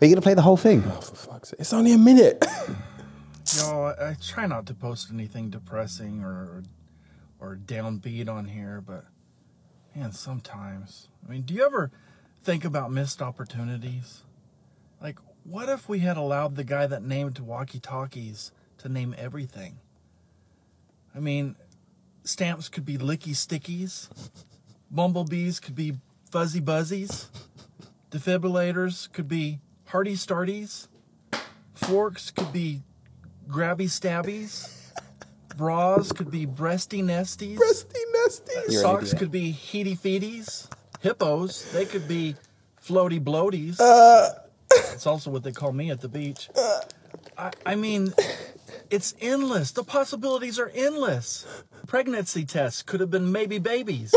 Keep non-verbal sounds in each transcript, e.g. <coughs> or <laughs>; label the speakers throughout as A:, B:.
A: Are you going to play the whole thing?
B: Oh, for fuck's sake. It's only a minute. <laughs>
C: No, I, I try not to post anything depressing or or downbeat on here, but man, sometimes. I mean, do you ever think about missed opportunities? Like, what if we had allowed the guy that named walkie talkies to name everything? I mean, stamps could be licky stickies, bumblebees could be fuzzy buzzies, defibrillators could be hearty starties, forks could be grabby stabbies. Bras could be breasty nesties.
B: Rusty Nesty.
A: You're an
C: Socks
A: idiot.
C: could be heaty feeties. Hippos, they could be floaty bloaties. It's also what they call me at the beach. I, I mean, it's endless. The possibilities are endless. Pregnancy tests could have been maybe babies.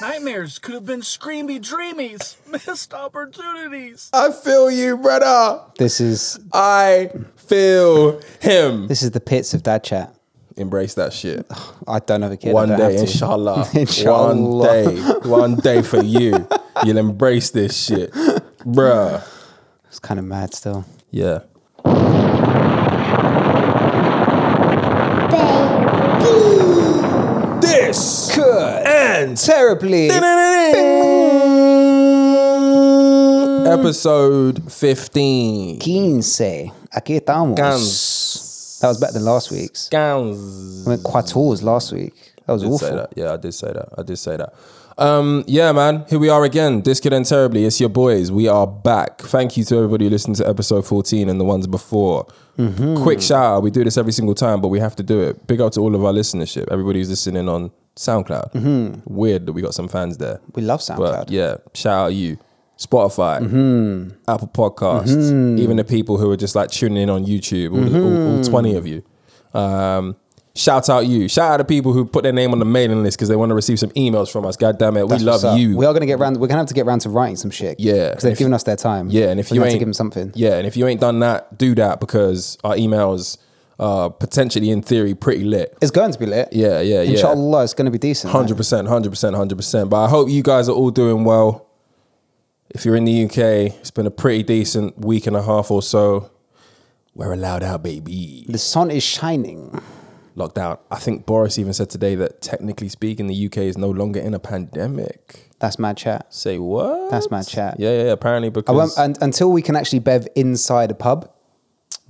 C: Nightmares could have been screamy dreamies. <laughs> Missed opportunities.
B: I feel you, brother.
A: This is
B: I feel him.
A: this is the pits of dad chat.
B: Embrace that shit.
A: <sighs> I don't have a kid. I
B: One
A: don't
B: day,
A: have to.
B: inshallah.
A: <laughs>
B: One
A: Inshallah.
B: day. One day for you. You'll embrace this shit. Bruh.
A: It's kind of mad still.
B: Yeah. This could end
A: Terribly.
B: episode 15.
A: 15. Aquí estamos.
B: Guns.
A: That was better than last week's.
B: Guns.
A: I went quatorze last week. That was
B: did say
A: awful.
B: that. Yeah, I did say that. I did say that. Um, yeah, man, here we are again. This could end terribly. It's your boys. We are back. Thank you to everybody who listened to episode 14 and the ones before.
A: Mm-hmm.
B: Quick shout out. We do this every single time, but we have to do it. Big up to all of our listenership. Everybody who's listening on SoundCloud. Weird that we got some fans there.
A: Mm-hmm. We love
B: But
A: SoundCloud.
B: yeah, shout out you. Spotify,
A: Mm-hmm.
B: Apple Podcasts, even the people who are just like tuning in on YouTube, all, the- all, all
A: Mm-hmm.
B: 20 of you. Um, shout out you. Shout out to people who put their name on the mailing list because they want to receive some emails from us. God damn it.
A: That's
B: we
A: what's
B: love
A: up.
B: you.
A: We are going to get round. We're going to have to get round to writing some shit.
B: Yeah,
A: because
B: and
A: they've
B: if-
A: given us their time.
B: yeah, and if
A: We're
B: you
A: gonna have
B: ain't
A: to give them something,
B: yeah, and if you ain't done that, do that because our emails are potentially, in theory, pretty lit.
A: it's going to be lit.
B: Yeah, yeah, yeah.
A: Inshallah, it's going to be decent. man.
B: Hundred percent, hundred percent, hundred percent. But I hope you guys are all doing well. If you're in the UK, it's been a pretty decent week and a half or so. We're allowed out, baby.
A: The sun is shining.
B: Lockdown. I think Boris even said today that technically speaking, the UK is no longer in a pandemic.
A: That's mad chat.
B: Say what?
A: That's mad chat.
B: Yeah, yeah. yeah, Apparently,
A: I won't, uh,
B: because
A: and, until we can actually bev inside a pub,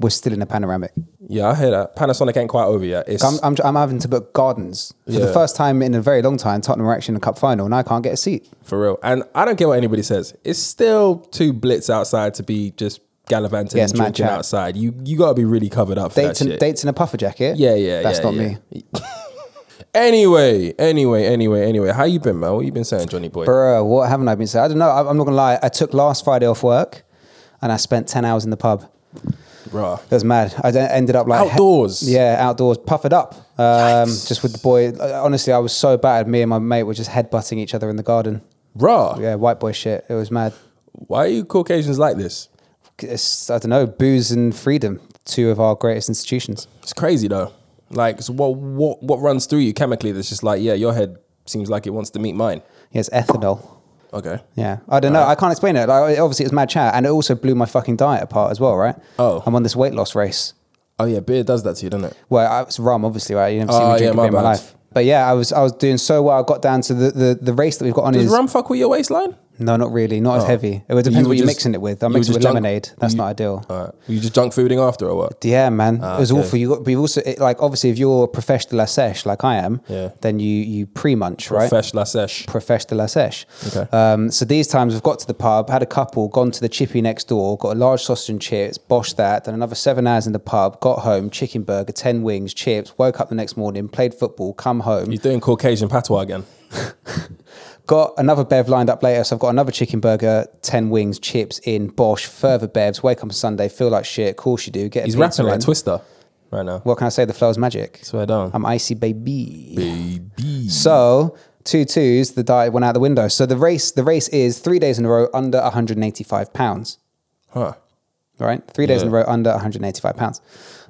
A: we're still in a panoramic.
B: yeah, I hear that. Panasonic ain't quite over yet. It's
A: I'm, I'm, I'm having to book gardens for the
B: Yeah.
A: first time in a very long time. Tottenham are actually in a cup final, and I can't get a seat.
B: for real. And I don't care what anybody says. It's still too blitz outside to be just gallivanting
A: Yeah, it's
B: and
A: mad
B: drinking
A: chat.
B: outside. You you got to be really covered up for that
A: Dates in,
B: shit.
A: dates in a puffer jacket.
B: Yeah, yeah,
A: That's
B: yeah,
A: not
B: yeah. <laughs>
A: me.
B: Anyway, anyway, anyway, anyway. How you been, man? What you been saying, Johnny boy?
A: Bruh, what haven't I been saying? I don't know. I- I'm not gonna lie. I took last Friday off work, and I spent ten hours in the pub.
B: Bruh.
A: It was mad. I then ended up like
B: Outdoors?
A: yeah, outdoors, puffered up. Um, just with the boy. Honestly, I was so bad. Me and my mate were just headbutting each other in the garden.
B: Bruh.
A: Yeah, white boy shit. It was mad.
B: Why are you Caucasians like this?
A: It's, I don't know. Booze and freedom, two of our greatest institutions.
B: It's crazy though. Like, so what what what runs through you chemically that's just like, yeah, your head seems like it wants to meet mine.
A: Yeah, it's ethanol.
B: Okay.
A: Yeah, I don't know. I can't explain it. Like, obviously, it's mad chat, and it also blew my fucking diet apart as well, right?
B: Oh.
A: I'm on this weight loss race.
B: Oh yeah, beer does that to you, doesn't it?
A: Well, I- it's rum, obviously, right? You never seen
B: Oh,
A: me
B: yeah,
A: drink a
B: my
A: beer in my
B: bad.
A: life. But yeah, I was I was doing so well. I got down to the, the, the race that we've got on
B: Does
A: is
B: rum fuck with your waistline?
A: no, not really, not as
B: Oh.
A: heavy. It would-
B: You
A: depends
B: were
A: what you're
B: just-
A: mixing it with. I'm
B: you were
A: mixing it
B: just
A: with
B: junk-
A: lemonade. That's
B: you-
A: not ideal.
B: All right. You just junk fooding after or what?
A: yeah, man, it was
B: okay.
A: awful. You got, but you also it, like obviously, if you're a profesh de la sesh like I am,
B: Yeah.
A: then you you pre munch, right?
B: Fresh la sesh.
A: Profesh de la Sesh.
B: Okay.
A: Um, so these times we've got to the pub, had a couple, gone to the chippy next door, got a large sausage and chips, boshed that, then another seven hours in the pub, got home, chicken burger, 10 wings, chips, woke up the next morning, played football, come home,
B: You're doing Caucasian patois again.
A: got another bev lined up later. So I've got another chicken burger, 10 wings, chips in, bosh, further bevs, wake up on Sunday, feel like shit, of course you do, get a
B: He's
A: pizza
B: rapping like
A: in.
B: Twister right now.
A: What can I say? The flow is magic.
B: Swear down.
A: I'm icy baby.
B: Baby.
A: So two twos, the diet went out the window. So the race, the race is three days in a row under 185 pounds.
B: Huh.
A: All right, three days in a
B: Yeah.
A: row under 185 pounds,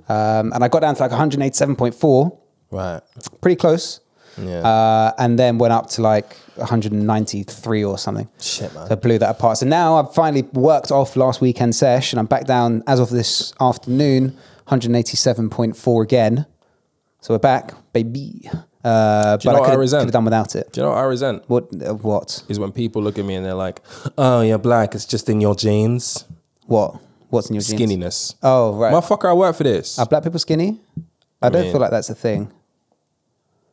A: um, and I got down to like 187.4,
B: Right.
A: pretty close.
B: Yeah.
A: uh, and then went up to like 193 or something.
B: Shit, man.
A: So I blew that apart. So now I've finally worked off last weekend sesh, and I'm back down as of this afternoon, 187.4 again. So we're back, baby. Uh, but
B: you know what I
A: I could
B: resent?
A: have done without it.
B: Do you know what I resent?
A: What? Uh, what?
B: Is when people look at me and they're like, "Oh, you're black. It's just in your jeans,
A: What? What's in your jeans?
B: skinniness."
A: Oh right.
B: Motherfucker, I work for this.
A: Are black people skinny? I, don't
B: mean-
A: feel like that's a thing.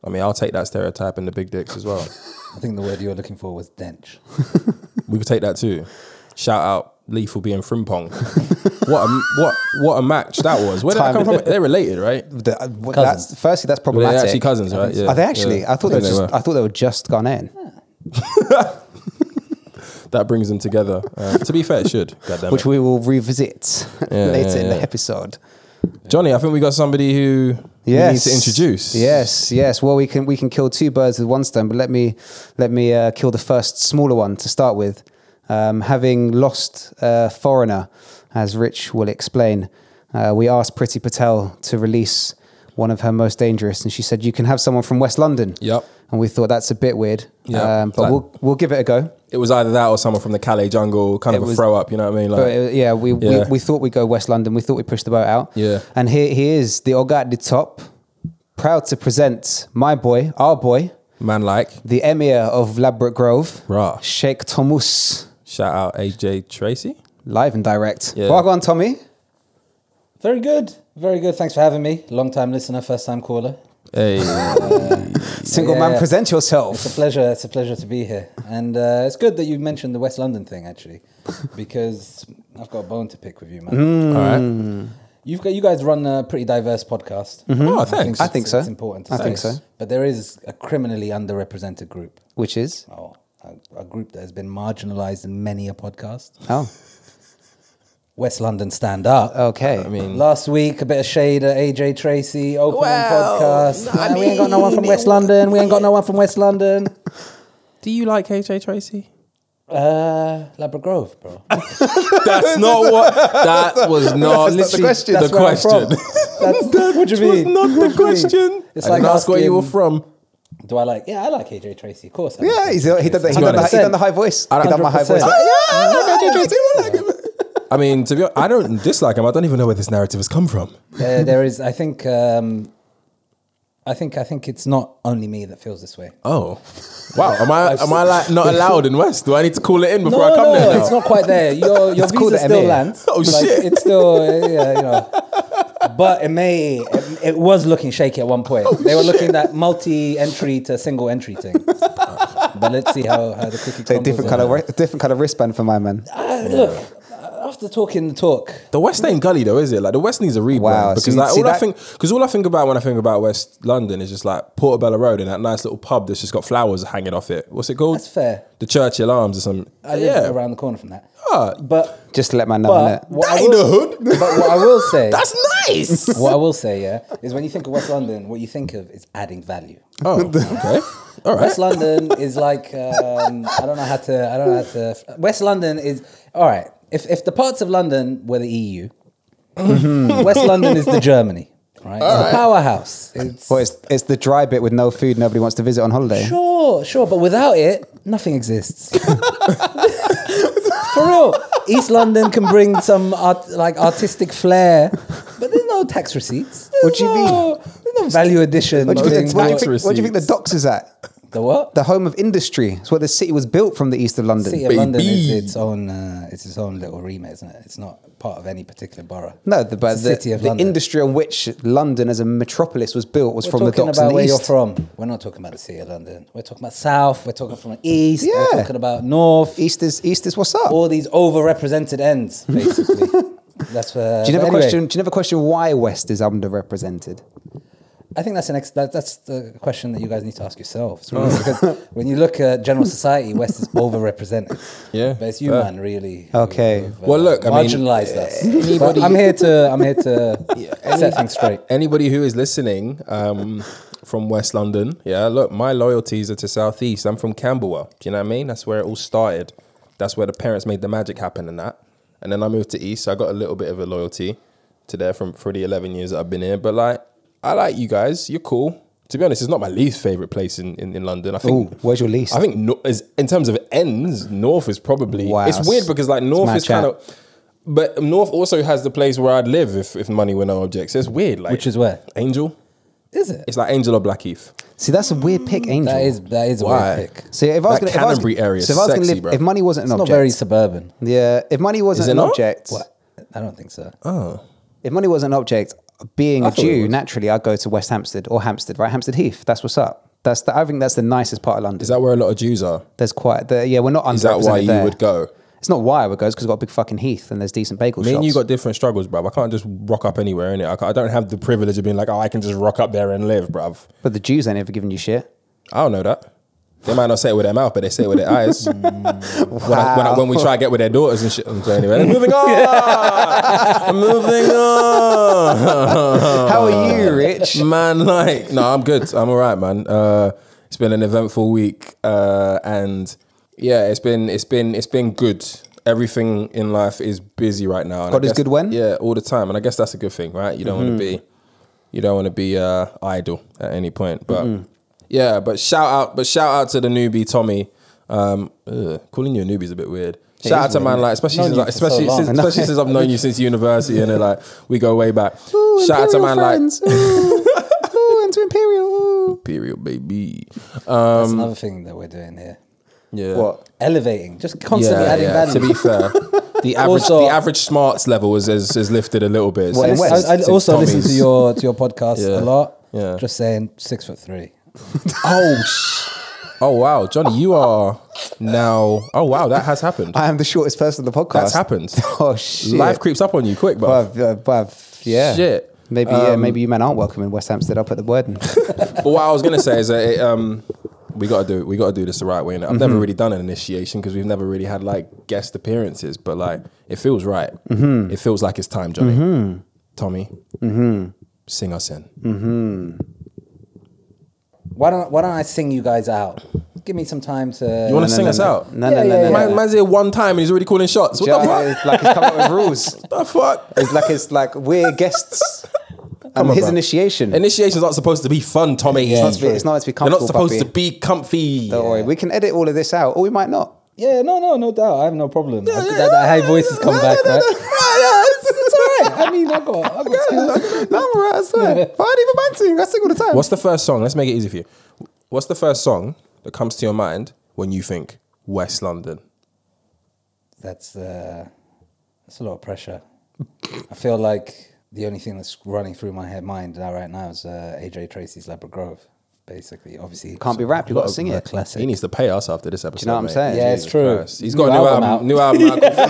B: I mean, I'll take that stereotype and the big dicks as well.
D: <laughs> I think the word you were looking for was dench.
B: <laughs> we could take that too. Shout out Lethal being Frimpong. <laughs> what a what what a match that was. Where did that
A: Time-
B: come from? They're related, right?
A: The- uh, what-
D: Cousins.
A: that's, firstly, that's
B: They're
A: problematic.
B: actually cousins, right? Yeah.
A: Are they actually?
B: Yeah.
A: I thought they, were
B: think
A: just, I thought they were just Ghanaian.
B: that brings them together. Uh, to be fair, it
D: <laughs>
B: should. God damn
A: which
B: it.
A: we will revisit <laughs>
B: Yeah,
A: later
B: yeah,
A: in the
B: yeah.
A: episode.
B: Johnny, I think we got somebody who we need
A: Yes,
B: to introduce.
A: Yes, yes. Well, we can we can kill two birds with one stone, but let me let me uh, kill the first smaller one to start with. Um, having lost uh, foreigner, as Rich will explain, uh, we asked Pretty Patel to release one of her most dangerous, and she said you can have someone from West London.
B: Yep.
A: And we thought that's a bit weird.
B: Yeah.
A: Um, but
B: Like-
A: we'll we'll give it a go.
B: It was either that or someone from the Calais jungle, kind of
A: It
B: a
A: was-
B: throw up, you know what I mean?
A: But
B: Like
A: uh, yeah, we,
B: Yeah.
A: we we thought we'd go West London. We thought we'd push the boat out.
B: Yeah.
A: And here he is, the Ogat de Top. Proud to present my boy, our boy,
B: man like.
A: the Emir of Ladbroke Grove,
B: Rah.
A: Sheikh Thomas,
B: Shout out AJ Tracy.
A: live and direct.
B: Yeah.
A: Well, go on, Tommy.
D: Very good. Very good. Thanks for having me. Long time listener, first time caller.
B: Hey.
A: Single
D: Yeah,
A: man,
D: yeah.
A: present
D: It's a
A: yourself. <laughs>
D: pleasure. It's a pleasure to be here. And uh, it's good that you mentioned the West London thing, actually, because I've got a bone to pick with you, man.
A: Mm-hmm.
B: All right.
D: You've got you guys run a pretty diverse podcast.
B: Oh, thanks.
A: Mm-hmm. I think
D: it's-
A: so.
D: It's important. To
A: I
D: say.
A: think so.
D: But there is a criminally underrepresented group.
A: Which is
D: Oh, a, a group that has been marginalised in many a podcast.
A: oh
D: West London Stand Up.
A: okay.
D: Last week, a bit of shade at AJ Tracy opening
B: Well,
D: podcast.
B: no, I
D: Nah, we ain't got no one from
B: mean,
D: West
B: it-
D: London. We ain't got no one from West London.
B: Do you like AJ Tracy?
D: <laughs> Uh, Labra Grove, bro.
B: That's not what. That was not the question. The
D: That's where I'm
B: <laughs>
D: from.
B: question.
D: That's, what do
B: was
D: you mean?
B: not
D: What
B: the
D: do you mean?
B: question.
D: It's
B: I
D: like
B: didn't ask where you were from.
D: asking- Do I like? Yeah, I like AJ Tracy, of course. I like
A: Yeah, he's, he
D: AJ
A: done, the, he,
D: Tracy.
A: done the, he
D: 100%.
A: done the high voice.
B: I
A: He done my high <laughs> voice.
D: 100%.
B: I mean, to be honest, I don't dislike him. I don't even know where this narrative has come from.
D: There- there is. I think. Um, I think. I think it's not only me that feels this way.
B: Oh, wow. Am I am I like not allowed in West? Do I need to call it in before I come
D: Oh, no,
B: there? Now?
D: it's not quite
B: <laughs>
D: there. Your your
A: It's called
D: visa still
A: MA.
D: lands.
B: Oh, shit.
D: It's still
B: <laughs>
D: uh, yeah, you know. But it may it, it was looking shaky at one
B: Oh,
D: point. they were looking at multi-entry to single entry
B: <laughs>
D: thing. but let's see how, how the cookie
A: So
D: crumbles.
A: different
D: in.
A: color, wri- different color wristband for my man.
D: Uh, look, after talking the talk,
B: The West ain't gully though, is it? Like the West needs a rebrand
A: Wow, so
B: because
A: you
B: like all
A: see
B: I
A: that-
B: think because all I think about when I think about West London is just like Portobello Road and that nice little pub that's just got flowers hanging off it. What's it called?
D: That's fair.
B: The Churchill Arms or something.
D: I live
B: yeah,
D: around the corner from that.
B: Ah,
D: But
A: Just to let my know.
D: but
A: innit?
D: what
B: that
D: I
B: ain't the
D: will,
B: hood.
D: but what I will say,
B: <laughs> That's
D: <laughs>
B: nice.
D: what I will say, yeah, is when you think of West London, what you think of is adding value.
B: Oh, okay. All right.
D: West
A: <laughs>
D: London is like um, I don't know how to I don't know how to West London is all right. If if the parts of London were the EU,
A: Mm-hmm.
D: West London is the Germany, right? it's a powerhouse. It's
A: Well, it's, it's the dry bit with no food nobody wants to visit on holiday.
D: sure, sure, but without it, nothing
A: <laughs>
D: exists. For real, East London can bring some art, like artistic flair, but there's no tax receipts. There's
A: What do you mean?
D: no- There's no value addition.
A: What do you think,
D: There's
A: the, what do you
D: no-
A: think- what do you think the docks is at?
D: the what?
A: The home of industry. It's where the city was built from the east of London.
D: City of London is
B: Baby.
D: its own. Uh, it's its own little remit, isn't it? It's not part of any particular borough.
A: no, the, but
D: It's
A: the,
D: the City of
A: the
D: London.
A: industry on which London as a metropolis was built was
D: We're
A: from the
D: talking
A: docks
D: about
A: in the
D: where
A: east.
D: you're from. We're not talking about the city of London. We're talking about south. We're talking from the east. We're
A: Yeah.
D: talking about north.
A: East is east is what's up.
D: All these overrepresented
A: <laughs>
D: ends, basically. That's where.
A: do you never
D: but anyway,
A: question? Do you never question why West is underrepresented?
D: I think that's an ex- that, that's the question that you guys need to ask yourselves.
B: Oh.
D: really, because when you look at general society, West is overrepresented.
B: Yeah,
D: but it's you,
B: fair.
D: man, really. uh,
A: Okay.
B: Well, look, I mean, eh,
D: marginalized us.
B: anybody-
D: But I'm here to. I'm
B: <laughs>
D: here to set things straight.
B: Anybody who is listening um, from West London, yeah, look, my loyalties are to Southeast. I'm from Camberwell. Do you know what I mean? That's where it all started. That's where the parents made the magic happen and that. And then I moved to East, so I got a little bit of a loyalty to there from for the 11 years that I've been here. But like, I like you guys. You're cool. to be honest, it's not my least favorite place in, in, in London. I think.
A: Ooh, where's your least?
B: I think no, is, in terms of ends, North is probably.
A: Wow,
B: It's weird because like North
A: mad
B: is kind of. But North also has the place where I'd live if, if money were no object. So it's weird. Like
D: Which is where?
B: Angel.
D: Is it?
B: It's like Angel or Blackheath.
A: See, that's a weird pick, Angel.
D: That is that is a
B: Why?
D: weird pick. It's
A: So if I was
B: That
A: gonna, if I was-
B: Canterbury area
A: so if I was gonna
B: sexy,
A: live-
B: bro.
A: if money wasn't an
D: not
A: object,
D: very suburban.
A: yeah, if money wasn't
B: Is it
A: an
B: not?
A: object,
D: What? I don't think so.
A: if money wasn't an object, being a
B: thought it
A: Jew,
B: was.
A: naturally, I'd go to West Hampstead or Hampstead, right? Hampstead Heath. That's what's up. That's the, I think that's the nicest part of London.
B: Is that where a lot of Jews are?
A: There's quite the, yeah, we're not underrepresented
B: Is that why you
A: there.
B: would go?
A: It's not why I would go. It's because we've got a big fucking Heath and there's decent bagel
B: Me
A: shops.
B: and you got different struggles, bruv. I can't just rock up anywhere, innit? I, can't- I don't have the privilege of being like, oh, I can just rock up there and live, bruv.
A: but the Jews ain't ever giving you
B: <laughs>
A: shit.
B: I don't know that. They might not say it with their mouth, but they say it with their
D: <laughs>
B: eyes. when, I, when, I, when we try to get with their daughters and shit. So anyway, moving on. moving on.
A: <laughs> How are you,
B: <laughs>
A: Rich?
B: Man, like, no, I'm good. I'm all right, man. Uh, it's been an eventful week, uh, and yeah, it's been it's been it's been good. Everything in life is busy right now. and I
A: God is
B: guess-
A: good when?
B: yeah, all the time, and I guess that's a good thing, right? You don't want to be you don't want to be uh, idle at any point, but yeah. But shout out, but shout out to the newbie Tommy. Um, ugh, calling you a newbie is a bit weird. Shout out to man like especially
D: Known
B: since,
D: you
B: like,
D: for so
B: especially
D: long.
B: since,
D: I
A: know.
B: especially since I've known you since university and then like we go way back.
A: Ooh,
B: shout out to man
A: friends.
B: like
A: Ooh. Ooh, and to Imperial. Ooh.
B: Imperial baby.
D: That's
B: Um,
D: another thing that we're doing here.
B: yeah.
A: What?
D: Elevating, just constantly adding
B: To
D: value.
B: be
D: <laughs>
B: fair, the average
D: Also-
B: the average smarts level is is, is lifted a little bit.
A: Well,
D: I,
B: since-
A: West.
D: listen- I- I
B: since
D: also
B: Tommy's.
D: listen to your to your podcast
B: <laughs> Yeah.
D: a lot.
B: Yeah.
D: Just saying, six foot three.
B: Oh, sh- oh wow, Johnny, you are now. Oh wow, that has happened.
D: Ah,
A: I am the shortest person on the podcast.
B: That's happened.
A: <laughs> Oh shit!
B: Life creeps up on you quick, but
A: Bruv, uh, bruv, yeah.
B: Shit. Um,
A: Maybe yeah, maybe you men aren't welcome in West Hampstead. I'll put the
B: <laughs>
A: word in.
B: but what I was gonna say is that it, um, we gotta do we gotta do this the right way. And I've
D: Mm-hmm.
B: never really done an initiation because we've never really had like guest appearances, but like it feels right.
D: Mm-hmm.
B: It feels like it's time, Johnny, Tommy, sing us in.
D: Why don't Why don't I sing you guys out? Give me some time to.
B: You want to
A: no,
B: sing
A: no,
B: us
A: no.
B: out?
A: No, no,
D: Yeah,
A: no,
D: yeah,
A: no.
D: yeah.
B: Man, man's here one time and he's already calling shots. What
A: Do you
B: the
A: know
B: fuck?
A: what? It's like he's come up with
B: <laughs>
A: rules.
B: the fuck?
A: <laughs> It's like it's like we're guests. and
B: on,
A: his
B: bruv.
A: initiations. initiation.
B: Initiations aren't supposed to be fun, Tommy.
A: It's not to be- it's not meant to be
B: They're
A: comfortable,
B: not supposed
A: puppy.
B: to be comfy.
A: Don't worry, we can edit all of this out, or we might not.
D: Yeah, no, no, no doubt. I have no problem. I, that, that high voice has come back, right?
A: <laughs>
D: it's all right. I mean, I got, I got skills.
A: No, I'm alright, I swear. But I don't even mind singing. I sing all the time.
B: What's the first song? Let's make it easy for you. What's the first song that comes to your mind when you think West London?
D: That's uh, that's a lot of pressure. I feel like the only thing that's running through my head mind now right now is uh, AJ Tracy's Labra Grove. Basically, obviously,
A: Can't be rap. You got to sing
D: a
A: it.
D: classic.
B: He needs to pay us after this episode.
A: know what I'm
B: mate.
A: saying?
D: yeah, it's true.
B: Christ. He's got a new album, new album out called,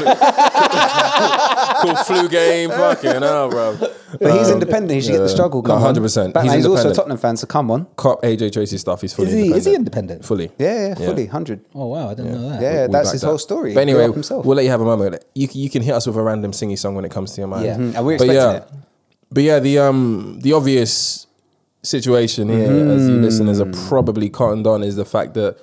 A: <laughs>
B: Flu- called Flu Game. Fucking hell, bro. Um,
A: But he's independent. He should get the struggle. Come
B: hundred percent.
A: On. Batman, he's also a
B: independent.
A: Tottenham fan, so come on.
B: Cop AJ Tracy stuff. He's fully
D: Is he-
B: independent.
D: is he independent?
B: Fully.
A: Yeah, yeah, fully hundred.
D: Oh wow, I didn't know that.
A: Yeah,
B: We
A: that's
B: back
A: his
B: that.
A: whole story.
B: But
A: He blew
B: anyway,
A: up himself.
B: we'll let you have a moment. You c- you can hit us with a random singy song when it comes to your mind.
D: Yeah. Mhm.
A: Mm-hmm. And we're
B: but yeah,
A: expecting
B: but yeah, the um the obvious situation here, as
A: Mm-hmm.
B: you listeners are probably cottoned on, is the fact that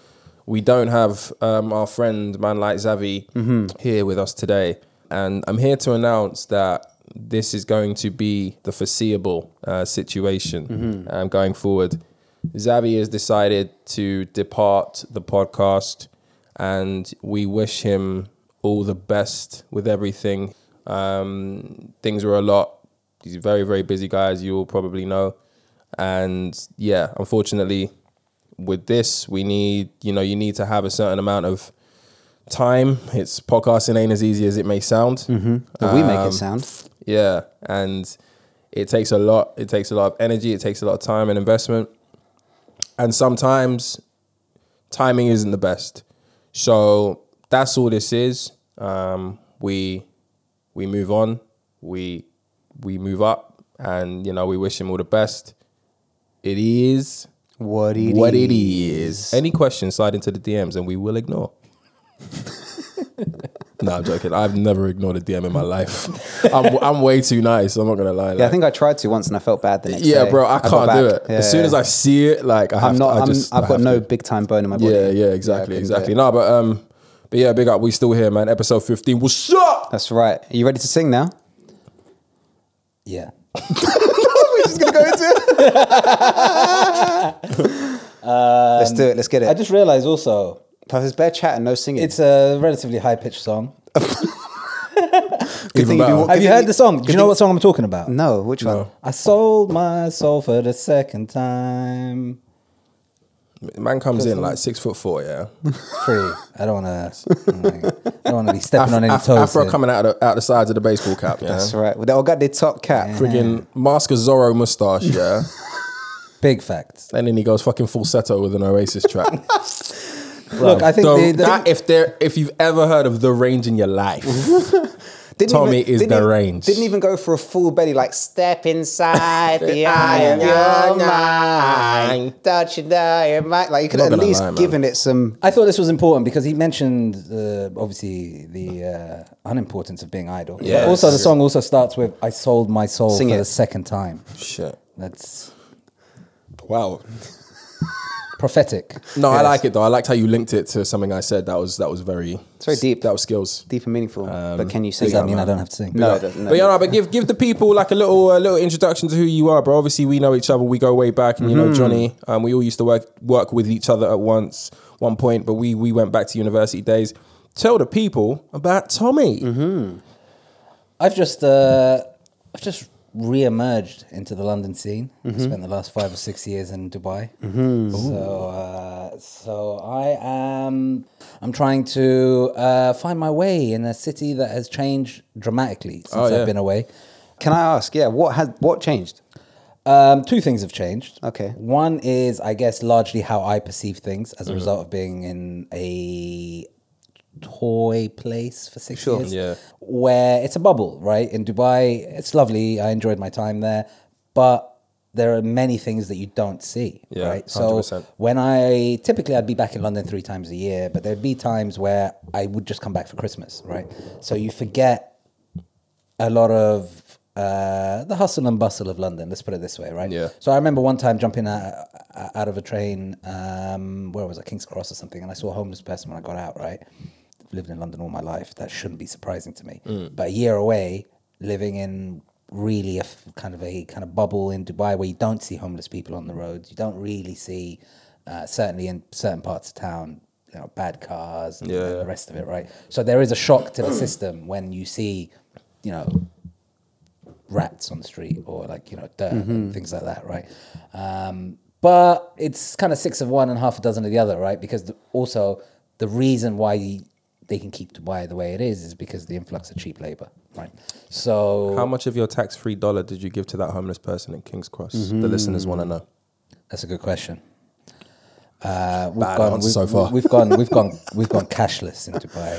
B: we don't have um, our friend man like Xavi
A: Mm-hmm.
B: here with us today, and I'm here to announce that. This is going to be the foreseeable uh, situation
A: Mm-hmm.
B: um, going forward. Xavi has decided to depart the podcast, and we wish him all the best with everything. Um, things were a lot. He's a very, very busy guy, as you all probably know. And yeah, unfortunately, with this, we need you know you need to have a certain amount of time. It's podcasting ain't as easy as it may sound.
A: But we make
B: Um,
A: it sound.
B: yeah, and it takes a lot. It takes a lot of energy. It takes a lot of time and investment. And sometimes timing isn't the best. So that's all this is. Um, we we move on. We we move up, and you know we wish him all the best. It is
A: What it
B: what
A: is.
B: it is. Any questions, slide into the DMs, and we
A: <laughs>
B: will ignore. no, I'm joking. I've never ignored a DM in my life.
A: <laughs>
B: I'm, I'm way too nice. I'm not gonna lie.
A: Yeah, I
B: like-
A: think I tried to once and I felt bad the next
B: yeah,
A: day.
B: bro. I,
A: got
B: can't do
A: back.
B: it. as soon as I see it, like I have
A: I'm not.
B: To, I
A: I'm,
B: just,
A: I've
B: I
A: got
B: have
A: no
B: to.
A: big time bone in my body.
B: Yeah, yeah, exactly,
A: couldn't do
B: exactly.
A: it.
B: No, but um, but yeah, big up. We still here, man. Episode 15. What's up?
A: <laughs> That's right. Are you ready to sing now?
D: Yeah.
B: What
A: we're just going to go into it. <laughs> Let's do it. Let's get
D: I
A: it.
D: just realized also
A: Plus, it's bare chat and no singing.
D: it's a relatively high pitched song.
A: good
B: even
A: thing you do
B: better.
A: what- good
B: Have
D: Have you
A: thing
D: heard the song? Do you know what song I'm talking about?
A: No, which one?
D: I sold my soul for the second time.
B: Man comes in like six foot four, yeah.
D: Free. I don't want to. I don't want to be stepping on any
B: Af-
D: toes.
B: Afro
D: here.
B: coming out of the, out the sides of the baseball cap, yeah.
A: That's right. Well, they all got their top cap.
B: Friggin' mask a Zorro
A: <laughs>
B: mustache, yeah.
D: Big facts.
B: and then he goes fucking falsetto with an Oasis
A: <laughs>
B: track.
D: Look, I think
B: So
D: the, the,
B: that- if there, if you've ever heard of the range in your
A: <laughs>
B: life,
A: Didn't
B: Tommy is
A: didn't
B: the
A: e-
B: range.
A: Didn't even go for a full belly, like step <laughs> inside the eye of your mind. Don't you know your mind? Like you could
B: Not
A: at
B: gonna
A: least
B: lie, man.
A: given it some.
D: I thought this was important because he mentioned uh, obviously the uh, unimportance of being idle.
B: Yeah,
D: But also, the
B: it's-
D: song also starts with "I sold my soul
A: Sing
D: for
A: it.
D: the second time."
B: shit,
D: That's
B: wow.
D: prophetic.
B: No, I
A: Yes.
B: like it though. I liked how you linked it to something I said. That was that was very. It's
A: very deep.
B: That was skills.
A: Deep and meaningful, but can you sing?
D: Does that
A: it?
D: mean I don't have to sing?
A: No, it doesn't.
B: But yeah, Um, no, but give give the people like a little a little introduction to who you are, bro. Obviously, we know each other. We go way back, and you
A: Mm.
B: know Johnny. Um, we all used to work work with each other at once one point, but we we went back to university days. Tell the people about Tommy.
D: I've just uh, I've just re-emerged into the London scene.
B: Mm-hmm.
D: I spent the last five or six years in Dubai. So uh, so I am I'm trying to uh, find my way in a city that has changed dramatically since
B: Oh, yeah.
D: I've been away.
A: Can I ask? Yeah, what has what changed?
D: Um, two things have changed.
A: Okay.
D: One is, I guess, largely how I perceive things as a
B: Mm-hmm.
D: result of being in a toy place for six
A: Sure.
D: years.
B: Yeah.
D: Where it's a bubble, right? In Dubai, it's lovely. I enjoyed my time there, but there are many things that you don't see,
B: Yeah,
D: right?
B: 100%.
D: So when I typically I'd be back in London three times a year, but there'd be times where I would just come back for Christmas, right? So you forget a lot of uh, the hustle and bustle of London. Let's put it this way, right?
B: Yeah.
D: So I remember one time jumping out, out of a train. Um, where was I? King's Cross or something, and I saw a homeless person when I got out. Right. I've lived in London all my life. That shouldn't be surprising to me. But a year away, living in really a f- kind of a kind of bubble in Dubai where you don't see homeless people on the roads. You don't really see, uh, certainly in certain parts of town, you know, bad cars and,
B: Yeah,
D: and
B: yeah.
D: the rest of it. Right. So there is a shock to the system when you see, you know, rats on the street
B: Mm-hmm.
D: or like you know dirt and things like that, right? Um, but it's kind of six of one and half a dozen of the other, right? Because the, also the reason why they can keep Dubai the way it is is because the influx of cheap labor, right? So
B: How much of your tax free dollar did you give to that homeless person at King's Cross? The listeners want to know.
D: that's a good question. Uh, we've
B: Bad
D: gone
B: answer so
D: we've,
B: far.
D: We've gone. We've gone.
B: <laughs>
D: We've gone cashless in Dubai.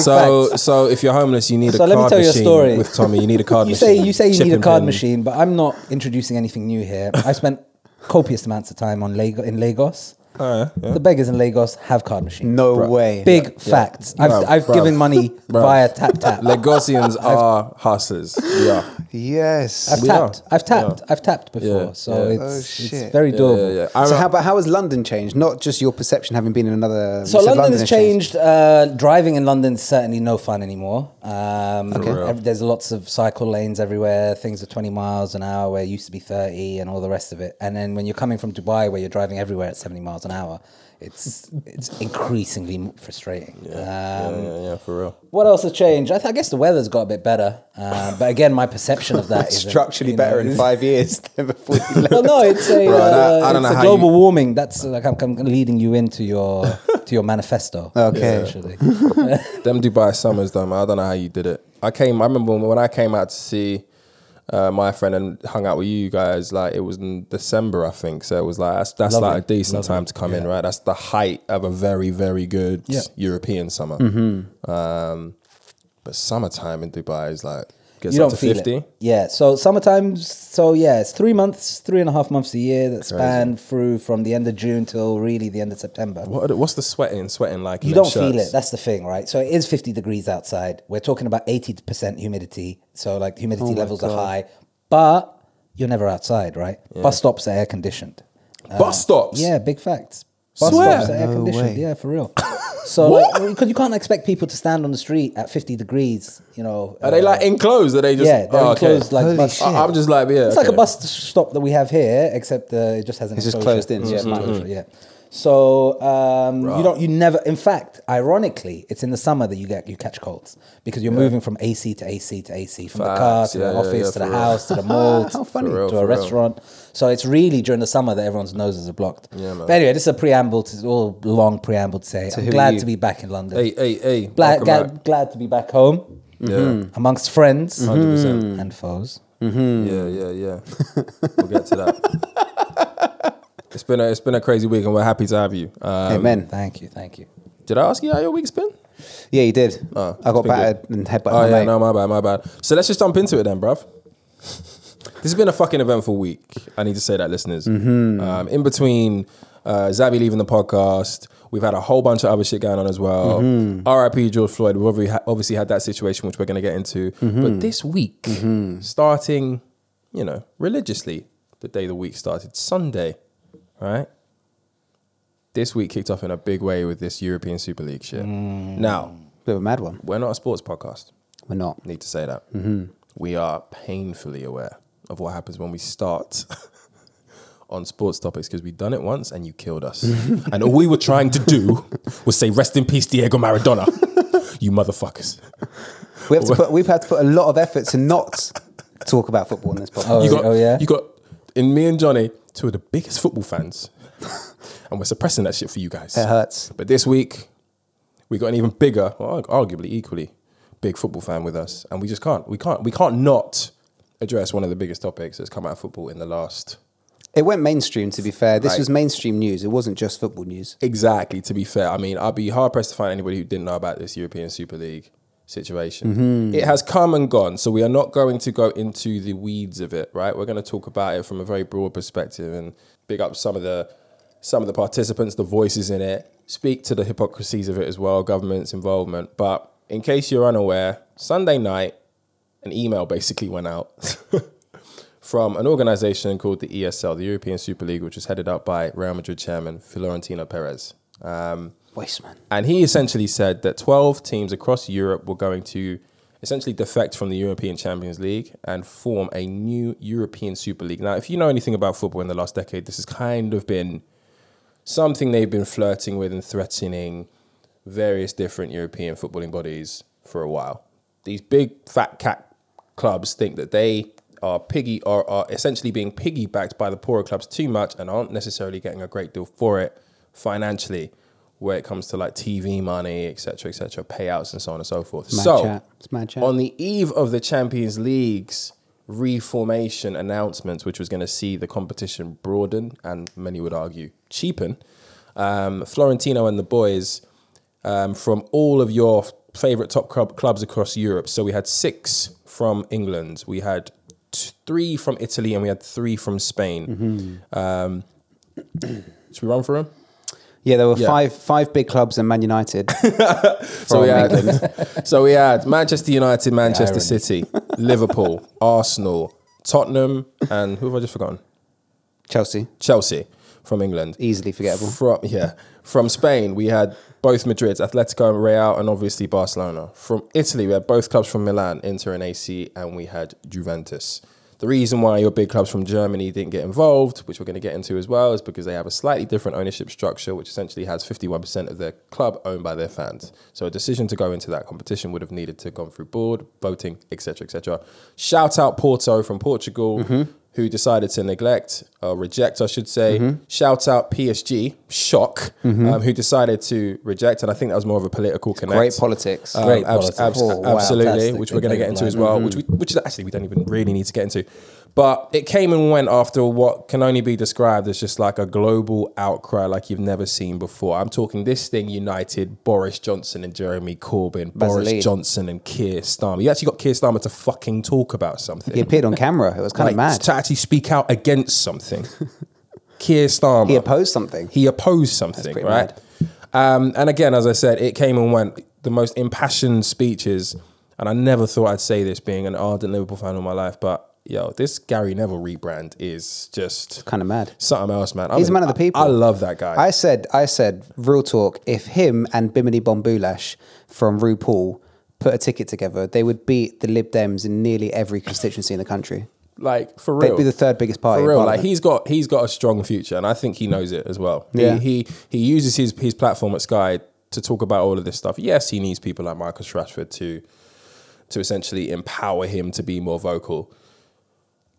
B: So, so if you're homeless, you need
D: So
B: a
D: let me
B: card
D: tell you a
B: machine
D: story.
B: with Tommy. You need
D: <laughs>
B: a card
D: you
B: machine.
D: say you say you need a
B: Chipping
D: card
B: pin.
D: machine, but I'm not introducing anything new here. I spent <laughs> copious amounts of time on Lagos in Lagos.
B: Oh,
D: The beggars in Lagos have card machines.
A: No way.
D: Big facts. I've,
B: Bruv,
D: I've
B: bruv,
D: given money
B: bruv.
D: via tap tap. <laughs>
B: Lagosians are hustlers. Yeah,
A: Yes.
D: I've
B: we
D: tapped.
B: are.
D: I've tapped. I've tapped before.
B: Yeah,
D: so
B: yeah.
D: it's,
A: Oh, shit.
D: it's very doable.
B: yeah, yeah. I
A: so
B: re-
A: how about how has London changed? Not just your perception having been in another. you
D: So
A: said
D: London, has changed. Uh, driving in London's certainly no fun anymore. Um,
B: real.
D: ev- there's lots of cycle lanes everywhere. Things are 20 miles an hour where it used to be 30, and all the rest of it. And then when you're coming from Dubai, where you're driving everywhere at 70 miles an hour, it's it's increasingly m- frustrating. Um,
B: yeah, yeah, for real.
D: What else has changed? I, th- I guess the weather's got a bit better, uh, but again, my perception of that is
A: Structurally better in five years than before <laughs> you
D: <laughs>
A: left.
D: Well, Oh, no, it's a,
B: Bro, that-
D: uh,
B: I don't
D: it's
B: know
D: a
B: how
D: global
B: you-
D: warming. That's uh, like I'm, I'm leading you into your to your
B: <laughs>
D: manifesto.
A: Okay.
D: essentially.
B: Them Dubai summers, though, man. I don't know how you did it. I came. I remember when, when I came out to see uh, my friend and hung out with you guys. Like it was in December, I think. So it was like that's, that's
D: Lovely,
B: like a decent time to come in, right? That's the height of a very, very good
D: Yeah. Mm-hmm.
B: European summer. Um, but summertime in Dubai is like gets
D: You
B: up
D: don't
B: to
D: feel
B: fifty.
D: it. Yeah. So summertime. So yeah, it's three months, three and a half months a year that span through from the end of June till really the end of September.
B: What are the- what's the sweating? Sweating like in
D: You
B: them
D: don't feel
B: shirts?
D: it. That's the thing, right? So it is 50 degrees outside. We're talking about 80% humidity. So like humidity
B: Oh
D: levels are high, but you're never outside, right? Bus stops are air conditioned.
B: Bus stops.
D: uh, Yeah, big facts. Bus
B: Swear.
D: stops are air
A: No
D: conditioned.
A: way.
D: Yeah,
B: <laughs>
D: for real. So like, because you can't expect people to stand on the street at 50 degrees, you know. uh,
B: Are they like enclosed? Are they just?
D: yeah, they're
B: oh, okay.
D: enclosed like
A: Holy
D: bus.
A: shit.
B: I- I'm just like yeah.
D: It's like
B: okay.
D: a bus stop that we have here, except uh, it just has an.
A: It's just
D: enclosure.
A: closed in,
D: Yeah,
A: so it's
D: enclosure, yeah. So um, you don't, you never. In fact, ironically, it's in the summer that you get you catch colds because you're moving from AC to AC to AC, from the car
B: Facts,
D: to
B: yeah,
D: the
B: yeah,
D: office
B: yeah,
D: to
B: for
D: the
B: real.
D: house to the mall.
B: <laughs>
A: How funny.
B: For real,
D: to a
B: for real.
D: restaurant. So it's really during the summer that everyone's noses are blocked.
B: Yeah, man.
D: But anyway, this is a preamble to all long preamble to say. I'm
A: who are
D: glad
A: you?
D: to be back in London.
B: Hey, hey, hey.
D: glad,
B: welcome
D: glad,
B: back.
D: glad to be back home Mm-hmm.
B: Yeah.
D: amongst friends
B: 100%.
D: and foes.
B: Mm. Yeah, yeah, yeah. <laughs> we'll get to that. It's been a it's been a crazy week, and we're happy to have you. Um,
A: Amen.
D: Thanhank you, thank you.
B: Did I ask you how your week's been?
A: Yeah, you did.
B: Oh,
A: I
B: it's
A: got
B: been
A: battered and headbutted.
B: Oh
A: my
B: yeah,
A: mate.
B: no, my bad, my bad. So let's just jump into it then, bruv. This has been a fucking eventful week. I need to say that, listeners. Um, in between uh, Zabby leaving the podcast, we've had a whole bunch of other shit going on as well. RIP George Floyd. We've obvi- obviously had that situation, which we're going to get into. But this week, starting, you know, religiously, the day the week started, Sunday, right? This week kicked off in a big way with this European Super League shit. Now,
A: Bit of a mad one.
B: we're not a sports podcast.
A: We're not.
B: Need to say that. Mm-hmm. We are painfully aware of what happens when we start <laughs> on sports topics because we've done it once and you killed us.
D: <laughs>
B: and all we were trying to do was say, rest in peace, Diego Maradona. you motherfuckers.
A: We
B: <laughs>
A: have to put, we've had to put a lot of effort to not talk about football in this podcast.
D: Oh,
B: you got,
D: oh, yeah?
B: You got, in me and Johnny, two of the biggest football fans. <laughs> and we're suppressing that shit for you guys.
D: Uh-huh.
A: It hurts.
B: But this week, we got an even bigger, well, argu- arguably equally big football fan with us, and we just can't, we can't, we can't not address one of the biggest topics that's come out of football in the last.
A: It went mainstream, to be fair. This
B: Right.
A: was mainstream news. It wasn't just football news.
B: Exactly. To be fair, I mean, I'd be hard pressed to find anybody who didn't know about this European Super League situation. It has come and gone, so we are not going to go into the weeds of it, right? We're going to talk about it from a very broad perspective and big up some of the some of the participants, the voices in it, speak to the hypocrisies of it as well, government's involvement. But in case you're unaware, Sunday night, an email basically went out <laughs> from an organization called the ESL, the European Super League, which was headed up by Real Madrid chairman Florentino Perez. Um,
A: Waste, man.
B: and he essentially said that 12 teams across Europe were going to essentially defect from the European Champions League and form a new European Super League. Now, if you know anything about football in the last decade, this has kind of been something they've been flirting with and threatening various different European footballing bodies for a while. These big fat cat clubs think that they are piggy are, are essentially being piggybacked by the poorer clubs too much and aren't necessarily getting a great deal for it financially where it comes to like TV money, etc., etc., payouts and so on and so forth.
A: Mad
B: so
A: chat. It's mad chat.
B: on the eve of the Champions League's reformation announcements, which was going to see the competition broaden and many would argue cheapen, um, Florentino and the boys um, from all of your favorite top club- clubs across Europe. So we had six from England, we had t- three from Italy, and we had three from Spain. Um, <coughs> should we run through them?
A: Yeah, there were
B: Yeah.
A: five five big clubs and Man
B: <laughs>
A: United.
B: So
A: from
B: we, had, <laughs> so we had Manchester United, Manchester
D: irony.
B: City, Liverpool, Arsenal, Tottenham, and who have I just forgotten?
A: Chelsea,
B: Chelsea from England.
A: easily forgettable.
B: From yeah, from Spain we had both Madrid's Atletico and Real, and obviously Barcelona. From Italy we had both clubs from Milan, Inter and AC, and we had Juventus. The reason why your big clubs from Germany didn't get involved, which we're going to get into as well, is because they have a slightly different ownership structure, which essentially has 51% of their club owned by their fans. So a decision to go into that competition would have needed to have gone through board, voting, etc., etc. Shout out Porto from Portugal who decided to neglect or reject, I should say.
D: Mm-hmm.
B: Shout out PSG, shock, um, who decided to reject, and I think that was more of a political connect.
A: Great politics.
B: Um,
D: Great
B: abs-
D: politics.
B: abs-
D: Oh, wow.
B: absolutely,
D: Fantastic. Mm-hmm.
B: which
D: They
B: we're going to
D: played
B: get into
D: blind.
B: as well, which we, which actually we don't even really need to get into. But it came and went after what can only be described as just like a global outcry, like you've never seen before. I'm talking this thing united Boris Johnson and Jeremy Corbyn,
A: Vaseline.
B: Boris Johnson and Keir Starmer. You actually got Keir Starmer to fucking talk about something
A: he appeared on camera. It was kind of
B: like,
A: mad.
B: to actually speak out against
A: <laughs>
B: something. Keir Starmer.
A: He opposed something.
B: He opposed something,
A: pretty
B: right? Um, and again, as I said, it came and went. The most impassioned speeches, and I never thought I'd say this, being an ardent Liverpool fan all my life, but yo, this Gary Neville rebrand is just
A: Kind of mad.
B: something else, man. I'm
A: He's a
B: in-
A: man of the
B: I-
A: people.
B: I, love that guy.
A: I said, I said, real talk. If him and Bimini Bombulash from RuPaul put a ticket together, they would beat the Lib Dems in nearly every constituency in the country.
B: like for
A: They'd
B: real.
A: be the third biggest party.
B: For
A: in
B: real, like
A: Parliament.
B: he's got he's got a strong future, and I think he knows it as well.
A: Yeah.
B: He, he he uses his his platform at Sky to talk about all of this stuff. Yes, he needs people like Michael Strashford to to essentially empower him to be more vocal.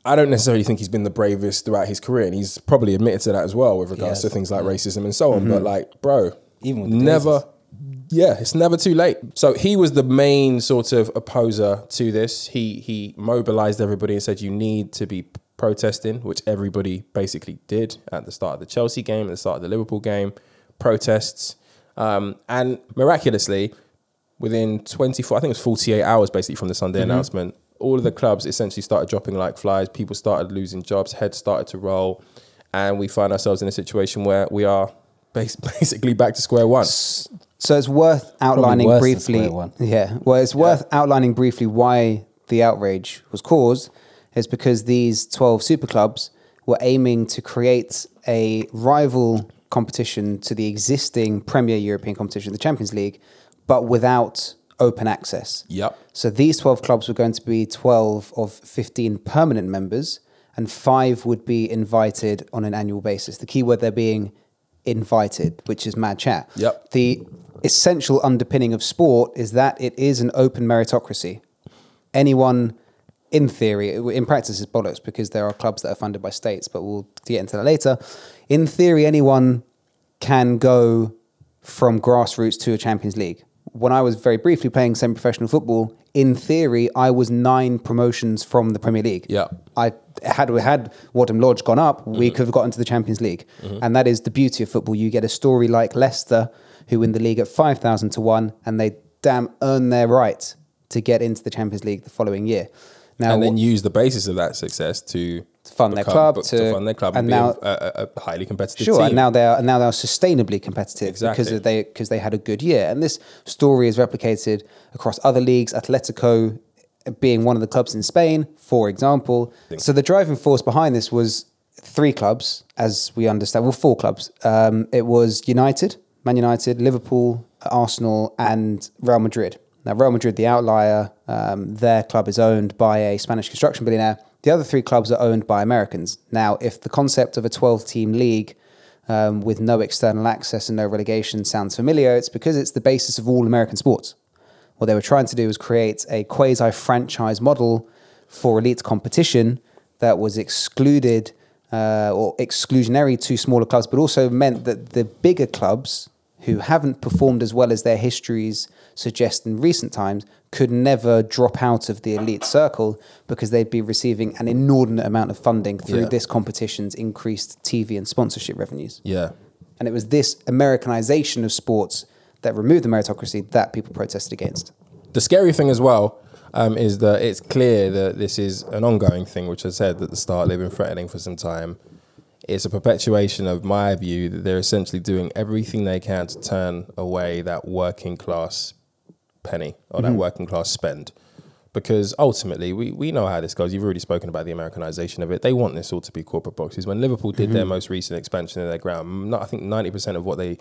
B: I don't necessarily think he's been the bravest throughout his career, and he's probably admitted to that as well with regards
D: Yes. Mm-hmm.
B: to things like racism and so on. But like, bro,
D: Even with the
B: never,
D: Glazers.
B: yeah, it's never too late. So he was the main sort of opposer to this. He he mobilized everybody and said you need to be protesting, which everybody basically did at the start of the Chelsea game, at the start of the Liverpool game, protests, um, and miraculously, within 24, I think it was 48 hours basically from the Sunday announcement, all of the clubs essentially started dropping like flies. People started losing jobs, heads started to roll, and we find ourselves in a situation where we are. bas- <laughs> Basically, back to square one.
A: so it's worth outlining
D: worse than
A: briefly.
D: square one.
A: Yeah, well, it's worth outlining briefly why the outrage was caused. Is because these twelve super clubs were aiming to create a rival competition to the existing Premier European competition, the Champions League, but without open access.
B: Yep.
A: So these 12 clubs were going to be 12 of 15 permanent members, and five would be invited on an annual basis. The key word there being invited, which is mad chat.
B: Yep.
A: The essential underpinning of sport is that it is an open meritocracy. Anyone, in theory, in practice is bollocks because there are clubs that are funded by states, but we'll get into that later. In theory, anyone can go from grassroots to a Champions League. When I was very briefly playing semi professional football, in theory, I was nine promotions from the Premier League.
B: Yeah.
A: I had we had Wadham Lodge gone up, we
B: Mm-hmm.
A: could have gotten to the Champions League. And that is the beauty of football. You get a story like Leicester, who win the league at five thousand to one, and they damn earn their right to get into the Champions League the following year. Now
B: and then use the basis of that success to
A: fund their
B: become-
A: club,
B: but
A: to-
B: fund their club, and,
A: and
B: be
A: now-
B: a, a, a highly competitive
A: Sure,
B: team.
A: and now they are and now they are sustainably competitive
B: Exactly.
A: because they because they had a good year. And this story is replicated across other leagues. Atletico being one of the clubs in Spain, for example. So the driving force behind this was three clubs, as we understand. Well, four clubs. Um, it was United, Man United, Liverpool, Arsenal, and Real Madrid. Now, Real Madrid, the outlier, um, their club is owned by a Spanish construction billionaire. The other three clubs are owned by Americans. Now, if the concept of a 12 team league um, with no external access and no relegation sounds familiar, it's because it's the basis of all American sports. What they were trying to do was create a quasi franchise model for elite competition that was excluded uh, or exclusionary to smaller clubs, but also meant that the bigger clubs who haven't performed as well as their histories suggest in recent times could never drop out of the elite circle because they'd be receiving an inordinate amount of funding through
B: Yeah.
A: this competition's increased TV and sponsorship revenues.
B: yeah,
A: And it was this Americanization of sports that removed the meritocracy that people protested against.
B: the scary thing as well um, is that it's clear that this is an ongoing thing, which I said at the start they've been threatening for some time. It's a perpetuation of my view that they're essentially doing everything they can to turn away that working class penny or that working class spend. Because ultimately, we, we know how this goes. You've already spoken about the Americanization of it. They want this all to be corporate boxes. When Liverpool did their most recent expansion of their ground, m- not- I think 90% of what they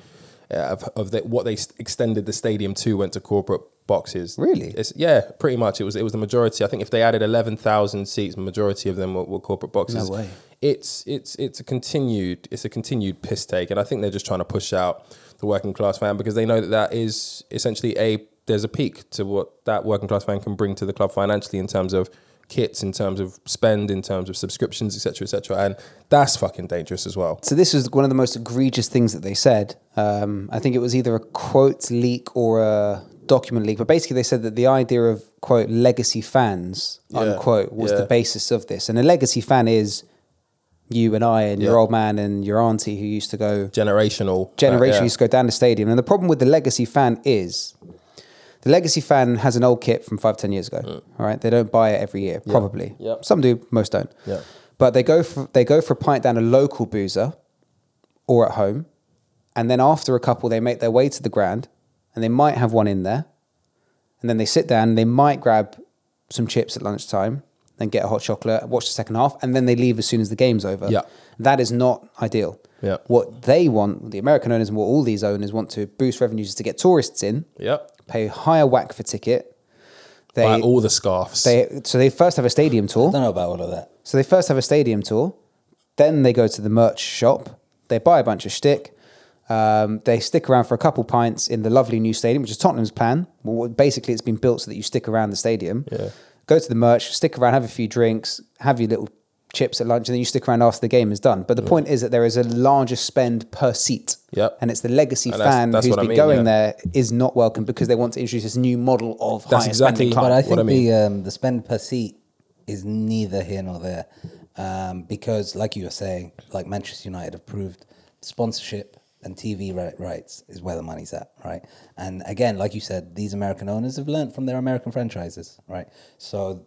B: uh, of, of the, what they s- extended the stadium to went to corporate boxes.
A: Really?
B: It's, yeah, pretty much. It was it was the majority. I think if they added 11,000 seats, majority of them were, were corporate boxes.
A: way.
B: It's it's it's a continued it's a continued piss take, and I think they're just trying to push out the working class fan because they know that that is essentially a there's a peak to what that working class fan can bring to the club financially in terms of kits, in terms of spend, in terms of subscriptions, etc., etc., and that's fucking dangerous as well.
A: So this was one of the most egregious things that they said. Um, I think it was either a quote leak or a document leak, but basically they said that the idea of quote legacy fans unquote was
B: yeah.
A: the basis of this, and a legacy fan is you and I and your
B: Yeah.
A: old man and your auntie who used to go
B: Generational, uh,
A: generation
B: yeah.
A: used to go down the stadium. And the problem with the legacy fan is the legacy fan has an old kit from five, ten years ago. All right. They don't buy it every year, probably.
B: Mm. Yeah.
A: Some do, most don't.
B: Yeah.
A: But they go for they go for a pint down a local boozer or at home. And then after a couple, they make their way to the ground and they might have one in there. And then they sit down and they might grab some chips at lunchtime. then get a hot chocolate, watch the second half, and then they leave as soon as the game's over.
B: Yeah.
A: That is not ideal.
B: Yeah.
A: What they want, the American owners and what all these owners want to boost revenues is to get tourists in,
B: Yep.
A: pay higher whack for ticket. They,
B: Buy all the scarves.
A: they so they first have a stadium tour.
D: don't know about all of that.
A: So they first have a stadium tour, then they go to the merch shop, they buy a bunch of shtick, um, they stick around for a couple pints in the lovely new stadium, which is Tottenham's plan. Well, what- basically, it's been built so that you stick around the stadium.
B: Yeah.
A: Go to the merch, stick around, have a few drinks, have your little chips at lunch, and then you stick around after the game is done. But the point is that there is a larger spend per seat.
B: Yep.
A: And it's the legacy
B: And that's-
A: fan
B: that's
A: who's
B: what I
A: been
B: mean,
A: going
B: yeah.
A: there is not welcome because they want to introduce this new model of
B: That's
A: higher
B: exactly-
A: spending club.
D: But
B: what
D: I
B: I
D: think
B: mean.
D: the um, the spend per seat is neither here nor there, um, because like you were saying, like Manchester United have proved sponsorship and TV ri- rights is where the money's at, right? And again, like you said, these American owners have learned from their American franchises, right? So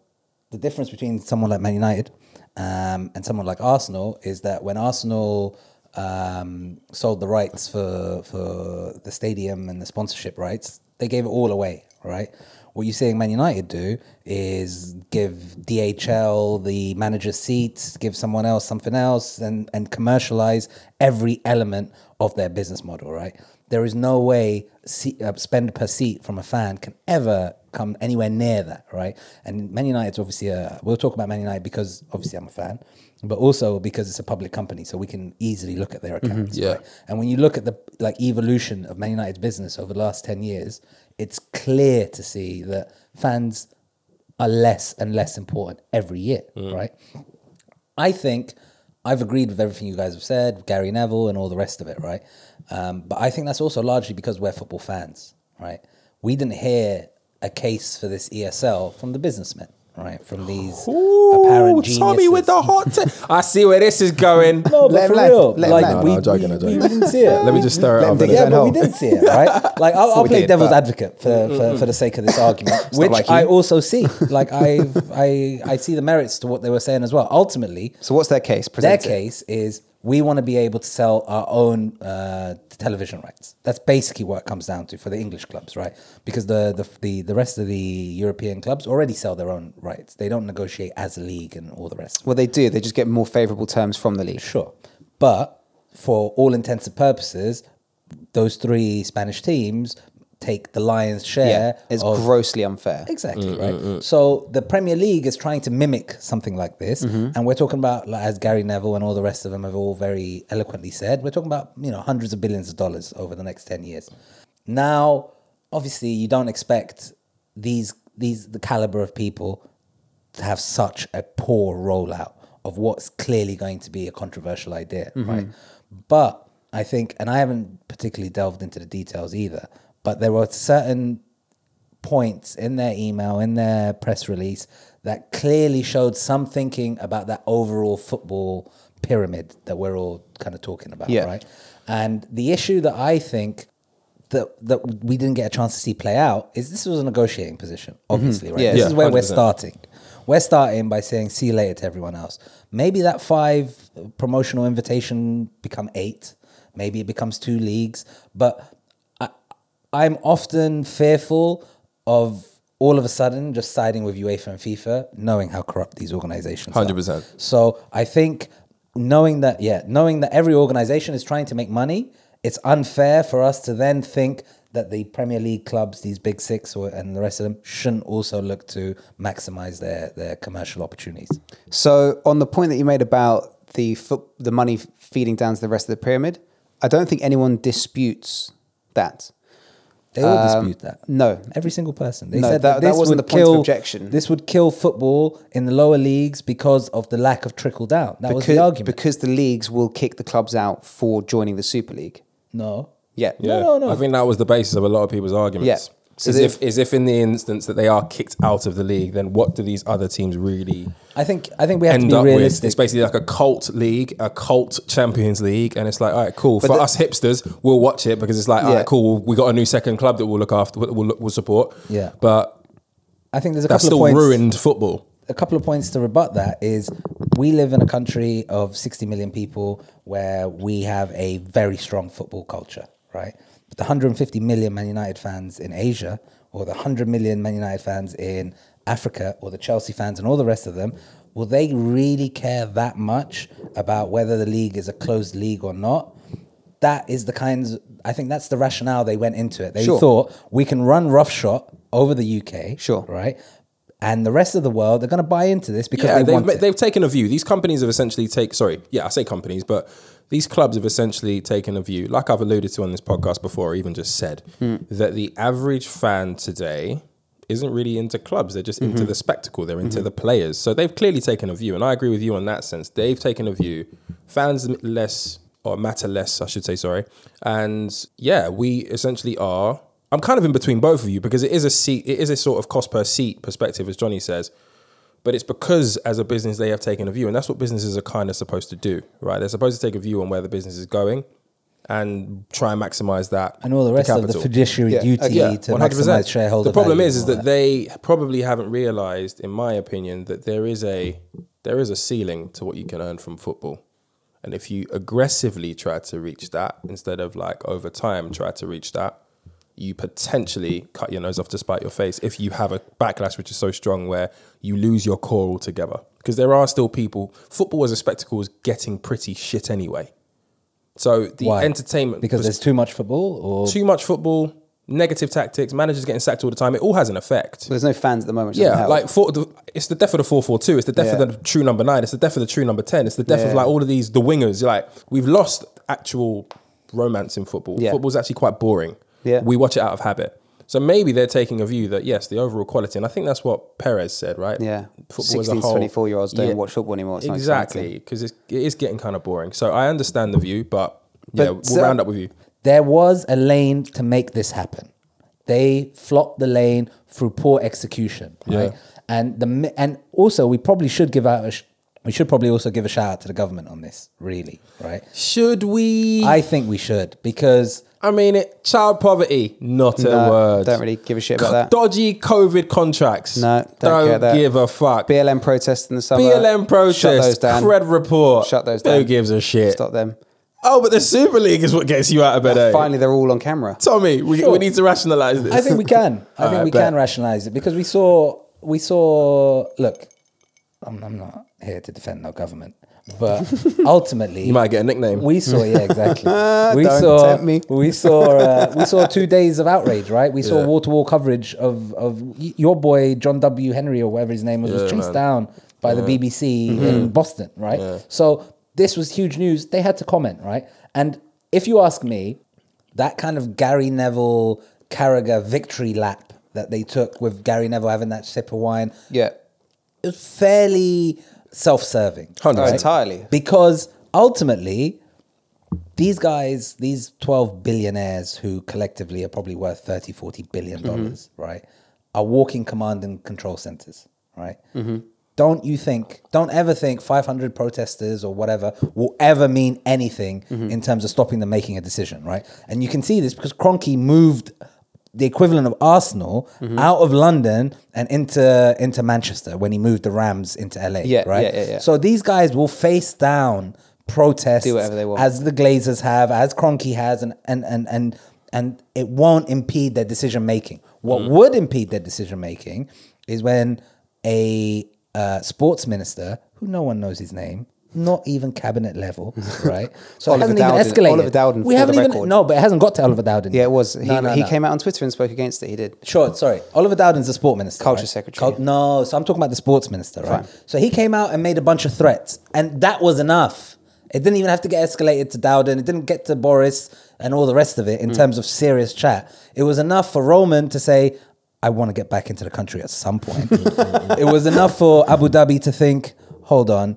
D: the difference between someone like Man United um, and someone like Arsenal is that when Arsenal um, sold the rights for for the stadium and the sponsorship rights, they gave it all away, right? What you're seeing Man United do is give DHL the manager's seats, give someone else something else, and, and commercialize every element of their business model, right? There is no way se- uh, spend per seat from a fan can ever come anywhere near that, right? And Man United's obviously a, we'll talk about Man United because obviously I'm a fan, but also because it's a public company, so we can easily look at their accounts.
B: Yeah.
D: right? And when you look at the like evolution of Man United's business over the last 10 years, it's clear to see that fans are less and less important every year, right? I think I've agreed with everything you guys have said, Gary Neville and all the rest of it, right? Um, but I think that's also largely because we're football fans, right? We didn't hear a case for this ESL from the businessmen, right? From these apparent geniuses.
B: Tommy with the hot. ta- <laughs> I see where this is going.
D: No, but
A: Let him
D: for
A: land,
D: real,
A: let him
D: like
A: land.
B: No,
D: we,
B: no, I'm joking,
D: we-
B: I'm joking.
D: we didn't see it.
B: Let me just stir it
A: Let him
B: up.
A: dig his
D: Yeah,
A: own
B: innit?
D: but we
A: hole.
D: didn't see it,
B: <laughs>
D: right? Like, I'll, I'll
B: we
D: play
B: did,
D: devil's
B: but-
D: advocate for,
B: Mm,
D: for, for the sake
B: <laughs>
D: of this argument,
B: not
D: which
B: like
D: I
B: you.
D: also see. Like, I, I I see the merits to what they were saying as well. Ultimately,
A: So what's their case?
D: their
A: Present it.
D: case is we want to be able to sell our own uh, television rights. That's basically what it comes down to for the English clubs, right? Because the, the the the rest of the European clubs already sell their own rights. They don't negotiate as a league and all the rest.
A: Well, they do. They just get more favourable terms from the league.
D: Sure. But for all intents and purposes, those three Spanish teams take the lion's share.
A: it's
D: of-
A: grossly unfair.
D: Exactly, right? So the Premier League is trying to mimic something like this. And we're talking about, like, as Gary Neville and all the rest of them have all very eloquently said, we're talking about, you know, hundreds of billions of dollars over the next 10 years. Now, obviously, you don't expect these, these the caliber of people to have such a poor rollout of what's clearly going to be a controversial idea, right? But I think, and I haven't particularly delved into the details either, but there were certain points in their email, in their press release, that clearly showed some thinking about that overall football pyramid that we're all kind of talking about,
A: Yeah.
D: right? And the issue that I think that that we didn't get a chance to see play out is this was a negotiating position, obviously, right?
A: Hmm. Yeah.
D: This
A: Yeah,
D: is where we are
B: 100%.
D: starting. We're starting by saying see you later to everyone else. Maybe that five promotional invitation become eight. Maybe it becomes two leagues. But I, I'm often fearful of all of a sudden just siding with UEFA and FIFA, knowing how corrupt these organizations are.
B: 100%.
D: So I think knowing that, yeah, knowing that every organization is trying to make money, it's unfair for us to then think that the Premier League clubs, these big six or, and the rest of them, shouldn't also look to maximize their, their commercial opportunities.
A: So on the point that you made about the foot, the money feeding down to the rest of the pyramid, I don't think anyone disputes that.
D: They all
A: Um,
D: dispute that.
A: No,
D: Every single person. They
A: No,
D: said
A: that-
D: that,
A: that
D: this
A: wasn't
D: would
A: the point of
D: kill,
A: objection.
D: This would kill football in the lower leagues because of the lack of trickle down. That was
A: because,
D: the argument.
A: because the leagues will kick the clubs out for joining the Super League.
D: no.
A: Yeah,
B: Yeah.
D: No, no, no.
B: I think that was the basis of a lot of people's arguments.
A: Yeah. So
B: as
A: they-
B: if as if in the instance that they are kicked out of the league, then what do these other teams really
D: I think I think we have to
B: end
D: be
B: up with?
D: realistic.
B: It's basically like a cult league, a cult Champions League, and it's like, all right, cool. For
A: the-
B: us hipsters, we'll watch it because it's like, all
A: Yeah.
B: right, cool. We got a new second club that we'll look after, we'll, we'll, we'll support.
D: Yeah.
B: but
D: I think there's a
B: that's
D: couple of
B: still
D: points.
B: ruined football.
D: a couple of points to rebut that is we live in a country of 60 million people where we have a very strong football culture, right? But the 150 million Man United fans in Asia or the 100 million Man United fans in Africa or the Chelsea fans and all the rest of them, will they really care that much about whether the league is a closed league or not? That is the kinds. I think that's the rationale they went into it. They
A: Sure.
D: thought we can run roughshod over the UK,
A: Sure.
D: right, and the rest of the world they're going to buy into this because
B: yeah,
D: they
B: they've,
D: want
B: ma-
D: it.
B: they've taken a view. These companies have essentially take sorry, yeah, I say companies, but these clubs have essentially taken a view, like I've alluded to on this podcast before, or even just said,
D: Hmm.
B: that the average fan today isn't really into clubs. They're just
D: Mm-hmm.
B: into the spectacle. They're into the players. So they've clearly taken a view, and I agree with you on that sense. They've taken a view. Fans m- less or matter less, I should say. Sorry, and yeah, we essentially are. I'm kind of in between both of you because it is a seat. It is a sort of cost per seat perspective, as Johnny says. But it's because as a business they have taken a view, and that's what businesses are kind of supposed to do, right? They're supposed to take a view on where the business is going and try and maximize that
D: and all the rest of the
B: capital. uh,
D: fiduciary
A: Yeah,
D: duty
A: okay.
D: to maximize shareholder.
B: The problem
D: value
B: is, is
D: and all
B: that they probably haven't realized, in my opinion, that there is a there is a ceiling to what you can earn from football, and if you aggressively try to reach that instead of like over time try to reach that, you potentially cut your nose off to spite your face if you have a backlash which is so strong where you lose your core altogether. Because there are still people. Football as a spectacle is getting pretty shit anyway. So the
D: Why?
B: entertainment
D: because
B: pers-
D: there's too much football, or
B: too much football, negative tactics, managers getting sacked all the time. It all has an effect.
A: But there's no fans at the moment. which doesn't
B: Yeah,
A: help.
B: like for the, it's the death of the four four two. It's the death
A: Yeah.
B: of the true number nine. It's the death of the true number ten. It's the death of
A: Yeah.
B: like all of these the wingers. Like we've lost actual romance in football.
A: Yeah.
B: Football's actually quite boring.
A: Yeah.
B: we watch it out of habit. So maybe they're taking a view that yes, the overall quality, and I think that's what Perez said, right?
A: Yeah.
B: football as a
A: 16 to
B: whole.
A: 24 year olds don't
B: Yeah.
A: watch football anymore. It's not
B: exactly, because it is getting kind of boring. So I understand the view, but yeah,
A: But
B: we'll
A: so-
B: round up with you.
D: there was a lane to make this happen. They flopped the lane through poor execution, right? And the mi- and also we probably should give out a sh- we should probably also give a shout out to the government on this, really, right?
B: Should we?
D: I think we should because
B: I mean it. Child poverty, not
A: No,
B: a word.
A: don't really give a shit about that.
B: Dodgy COVID contracts.
A: No, don't care that.
B: give a fuck.
A: BLM protests in the summer.
B: BLM protest,
A: Shut those down.
B: Fred report.
A: Shut those
B: Who
A: down.
B: gives a shit?
A: Stop them.
B: Oh, but the Super League is what gets you out of bed. eh?
A: Finally, they're all on camera.
B: Tommy, we, we need to rationalize this.
D: I think we can. I think
B: Alright,
D: we
B: bet.
D: can rationalize it because we saw we saw look, I'm, I'm not here to defend no government,
B: <laughs>
D: but ultimately
B: <laughs> you might get a nickname.
D: We saw, yeah,
A: <laughs>
D: exactly. we
A: Don't
D: saw,
A: tempt me.
D: we saw, uh, we saw two days of outrage, right? We saw wall to wall coverage of of y- your boy John W. Henry or whatever his name was was chased down by the BBC
A: Mm-hmm.
D: in Boston, right? So this was huge news. They had to comment, right? And if you ask me, that kind of Gary Neville Carragher victory lap that they took with Gary Neville having that sip of wine,
A: Yeah.
D: it was fairly self-serving
B: Hundred
A: Oh,
B: percent.
A: entirely.
D: because ultimately these guys these 12 billionaires who collectively are probably worth 30 40 billion
A: Mm-hmm.
D: dollars right are walking command and control centers right
A: Mm-hmm.
D: don't you think don't ever think 500 protesters or whatever will ever mean anything
A: Mm-hmm.
D: in terms of stopping them making a decision right and you can see this because cronky moved the equivalent of Arsenal
A: Mm-hmm.
D: out of London and into into Manchester when he moved the Rams into LA
A: Yeah,
D: right
A: yeah, yeah, yeah.
D: so these guys will face down protests
A: Do whatever they want.
D: as the Glazers have, as Cronky has, and and and and and it won't impede their decision making. What
A: Mm.
D: would impede their decision making is when a uh, sports minister, who no one knows his name, not even cabinet
A: <laughs>
D: level, right? So it
A: Oliver
D: hasn't
A: Dowden-
D: even escalated.
A: Oliver Dowden,
D: we
A: for the
D: haven't even
A: record.
D: no, but it hasn't got to Oliver Dowden.
A: Yeah,
D: yet.
A: it was. He,
D: No, no,
A: he
D: no.
A: came out on Twitter and spoke against it. He did.
D: Sure, sorry. Oliver Dowden's the sport minister.
A: Culture
D: right?
A: secretary.
D: Cul- no, so I'm talking about the sports minister, right?
A: Fine.
D: So he came out and made a bunch of threats, and that was enough. It didn't even have to get escalated to Dowden. It didn't get to Boris and all the rest of it
A: Mm.
D: in terms of serious chat. It was enough for Roman to say, I want to get back into the country at some
A: <laughs>
D: point. it was enough for Abu Dhabi to think, hold on,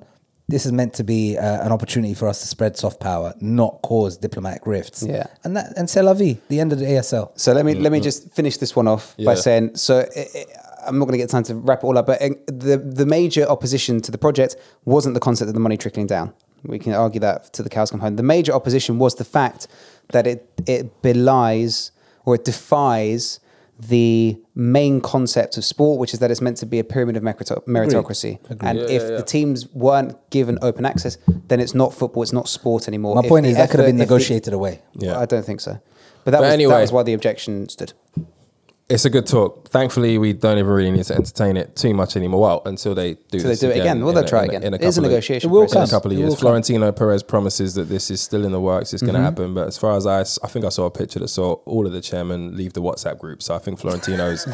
D: this is meant to be uh, an opportunity for us to spread soft power, not cause diplomatic rifts.
A: Yeah.
D: And that and c'est la vie, the end of the ASL.
A: So let me let
D: Mm-hmm.
A: me just finish this one off by
B: Yeah.
A: saying so i i I'm not going to get time to wrap it all up, but uh, the the major opposition to the project wasn't the concept of the money trickling down. We can argue that to the cows come home. The major opposition was the fact that it it belies or it defies the main concept of sport, which is that it's meant to be a pyramid of merito- meritocracy. And if the teams weren't given open access, then it's not football, it's not sport anymore.
D: My
A: If
D: point
A: the
D: is that could have
A: effort-
D: been
A: if the-
D: negotiated away.
B: Yeah.
A: I don't think so. But that, was,
B: anyway.
A: that was why the objection stood.
B: It's a good talk. Thankfully, we don't ever really need to entertain it too much anymore. Well, until they do
A: So they
B: this
A: do it again. Well,
B: in
A: they'll
B: a-
A: try
B: in
A: again.
B: In a
A: It is a
B: couple of-
A: negotiation
D: It will
A: process.
B: in a
D: come.
B: couple of
D: It
B: years.
D: will come.
B: Florentino Perez promises that this is still in the works. It's going to
A: Mm-hmm.
B: happen. But as far as I, s- I think I saw a picture that saw all of the chairmen leave the WhatsApp group. So I
A: <laughs>
B: think Florentino's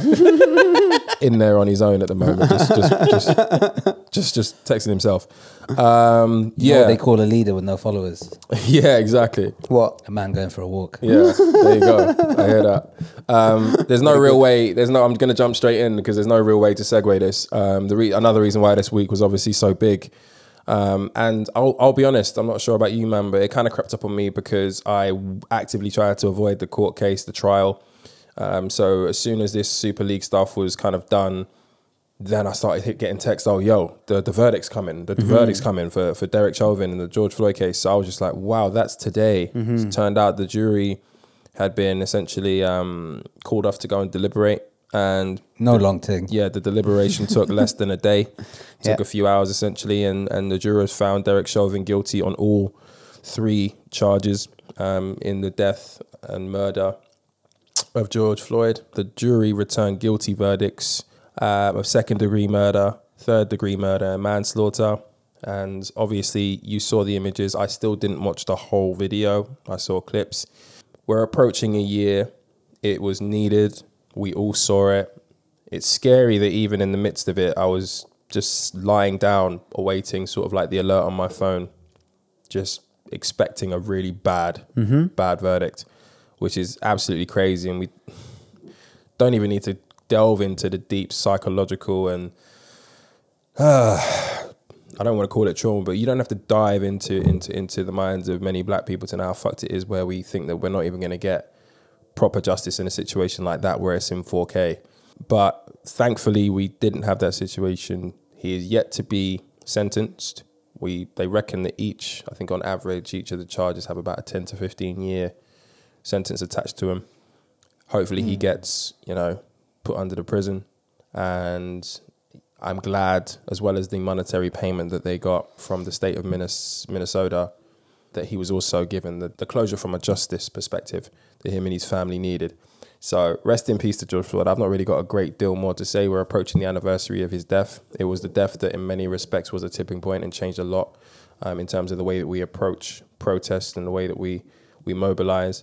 B: in there on his own at the moment, just just just, just, just texting himself. Um,
D: Yeah.
B: yeah,
D: they call a leader with no followers.
B: <laughs> yeah, exactly.
A: What?
D: A man going for a walk.
B: Yeah, there you go. I hear that. Um, there's no real way. There's no. I'm going to jump straight in because there's no real way to segue this. Um, the re- another reason why this week was obviously so big, um, and I'll, I'll be honest. I'm not sure about you, man, but it kind of crept up on me because I actively tried to avoid the court case, the trial. Um, so as soon as this Super League stuff was kind of done, then I started hit- getting texts, oh, yo, the, the verdict's coming. The, the verdict's coming for, for Derek Chauvin and the George Floyd case. So I was just like, wow, that's today. It turned out the jury had been essentially um, called off to go and deliberate. And
D: No long thing.
B: yeah, the deliberation took less than a day, took
A: Yeah.
B: a few hours essentially, and, and the jurors found Derek Chauvin guilty on all three charges um, in the death and murder of George Floyd. The jury returned guilty verdicts um, of second degree murder, third degree murder, and manslaughter. And obviously, you saw the images. I still didn't watch the whole video, I saw clips. We're approaching a year. It was needed. We all saw it. It's scary that even in the midst of it, I was just lying down, awaiting sort of like the alert on my phone just expecting a really bad, bad verdict, which is absolutely crazy. And we don't even need to delve into the deep psychological and I don't want to call it trauma, but you don't have to dive into into into the minds of many black people to know how fucked it is where we think that we're not even going to get proper justice in a situation like that where it's in 4K. But thankfully, we didn't have that situation. He is yet to be sentenced. We they reckon that each, I think on average, each of the charges have about a 10 to 15 year sentence attached to him. Hopefully, he gets you know put under the prison, and I'm glad as well as the monetary payment that they got from the state of Minnes- Minnesota that he was also given the, the closure from a justice perspective that him and his family needed. So rest in peace to George Floyd. I've not really got a great deal more to say. We're approaching the anniversary of his death. It was the death that, in many respects, was a tipping point and changed a lot um, in terms of the way that we approach protests and the way that we we mobilize.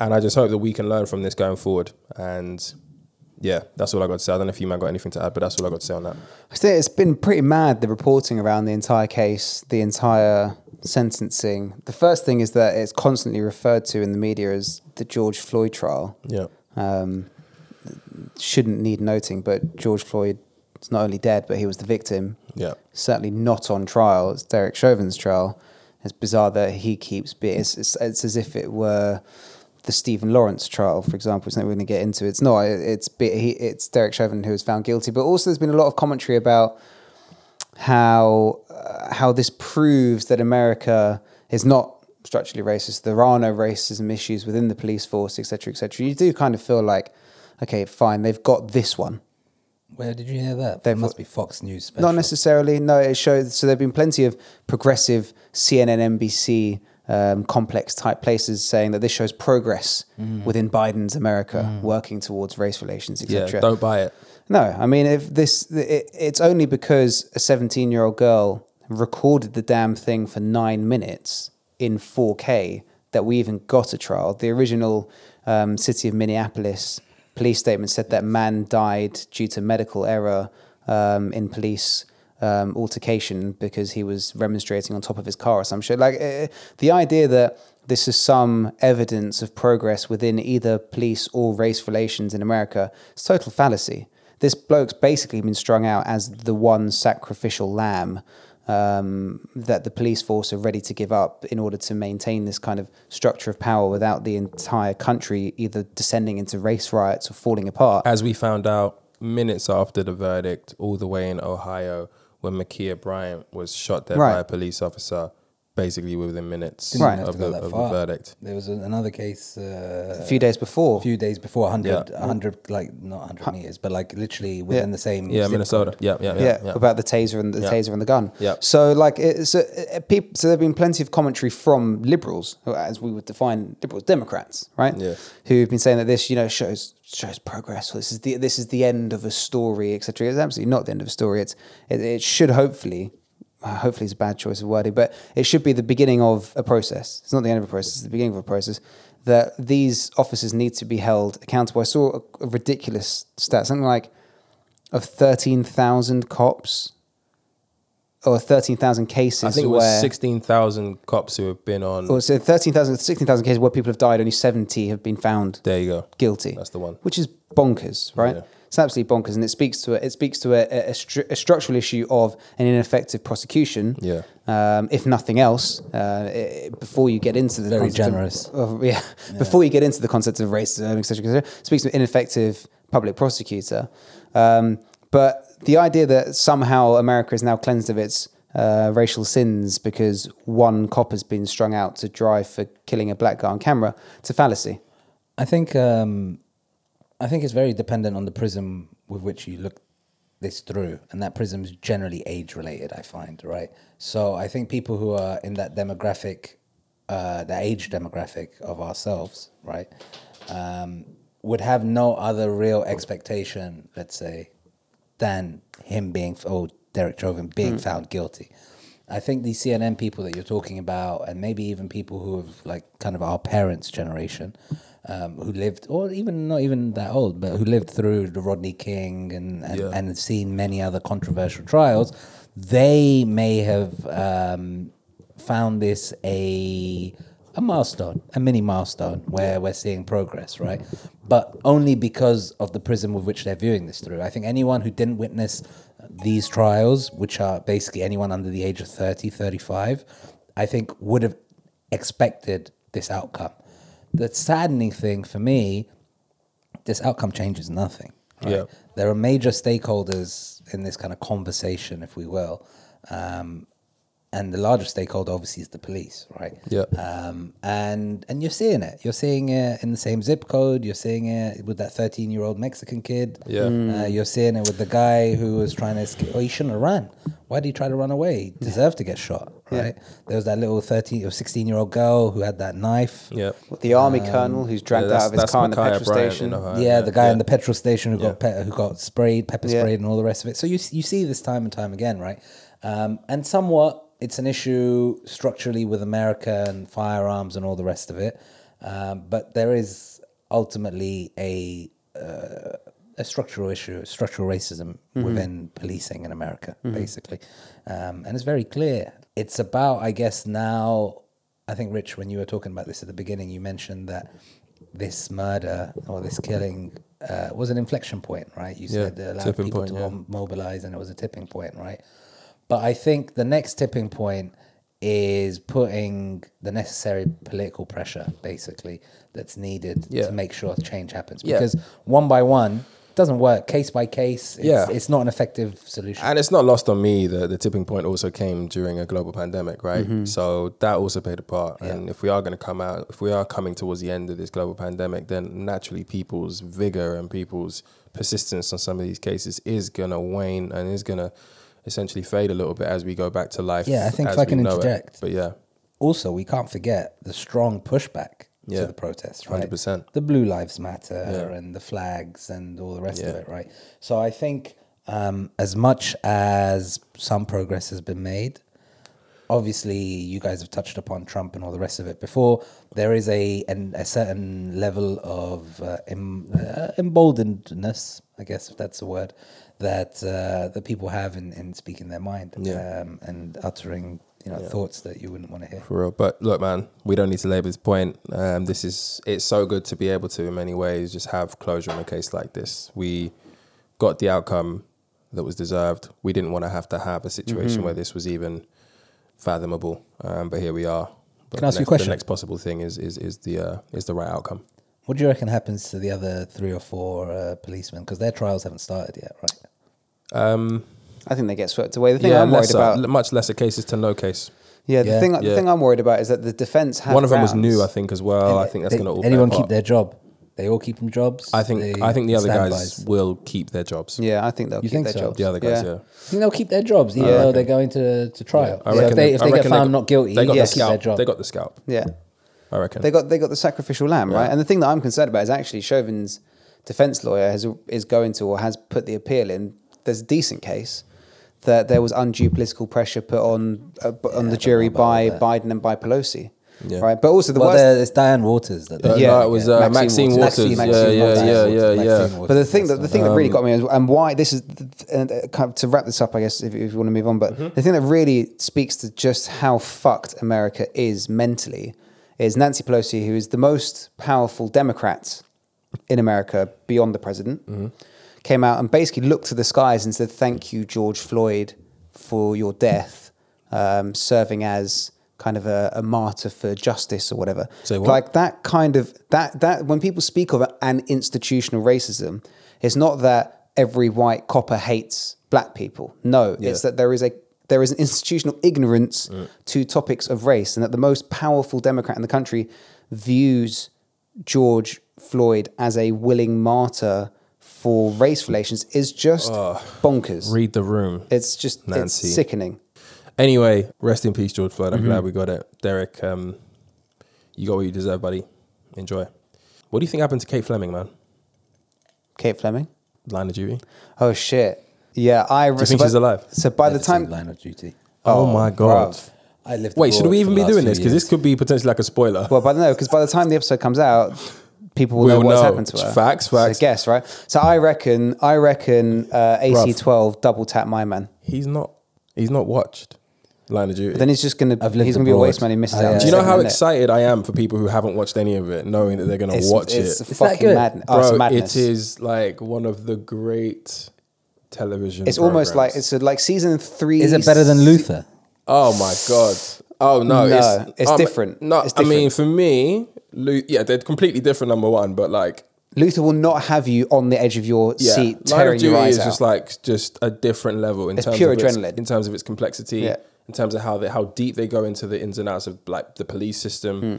B: And I just hope that we can learn from this going forward. And yeah, that's all I got to say. I don't know if you man got anything to add, but that's all I got to say on that.
A: I think it's been pretty mad the reporting around the entire case, the entire sentencing. The first thing is that it's constantly referred to in the media as the George Floyd trial.
B: Yeah.
A: Um, shouldn't need noting, but George Floyd is not only dead, but he was the victim.
B: Yeah.
A: Certainly not on trial. It's Derek Chauvin's trial. It's bizarre that he keeps being. It's, it's, it's as if it were the Stephen Lawrence trial, for example. It's not we're going to get into. It's not. It- It's be- he, it's Derek Chauvin who was found guilty. But also, there's been a lot of commentary about how uh, how this proves that America is not structurally racist. There are no racism issues within the police force, etc., cetera, etc. You do kind of feel like, okay, fine, they've got this one.
D: Where did you hear that?
A: They
D: That must be Fox News. Special.
A: Not necessarily. No, it shows. So there have been plenty of progressive CNN, NBC um, complex type places saying that this shows progress within Biden's America, working towards race relations,
B: Mm. Yeah.
A: etc.
B: Don't buy it.
A: No, I mean, if this, it, it's only because a 17 year old girl recorded the damn thing for nine minutes in 4K that we even got a trial. The original um, city of Minneapolis police statement said that man died due to medical error um, in police um, altercation because he was remonstrating on top of his car or some shit. Like eh, the idea that this is some evidence of progress within either police or race relations in America is total fallacy. This bloke's basically been strung out as the one sacrificial lamb um, that the police force are ready to give up in order to maintain this kind of structure of power without the entire country either descending into race riots or falling apart.
B: as we found out minutes after the verdict, all the way in Ohio, when Makia Bryant was shot dead by
A: Right.
B: a police officer, basically within minutes
D: Didn't even have
B: of,
D: to go
B: the,
D: that
B: of the
D: far.
B: verdict.
D: There was another case uh,
A: a few days before.
D: a few days before 100,
B: Yeah.
D: 100 like not 100 meters, but like literally within the same.
B: Yeah,
D: zip
B: Minnesota.
D: code.
B: Yeah, yeah, yeah.
A: yeah,
B: yeah.
A: about the taser and the
B: Yeah.
A: taser and the gun.
B: Yeah.
A: So like, it, so people, so there've been plenty of commentary from liberals, who, as we would define liberals, Democrats, right?
B: Yeah.
A: Who've been saying that this, you know, shows shows progress. Or this is the this is the end of a story, etc. It's absolutely not the end of a story. It's it, it should hopefully. uh, Hopefully, it's a bad choice of wording, but it should be the beginning of a process. It's not the end of a process; it's the beginning of a process that these officers need to be held accountable. I saw a, a ridiculous stat, something like of 13,000 cops or 13,000 cases
B: I think it
A: where
B: was 16,000 cops who have been on.
D: Oh.
A: or so 13,000 16,000 cases where people have died only 70 have been found
B: there you go.
A: guilty.
B: That's the one.
A: Which is bonkers, right?
B: Yeah.
A: It's absolutely bonkers, and it speaks to a, it speaks to a, a, a stru- a structural issue of an ineffective prosecution.
B: Yeah.
A: Um, if nothing else, uh, i- i- before you get into the
D: Very
A: concept of-
D: generous.
A: of- <laughs> yeah, before you get into the concept of racism, etc., etc., it speaks to an ineffective public prosecutor. Um, but the idea that somehow America is now cleansed of its uh, racial sins because one cop has been strung out to drive for killing a black guy on camera, it's a fallacy.
D: I think um, I think it's very dependent on the prism with which you look this through, and that prism is generally age related. I find right. So I think people who are in that demographic, uh, the age demographic of ourselves, right, um, would have no other real expectation. Let's say than him being oh Derek Chauvin being found guilty. I think the CNN people that you're talking about, and maybe even people who have like kind of our parents' generation, um, who lived, or even not even that old, but who lived through the Rodney King and and,
B: Yeah.
D: and seen many other controversial trials, they may have um, found this a a milestone, a mini milestone where we're seeing progress, right? But only because of the prism with which they're viewing this through. I think anyone who didn't witness these trials, which are basically anyone under the age of 30, 35, I think would have expected this outcome. The saddening thing for me, this outcome changes nothing. Right?
B: Yeah.
D: There are major stakeholders in this kind of conversation, if we will. Um, and the largest stakeholder obviously is the police, right?
B: Yeah.
D: Um, and and you're seeing it. You're seeing it in the same zip code. You're seeing it with that 13 year old Mexican kid.
B: Yeah.
D: Uh, you're seeing it with the guy who was trying to escape. Oh, he shouldn't have run. Why did he try to run away? He deserved to get shot, right? There was that little 13 or 16 year old girl who had that knife.
B: Yeah.
A: The army colonel who's dragged
B: Um, that's-
A: out of his
B: that's
A: car in the
B: Micaiah
A: petrol
B: Bryant in
A: station.
B: Ohio.
D: yeah, the guy
B: yeah.
D: in the petrol station who got pe- who got sprayed, pepper
A: Yeah.
D: sprayed, and all the rest of it. So you you see this time and time again, right? Um, and somewhat, it's an issue structurally with America and firearms and all the rest of it. Um, but there is ultimately a uh, a structural issue, structural racism
B: Mm-hmm.
D: within policing in America, basically, um, and it's very clear. It's about, I guess, now. I think Rich, when you were talking about this at the beginning, you mentioned that this murder or this killing uh, was an inflection point, right? You
B: Yeah,
D: said that allowed
B: tipping
D: people
B: point,
D: to
B: yeah.
D: mo- mobilize and it was a tipping point, right? But I think the next tipping point is putting the necessary political pressure, basically, that's needed
B: Yeah.
D: to make sure change happens.
B: Yeah.
D: Because one by one, it doesn't work. Case by case, it's,
B: Yeah.
D: it's not an effective solution.
B: And it's not lost on me that the tipping point also came during a global pandemic, right?
D: Mm-hmm.
B: So that also played a part. And if we are going to come out, if we are coming towards the end of this global pandemic, then naturally people's vigor and people's persistence on some of these cases is going to wane and is going to essentially fade a little bit as we go back to life.
D: Yeah, I think
B: as
D: if I
B: we
D: can
B: know it.
D: interject.
B: But yeah,
D: also we can't forget the strong pushback
B: Yeah.
D: to the protests, right?
B: 100%.
D: The Blue Lives Matter
B: Yeah.
D: and the flags and all the rest of
B: Yeah.
D: it, right? So I think um, as much as some progress has been made, obviously you guys have touched upon Trump and all the rest of it before. There is a an, a certain level of uh, em, uh, emboldenedness, I guess if that's a word, that uh, that people have in, in speaking their mind
B: Yeah.
D: um, and uttering you know thoughts that you wouldn't want to hear.
B: for real. But look, man, we don't need to labour this point. Um, this is it's so good to be able to, in many ways, just have closure on a case like this. We got the outcome that was deserved. We didn't want to have to have a
D: Mm-hmm.
B: situation where this was even fathomable. Um, but here we are. But
D: Can I ask
B: the
D: you a
B: next,
D: question?
B: The next possible thing is is is the uh, is the right outcome.
D: What do you reckon happens to the other three or four uh, policemen? Because their trials haven't started yet, right?
B: Um,
A: I think they get swept away. The thing
B: yeah,
A: I'm worried
B: lesser,
A: about
B: much lesser cases to no case.
A: Yeah, the
D: Yeah.
A: thing the
B: Yeah.
A: thing I'm worried about is that the defense have
B: One of them was
A: rounds.
B: new, I think, as well. I think that's
D: They-
B: going to all play a
D: anyone
B: part.
D: keep their job. They all keep them jobs.
B: I think
D: They
B: I think the other
D: stand
B: guys
D: bys.
B: will keep their jobs.
A: Yeah, I think they'll keep
D: think
A: their
D: so?
A: jobs.
B: The other guys, yeah.
D: You think they'll keep their jobs even though they're going to, to trial.
B: I
D: So if
B: reckon
D: they, if
B: I
D: they get
B: reckon
D: found
B: got-
D: not guilty,
B: they got
D: they'll
B: the
D: keep their
B: scalp.
D: job.
B: They got the scalp.
A: Yeah.
B: I reckon.
A: They got they got the sacrificial lamb, right? And the thing that I'm concerned about is actually Chauvin's defense lawyer has is going to or has put the appeal in. There's a decent case that there was undue political pressure put on uh, b- on the jury
D: know about
A: by
D: all
A: Biden and by Pelosi.
B: Yeah.
A: Right, but also the
D: well,
A: worst
D: there- it's Diane Waters that
B: Uh,
D: they
A: Yeah.
B: no, it was uh, Maxine,
A: Maxine
B: Waters.
A: Waters.
B: Yeah,
A: Maxine
B: yeah,
A: Waters.
B: yeah, yeah,
D: Maxine
B: yeah.
D: Waters.
A: But the thing that the thing that
B: um,
A: really got me is, and why this is, and uh, kind of to wrap this up, I guess, if, if you want to move on. But
B: Mm-hmm.
A: the thing that really speaks to just how fucked America is mentally is Nancy Pelosi, who is the most powerful Democrat in America beyond the president,
B: Mm-hmm.
A: came out and basically looked to the skies and said, "Thank you, George Floyd, for your death, um, serving as." Kind of a, a martyr for justice or whatever.
B: Say what?
A: Like that kind of that that when people speak of an institutional racism, it's not that every white copper hates black people. No, it's that there is a there is an institutional ignorance
B: Mm.
A: to topics of race, and that the most powerful Democrat in the country views George Floyd as a willing martyr for race relations is just bonkers.
B: Read the room.
A: it's just
B: Nancy.
A: it's sickening.
B: Anyway, rest in peace, George Floyd.
D: Mm-hmm.
B: I'm glad we got it. Derek, um, you got what you deserve, buddy. Enjoy. What do you think happened to Kate Fleming, man?
A: Kate Fleming.
B: Line of duty.
A: Oh shit. Yeah, I. Do
B: you think she's alive?
A: So by the time
D: line of duty.
B: Oh, my god.
A: bruv.
D: I lived
B: Wait, should
D: abroad
B: we
D: for
B: even
D: the
B: be
D: last
B: doing
D: few
B: this? Because this
D: years.
B: could be potentially like a spoiler.
A: Well, but no, because by the time the episode comes out, people will
B: We'll
A: know what's
B: know.
A: happened to her.
B: Facts,
A: So
B: facts.
A: guess right. So I reckon, I reckon, uh, AC12 double tap my man.
B: he's not. He's not watched. Line of duty.
A: Then he's just gonna,
D: I've lived
A: he's gonna be a
D: abroad.
A: waste man. He misses out.
D: I,
A: on
D: uh,
B: do you know
A: second,
B: how
A: innit?
B: excited I am for people who haven't watched any of it, knowing that they're going to
A: It's,
B: watch
A: it's
B: it?
D: that
A: fucking
D: good?
A: madness. Oh, it's
B: Bro,
A: madness.
B: it is like one of the great television.
A: It's almost like
B: programs.
A: it's a, like season three.
D: Is it better than Luther?
B: Oh my god! Oh no,
A: No,
B: it's
A: it's
B: um,
A: different.
B: No,
A: It's
B: I mean
A: different.
B: for me, Lu- yeah, they're completely different. Number one, but like,
A: Luther will not have you on the edge of your
B: yeah,
A: seat,
B: Line
A: tearing
B: of Duty
A: your eyes
B: is
A: out.
B: just like just a different level in
A: It's
B: terms
A: pure
B: of
A: adrenaline.
B: Its, in terms of its complexity,
A: Yeah.
B: in terms of how they, how deep they go into the ins and outs of like the police system.
A: Hmm.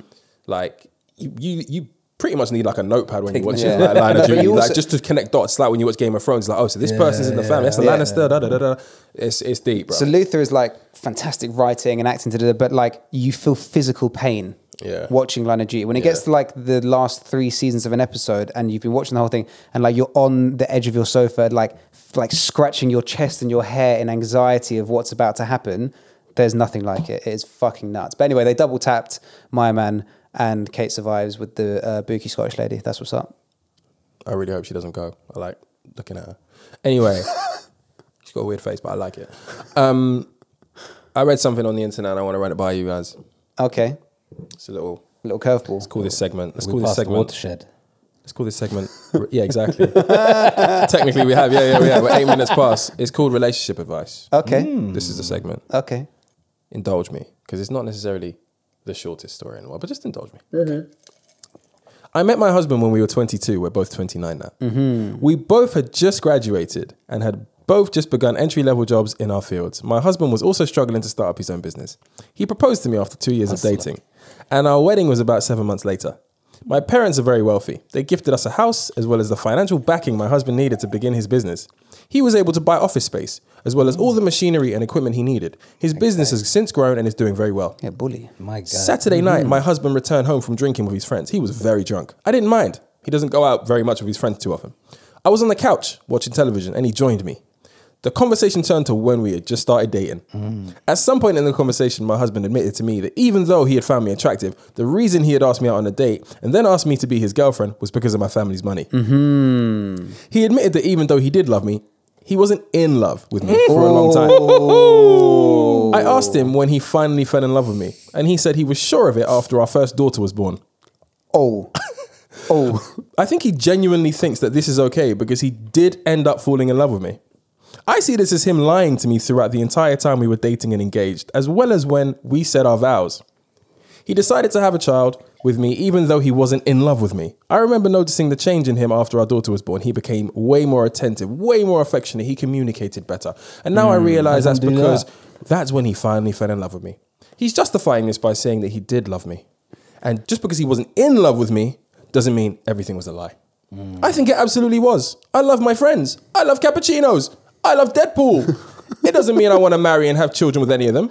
B: Like you, you, you pretty much need like a
A: <laughs>
B: notepad when you
A: notes.
B: watch it, like Line
A: No, but
B: of Duty,
A: you
B: like
A: also-
B: just to connect dots. Like when you watch Game of Thrones, like oh, so this person's in the family, that's the
A: yeah.
B: Lannister, da da da da. It's it's deep, bro.
A: So Luther is like fantastic writing and acting, da-da-da, but like you feel physical pain
B: Yeah.
A: watching Line of Duty. When it gets
B: Yeah.
A: to like the last three seasons of an episode and you've been watching the whole thing and like you're on the edge of your sofa, like f- like scratching your chest and your hair in anxiety of what's about to happen, there's nothing like it. It is fucking nuts. But anyway, they double tapped my man and Kate survives with the uh, bookie Scottish lady. That's what's up.
B: I really hope she doesn't go. I like looking at her.
A: <laughs>
B: Anyway, she's got a weird face, but I like it. Um, I read something on the internet and I want to run it by you guys.
A: Okay.
B: It's a little.
A: Little curveball.
B: Let's call this segment. Let's call
D: We
B: this
D: passed the
B: segment.
D: watershed.
B: Let's call this segment. Yeah, exactly. <laughs> Technically, we have. Yeah, yeah, we have. We're eight minutes past. It's called relationship advice.
A: Okay.
D: Hmm.
B: This is the segment.
A: Okay.
B: Indulge me, because it's not necessarily the shortest story in the world, but just indulge me. I met my husband when we were 22. We're both 29 now. We both had just graduated and had both just begun entry level jobs in our fields. My husband was also struggling to start up his own business. He proposed to me after two years of dating, and our wedding was about seven months later. My parents are very wealthy. They gifted us a house as well as the financial backing my husband needed to begin his business. He was able to buy office space as well as all the machinery and equipment he needed. His business has since grown and is doing very well.
A: Yeah, bully.
D: My God.
B: Saturday night, my husband returned home from drinking with his friends. He was very drunk. I didn't mind. He doesn't go out very much with his friends too often. I was on the couch watching television and he joined me. The conversation turned to when we had just started dating. At some point in the conversation, my husband admitted to me that even though he had found me attractive, the reason he had asked me out on a date and then asked me to be his girlfriend was because of my family's money. He admitted that even though he did love me, he wasn't in love with me for a long time. I asked him when he finally fell in love with me, and he said he was sure of it after our first daughter was born.
A: Oh. <laughs> oh.
B: I think he genuinely thinks that this is okay because he did end up falling in love with me. I see this as him lying to me throughout the entire time we were dating and engaged, as well as when we said our vows. He decided to have a child with me even though he wasn't in love with me. I remember noticing the change in him after our daughter was born. He became way more attentive, way more affectionate, he communicated better. And now I realize that's because that's when he finally fell in love with me. He's justifying this by saying that he did love me. And just because he wasn't in love with me doesn't mean everything was a lie. I think it absolutely was. I love my friends. I love cappuccinos. I love Deadpool. it doesn't mean I want to marry and have children with any of them.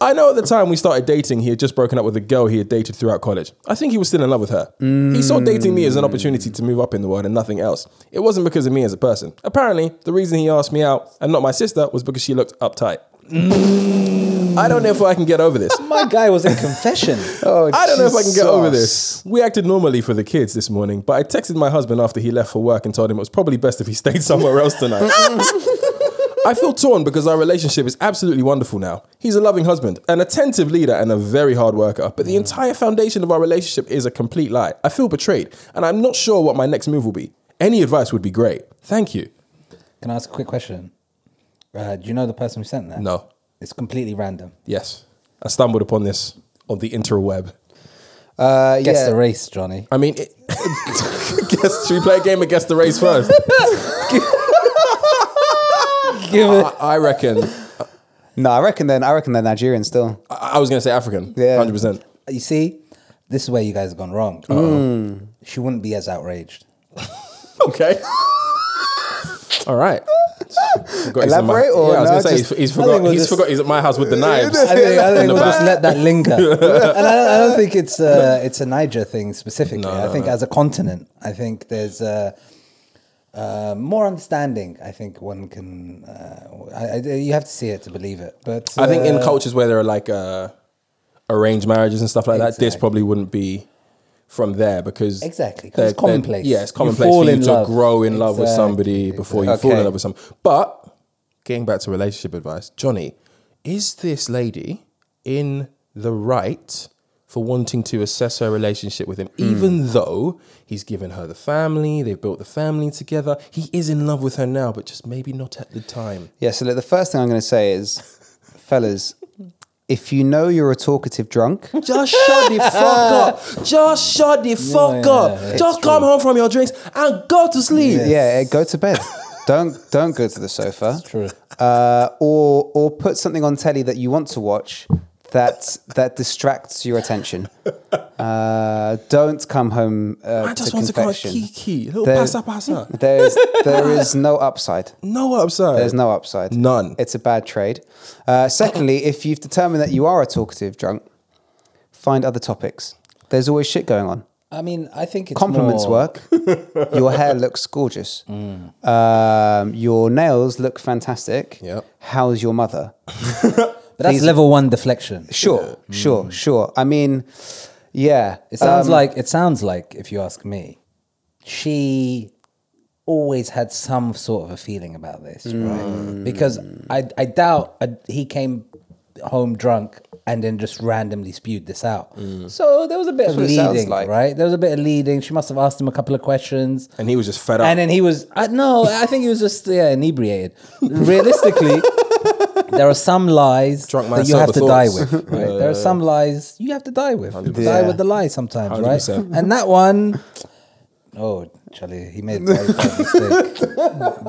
B: I know at the time we started dating, he had just broken up with a girl he had dated throughout college. I think he was still in love with her. He saw dating me as an opportunity to move up in the world and nothing else. It wasn't because of me as a person. Apparently, the reason he asked me out and not my sister was because she looked uptight. I don't know if I can get over this.
D: My guy was in confession.
A: Oh,
B: I don't know if I can get over
A: Jesus.
B: this. We acted normally for the kids this morning, but I texted my husband after he left for work and told him it was probably best if he <laughs> stayed somewhere else tonight. I feel torn because our relationship is absolutely wonderful now. He's a loving husband, an attentive leader, and a very hard worker, but the entire foundation of our relationship is a complete lie. I feel betrayed, and I'm not sure what my next move will be. Any advice would be great. Thank you.
D: Can I ask a quick question? Uh, do you know the person who sent that?
B: No.
D: It's completely random.
B: Yes. I stumbled upon this on the interweb.
A: Uh,
D: Guess
A: yeah.
D: the race, Johnny.
B: I mean, it, <laughs> guess, should we play a game against the race first?
D: Give it.
B: I, I reckon. I,
A: No, I reckon then. I reckon they're Nigerian still.
B: I was going to say African.
A: Yeah.
B: hundred percent.
D: You see, this is where you guys have gone wrong. She wouldn't be as outraged.
B: Okay. <laughs> All right. Got his
A: Elaborate
B: mic.
A: or
B: yeah, I
A: no,
B: was gonna say
A: just-
B: he's, he's
D: I think
B: forgot.
D: we'll
B: He's
D: just-
B: forgot. He's at my house with the knives.
D: <laughs> I think, I think
B: the
D: <laughs> we'll
B: back.
D: just let that <laughs> linger. and I don't, I don't think it's a, it's a Niger thing specifically. I think as a continent, I think there's uh uh, more understanding. I think one can. Uh, I, I- you have to see it to believe it. But
B: I think in
D: uh,
B: cultures where there are like uh, arranged marriages and stuff like that, this
D: Exactly.
B: probably wouldn't be from there because
D: Exactly, 'cause
B: they're-
D: it's
B: they're-
D: commonplace.
B: Yeah, it's
D: You
B: commonplace
D: fall
B: for you
D: in
B: to
D: love.
B: grow in love with
D: Exactly,
B: somebody before you
A: exactly.
B: fall in
A: Okay.
B: love with someone. But getting back to relationship advice, Johnny, is this lady in the right? For wanting to assess her relationship with him,
D: Hmm.
B: even though he's given her the family, they've built the family together. He is in love with her now, but just maybe not at the time.
A: Yeah. So look, the first thing I'm going to say is, fellas, if you know you're a talkative drunk,
B: Just shut the fuck up. Just shut the fuck
D: yeah,
B: up.
D: yeah,
B: Just come home from your drinks and go to sleep.
A: yeah, go to bed. don't don't go to the sofa.
D: true.
A: Uh, or or put something on telly that you want to watch that that distracts your attention. Uh, don't come home. Uh,
B: I just
A: to
B: want
A: confection.
B: to go kiki, little
A: There-
B: pasa <laughs> pasa.
A: There's there is no upside.
B: No upside.
A: There's no upside.
B: None.
A: It's a bad trade. Uh, secondly, if you've determined that you are a talkative drunk, find other topics. There's always shit going on.
D: I mean, I think it's
A: Compliments
D: more-
B: <laughs>
A: work. Your hair looks gorgeous. Um, your nails look fantastic.
B: Yep.
A: How's your mother?
D: But that's level one deflection.
A: Sure, <laughs>
B: Mm.
A: sure, sure. I mean, yeah.
D: It sounds
A: Um,
D: like it sounds like, if you ask me, she always had some sort of a feeling about this,
A: Mm.
D: right? Because I I doubt uh he came home drunk and then just randomly spewed this out. So there was a bit of
A: Mm. what it sounds
D: leading,
A: like.
D: right? There was a bit of leading. She must have asked him a couple of questions.
B: and he was just fed up.
D: And then he was I, no, I think he was just yeah inebriated.
B: <laughs>
D: Realistically, there are some lies
B: Drunk man,
D: that you have to
B: sober
D: die
B: thoughts.
D: with. Right?
B: <laughs>
D: there are some lies you have to die with. Die
A: Yeah.
D: with the lie sometimes, right?
B: 100%.
D: And that one, oh, Charlie, he made a very bad
B: <laughs>
D: mistake.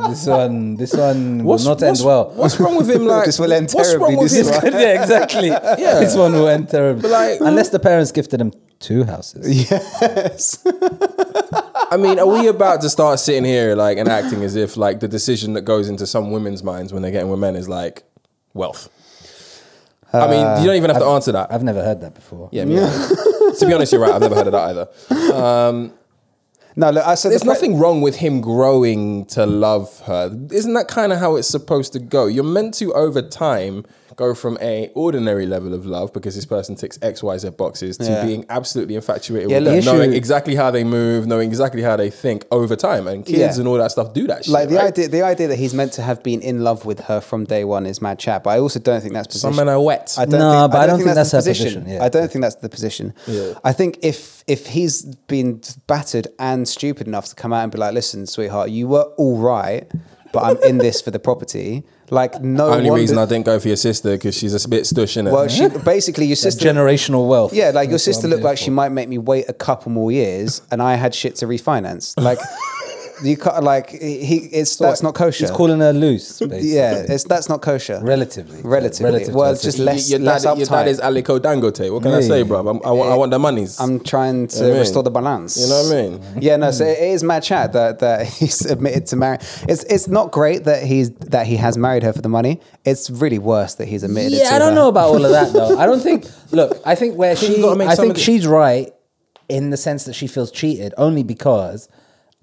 D: this one, this one
B: What's-
D: will not
B: what's-
D: end well.
B: What's wrong with him? Like,
A: This will end
B: what's wrong
A: terribly.
B: with
D: <laughs>
A: This
B: him?
A: is
B: <laughs> Like,
D: yeah, exactly. Yeah, this one will end terribly.
B: like-
D: Unless the parents gifted him two houses.
A: yes.
B: I mean, are we about to start sitting here like and acting as if like the decision that goes into some women's minds when they're getting with men is like wealth? I mean, you don't even have to answer that.
D: I've never heard that before.
B: yeah, me neither. to be honest, you're right. I've never heard of that either. Um,
A: No, look, I said
B: There's
A: the pre-
B: nothing wrong with him growing to love her. Isn't that kind of how it's supposed to go? You're meant to, over time, go from a ordinary level of love because this person ticks X, Y, Z boxes to
A: Yeah.
B: being absolutely infatuated
A: Yeah,
B: with
A: look,
B: them,
A: the
B: knowing
A: issue-
B: exactly how they move, knowing exactly how they think over time. And kids
A: Yeah.
B: and all that stuff do that shit.
A: Like the
B: right?
A: idea, the idea that he's meant to have been in love with her from day one is mad chat. But I also don't think that's position.
B: Some men are wet.
A: I don't
D: No,
A: think,
D: but I don't think
A: the
D: that's her position, yeah.
A: I don't think that's the position. I think if if he's been battered and stupid enough to come out and be like, "Listen, sweetheart, you were all right, but I'm in this for the property." Like no
B: Only
A: wonder-
B: reason I didn't go for your sister because she's a bit stush in it.
A: well, she, basically your sister.
D: Generational wealth.
A: yeah, like your
D: That's what
A: sister
D: I'm
A: looked
D: here
A: like she might make me wait a couple more years, and I had shit to refinance. Like, You can't like he. It's that's not kosher.
D: He's calling her loose. Basically.
A: yeah, it's that's not kosher.
D: Relatively.
A: relatively.
D: Relative
A: well,
D: to
A: it's
D: the-
A: just less.
B: your,
A: less
B: dad, your dad
A: uptight.
B: is Aliko Dangote. What can I say, bro? I'm, I, want, I want the monies.
A: I'm trying to
B: I mean,
A: restore the balance.
B: you know what I mean?
A: Yeah, no. So it is mad chat that that <laughs> he's admitted to marry. It's it's not great that he's that he has married her for the money. It's really worse that he's admitted. it
D: Yeah,
A: to
D: I don't
A: her.
D: know about all of that though. I don't think. Look, I think where she,
B: gotta make
D: I
B: some
D: think
B: of the-
D: she's right in the sense that she feels cheated only because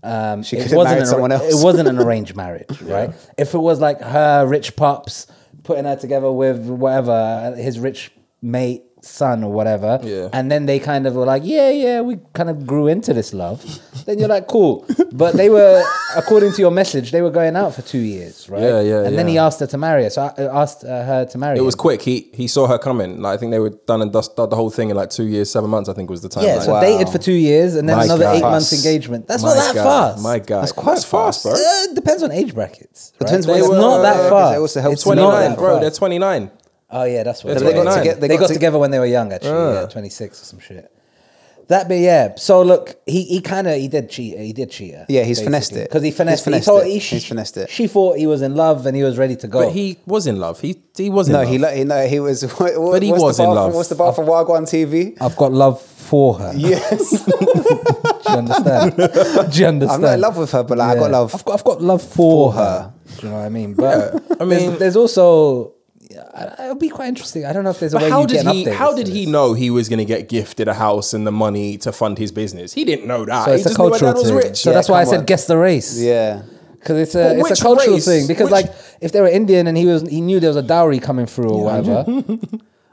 D: um, she
A: could've married someone else.
D: It wasn't an arranged marriage, right? If it was like her rich pops putting her together with whatever his rich mate son or whatever,
B: Yeah.
D: and then they kind of were like, yeah, yeah, we kind of grew into this love. then you're like, cool, but they were, according to your message, they were going out for two years, right?
B: Yeah, yeah,
D: And then
B: yeah.
D: he asked her to marry her, so I asked uh, her to marry.
B: It was
D: him.
B: quick. He he saw her coming. Like, I think they were done and dust the whole thing in like two years, seven months. I think was the time.
D: Yeah, so
A: Wow.
D: dated for two years and then
B: My
D: another
B: God.
D: eight months
A: Fast.
D: engagement. That's
B: my
D: not that
B: God,
D: fast.
B: My God,
A: That's quite fast.
B: bro.
D: Uh, it depends on age brackets. Right?
A: Depends when
D: it's
A: they were-
D: not that
A: uh,
D: far.
A: they also help
D: It's
A: to
D: not
B: 29,
D: that
B: bro.
D: far.
B: They're 29.
D: Oh yeah, that's what
B: They're
D: it is.
B: 29.
D: They got,
A: They got to- Ah.
D: together when they were young, actually, yeah, twenty six or some shit. That be yeah. So look, he, he kind of he did cheat. He did cheat her.
A: Yeah, he's finessed it.
D: because he
A: He's
D: finessed,
A: finessed
D: it. He told,
A: it.
D: He,
A: He's finessed it.
D: She thought he was in love and he was ready to go.
B: But he was in love. He he was in
A: No,
B: love.
A: he, lo- he no, he was. <laughs> What, but
B: he was
A: the
B: in
A: bar
B: love.
A: From, what's the bar for Wagwan
D: <laughs>
A: TV?
D: I've got love for her.
A: Yes,
D: Do you <laughs> understand? Do you understand?
A: I'm not in love with her, but like, I
D: Yeah.
A: got love.
D: I've got, I've got love
A: for
D: for, her.
A: her.
D: Do you know what I mean? But
B: I
D: I
B: mean-
D: mean, there's, there's also yeah, I- it'll be quite interesting. I don't know if there's a way
B: But how
D: you
B: did
D: get an
B: he?
D: update
B: How
D: as to
B: did he
D: this.
B: know he was going to get gifted a house and the money to fund his business? He didn't know that.
D: So
B: he
D: it's a
B: just knew my
D: cultural
B: dad was
D: thing.
B: rich.
D: So
A: Yeah,
D: that's why I
A: come
D: said
A: on.
D: guess the race.
A: yeah,
D: Because it's
B: But
D: a, it's
B: which
D: a cultural
B: race?
D: thing. Because
B: Which-
D: like if they were Indian and he was he knew there was a dowry coming through or <laughs> whatever.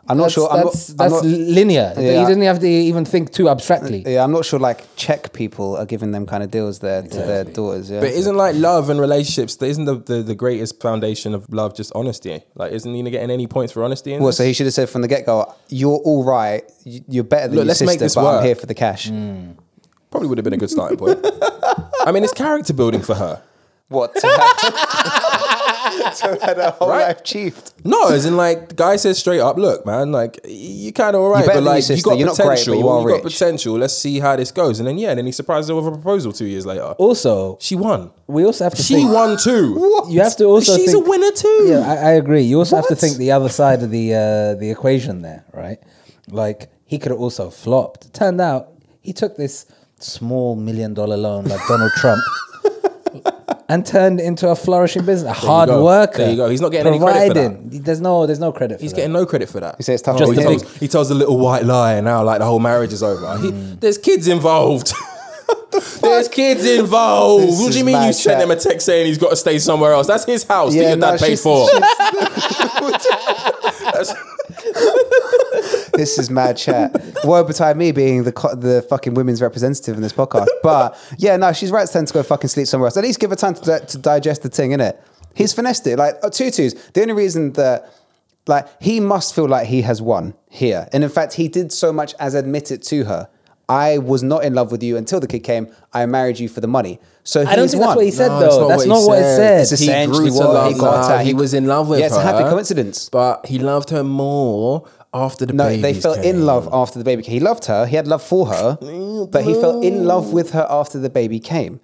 A: I'm not
D: that's,
A: sure. I'm not,
D: that's,
A: I'm
D: that's
A: not-
D: linear.
A: Yeah.
D: You didn't have to even think too abstractly.
A: yeah, I'm not sure. Like Czech people are giving them kind of deals there to their daughters. Yeah,
B: But isn't like love and relationships? Isn't the, the, the greatest foundation of love just honesty? Like, isn't he getting any points for honesty? In
A: Well,
B: this?
A: so he should have said from the get go, "You're all right. You- You're better than
B: Look,
A: your
B: let's
A: sister,
B: make this
A: but
B: work."
A: I'm here for the cash."
D: Mm.
B: probably would have been a good starting point.
D: <laughs>
B: I mean, it's character building for her.
A: What? <laughs> To have, to have her <laughs> whole
B: Right?
A: life chiefed.
B: No, as in like the guy says straight up, look, man, like you're kind of all right,
A: better than
B: but
A: your
B: like you
A: sister.
B: got
A: You're not great, but
B: potential.
A: you are
B: got
A: rich."
B: potential. Let's see how this goes, and then yeah, then he surprised her with a proposal two years later.
A: Oh.
D: Also,
B: She won.
D: we also have to
B: She
D: think-
B: won too.
D: You have to also
B: She's
D: think-
B: a winner too.
D: Yeah, I, I agree. You also have to
B: What?
D: think the other side of the uh, the equation there, right? Like he could have also flopped. Turned out he took this small million dollar loan like Donald
B: <laughs>
D: Trump and turned into a flourishing business, a hard
B: go.
D: worker.
B: There you go. He's not getting any credit for that.
D: that. There's no there's no credit
B: He's
D: for
B: getting no credit for that.
A: You say it's tough
B: Oh,
A: on
B: he,
A: him.
B: tells, he tells a little white lie, and now like the whole marriage is over. He,
A: Hmm.
B: there's kids
A: <laughs>
B: involved. There's kids involved.
A: This
B: what do
A: is
B: you mean you
A: mad
B: sent
A: chat.
B: him a text saying he's got to stay somewhere else? That's his house that your
A: no,
B: dad paid
A: she's-
B: for. <laughs>
A: This is mad chat. Word between me being the co- the fucking women's representative in this podcast. But yeah, no, she's right. It's time to go fucking sleep somewhere else. At least give her time to, di- to digest the thing, innit? He's finessed it. Like, uh, tutus. The only reason that, like, he must feel like he has won here. And in fact, he did so much as admit it to her. I was not in love with you until the kid came. I married you for the money. So he's
D: I don't think
A: won.
D: that's what he said
B: No,
D: though. That's not what, it said.
A: It's
B: He
A: essentially
B: grew to
A: what he
B: love
A: got
B: her.
A: at.
B: He was in love with
A: Yeah, it's
B: her.
A: a happy coincidence.
B: But he loved her more after the
A: No,
B: babies
A: they fell
B: came.
A: in love after the baby came. He loved her. He had love for her, but he fell in love with her after the baby came.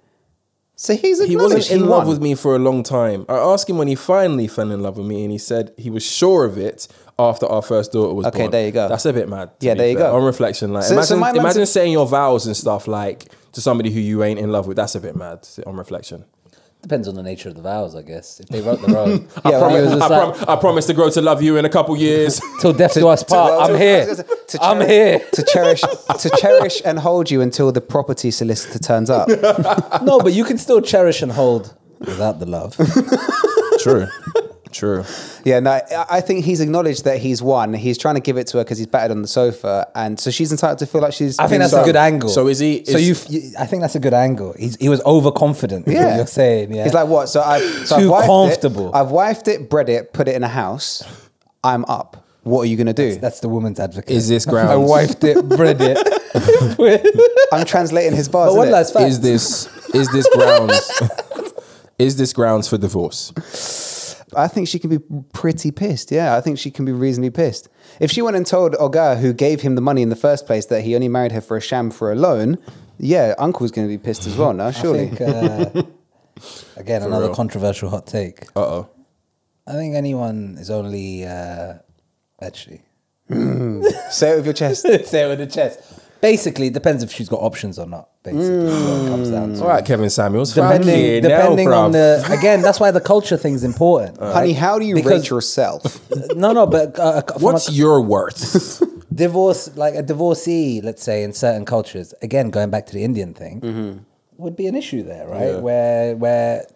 A: So he's
B: He wasn't
A: acknowledged
B: in
A: he
B: love
A: won.
B: with me for a long time. I asked him when he finally fell in love with me, and he said he was sure of it after our first daughter was
A: Okay,
B: born.
A: there you go.
B: That's a bit mad. to
A: Yeah,
B: be
A: there you
B: fair.
A: go.
B: On reflection, like
A: So- so
B: imagine,
A: my man's-
B: imagine saying your vows and stuff like to somebody who you ain't in love with. That's a bit mad. On reflection,
D: Depends on the nature of the vows, I guess. If they wrote the road,
A: Yeah,
D: If it
A: right.
D: was
B: <laughs>
D: just
B: I,
D: like,
B: prom- I promise to grow to love you in a couple
A: <laughs>
B: years.
D: till death do us part.
A: to-
D: I'm here.
A: to- to
B: <laughs>
D: I'm
A: cherish-
D: here.
A: to cherish, <laughs> to cherish and hold you until the property solicitor turns
D: <laughs>
A: up.
D: No, but you can still cherish and hold without the love.
B: True. True.
A: Yeah, no, I- I think he's acknowledged that he's won. He's trying to give it to her because he's battered on the sofa, and so she's entitled to feel like she's.
D: I think that's
A: so-
D: a good angle.
B: So is he-
D: so
B: is-
D: you, you? I think that's a good angle. He's, he was overconfident. Yeah,
A: Yeah,
D: you're saying. Yeah,
A: He's like, what? So I've so
D: Too
A: I've wifed
D: comfortable.
A: It, I've wifed it, bred it, put it in a house. I'm up. What are you gonna do?
D: that's the woman's advocate.
B: Is this
D: <laughs>
B: grounds?
D: I wifed it, bred
B: <laughs>
D: it.
A: I'm translating his bars.
D: but one
A: innit?
D: last fact.
B: Is this is this grounds? <laughs> is this grounds for divorce?
A: I think she can be pretty pissed. Yeah, I think she can be reasonably pissed. If she went and told Oga, who gave him the money in the first place, that he only married her for a sham for a loan, Yeah, Uncle's going to be pissed as well now,
D: <laughs> I
A: surely.
B: <laughs>
D: think, uh, again, another
B: real.
D: controversial hot take.
B: Uh oh.
D: I think anyone is only uh,
B: <laughs>
D: actually uh,
A: Say it with your chest.
D: <laughs> say it with the chest. Basically, it depends if she's got options or not. Basically, is what it comes down to.
B: All right, Kevin Samuels.
D: Depending,
B: Mm. Fucking hell,
D: depending on
B: bruv.
D: the again, that's why the culture thing's
B: <laughs>
D: important.
A: Honey, how do you
D: Because-
A: rate yourself?
D: No, no, but uh, from a
B: What's your worth?
D: divorce, like a divorcee, let's say in certain cultures, again going back to the Indian thing, would be an issue there, right?
B: Yeah.
D: Where, where,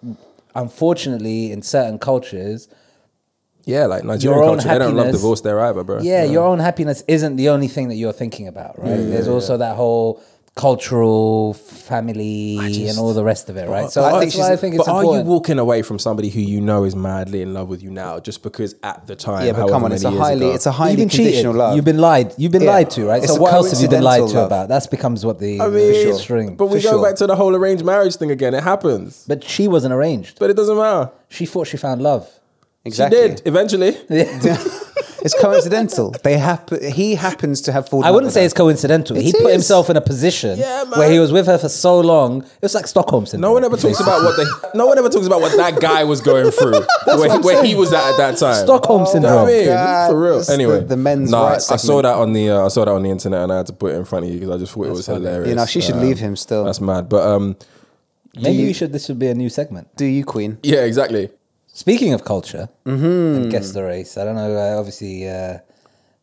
D: unfortunately, in certain cultures,
B: <laughs> yeah, like
D: your
B: Nigerian
D: own
B: culture, they don't love
D: happiness-
B: divorce there either, bro.
D: Yeah, your own happiness isn't the only thing that you're thinking about, right? There's also that whole cultural family and all the rest of it, right? So
A: I
D: I
A: think
D: think,
A: she's-
D: why I think it's
B: but are you
D: important.
B: walking away from somebody who you know is madly in love with you now just because at the time?
A: yeah, but come
B: however
A: on, it's a
B: many years
A: highly,
B: ago-
A: it's a
D: You've
A: highly
D: been cheated.
A: conditional love.
D: You've been lied. You've been
A: Yeah.
D: lied to, right?
A: It's
D: so
A: a
D: what else have you been lied to
A: coincidental love.
D: about? That becomes what the,
B: I
D: the
B: mean,
D: string.
B: but we
A: for
B: go
A: sure.
B: back to the whole arranged marriage thing again. It happens,
D: but she wasn't arranged.
B: but it doesn't matter.
D: She thought she found love.
A: exactly.
B: She did eventually.
A: <laughs> It's coincidental. They happen. He happens to have fallen.
D: I
A: out
D: wouldn't
A: with
D: say
A: her.
D: it's coincidental. he
A: It
D: put
A: is.
D: himself in a position
B: Yeah,
D: where he
B: man.
D: was with her for so long. It was like Stockholm syndrome.
B: No one ever talks about what the no one ever talks about what that guy was
D: <laughs>
B: going through where, where he was at at that time.
D: Stockholm
B: You know
D: syndrome.
B: what I mean?
A: God.
B: for real.
A: It's
B: Anyway,
A: the- the men's
B: Nah,
A: rights
B: I saw
A: segment.
B: that on the uh, I saw that on the internet and I had to put it in front of you because I just thought it was hilarious.
A: You know, she should
B: Um,
A: leave him still.
B: That's mad, but um,
D: Maybe we should. This should be a new segment.
A: Do you, Queen?
B: yeah, exactly.
D: Speaking of culture
B: Mm-hmm.
D: and guess the race, I don't know. Uh, obviously, uh,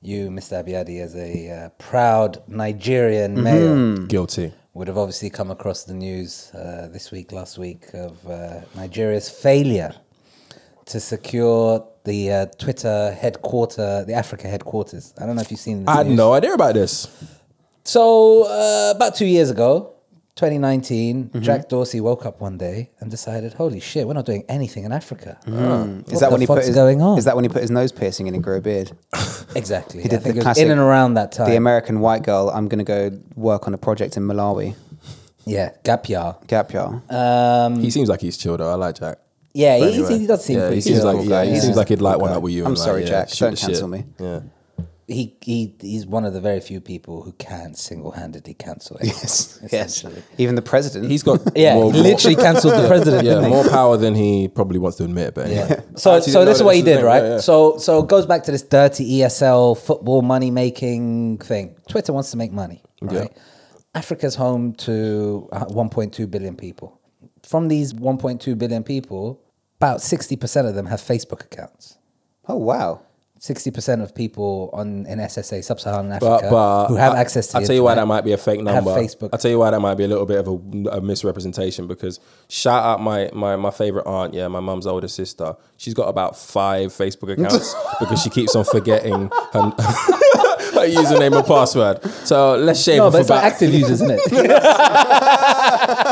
D: you, Mr. Abiyadi, as a uh, proud Nigerian
B: Mm-hmm.
D: male,
B: Guilty.
D: would have obviously come across the news uh, this week, last week, of uh, Nigeria's failure to secure the uh, Twitter headquarter, the Africa headquarters. I don't know if you've seen. This
B: I had
D: news.
B: no idea about this.
D: So uh, about two years ago, 2019,
A: Mm-hmm.
D: Jack Dorsey woke up one day and decided, "Holy shit, we're not doing anything in Africa." What
A: Mm. Is that
D: the
A: when he
D: fuck's
A: put his,
D: going on?
A: Is that when he put his nose piercing in and grew a beard?
D: exactly?
A: did
D: I think
A: the
D: it was in
A: classic-
D: and around that time.
A: The American white girl. I'm going to go work on a project in Malawi.
D: yeah, gap year.
A: Gap year.
D: Um,
B: He seems like he's chilled though. I like Jack.
D: yeah,
B: But
D: he, he- he does seem
B: yeah,
D: pretty.
B: he seems
D: chill.
B: like yeah, he
A: Yeah.
B: seems like he'd like one up with you.
A: I'm
B: and, like,
A: sorry,
B: yeah,
A: Jack.
B: shoot the
A: Don't
B: shit.
A: cancel me.
B: Yeah.
D: he he he's one of the very few people who can single-handedly cancel. <laughs> It,
A: yes. Yes.
D: essentially.
A: Even the president.
B: He's got
D: Yeah,
B: <laughs> more-
D: he literally cancelled the president.
B: yeah,
D: <laughs> didn't he?
B: more power than he probably wants to admit. But anyway.
D: Yeah. <laughs> So,
B: I actually
D: so
B: didn't
D: this is
B: know
D: what
B: that was
D: he
B: a
D: did,
B: thing.
D: right?
B: Yeah, yeah.
D: So, so it goes back to this dirty ESL football money making thing. Twitter wants to make money, right? Africa's home to uh, 1.2 billion people. From these 1.2 billion people, about 60% of them have Facebook accounts.
A: oh wow.
D: 60% of people on in SSA, sub-Saharan Africa,
B: but, but
D: who have
B: I-
D: access to
B: I'll
D: the
B: tell you why that
D: internet.
B: might be a fake number.
D: Facebook.
B: I'll tell you why that might be a little bit of a, a misrepresentation because shout out my my my favorite aunt, yeah, my mum's older sister. She's got about five Facebook
D: <laughs>
B: accounts because she keeps on forgetting her, <laughs> her username and password. So let's shave
D: No,
B: off
D: but it's
B: about
D: like active users,
B: <laughs>
D: isn't it?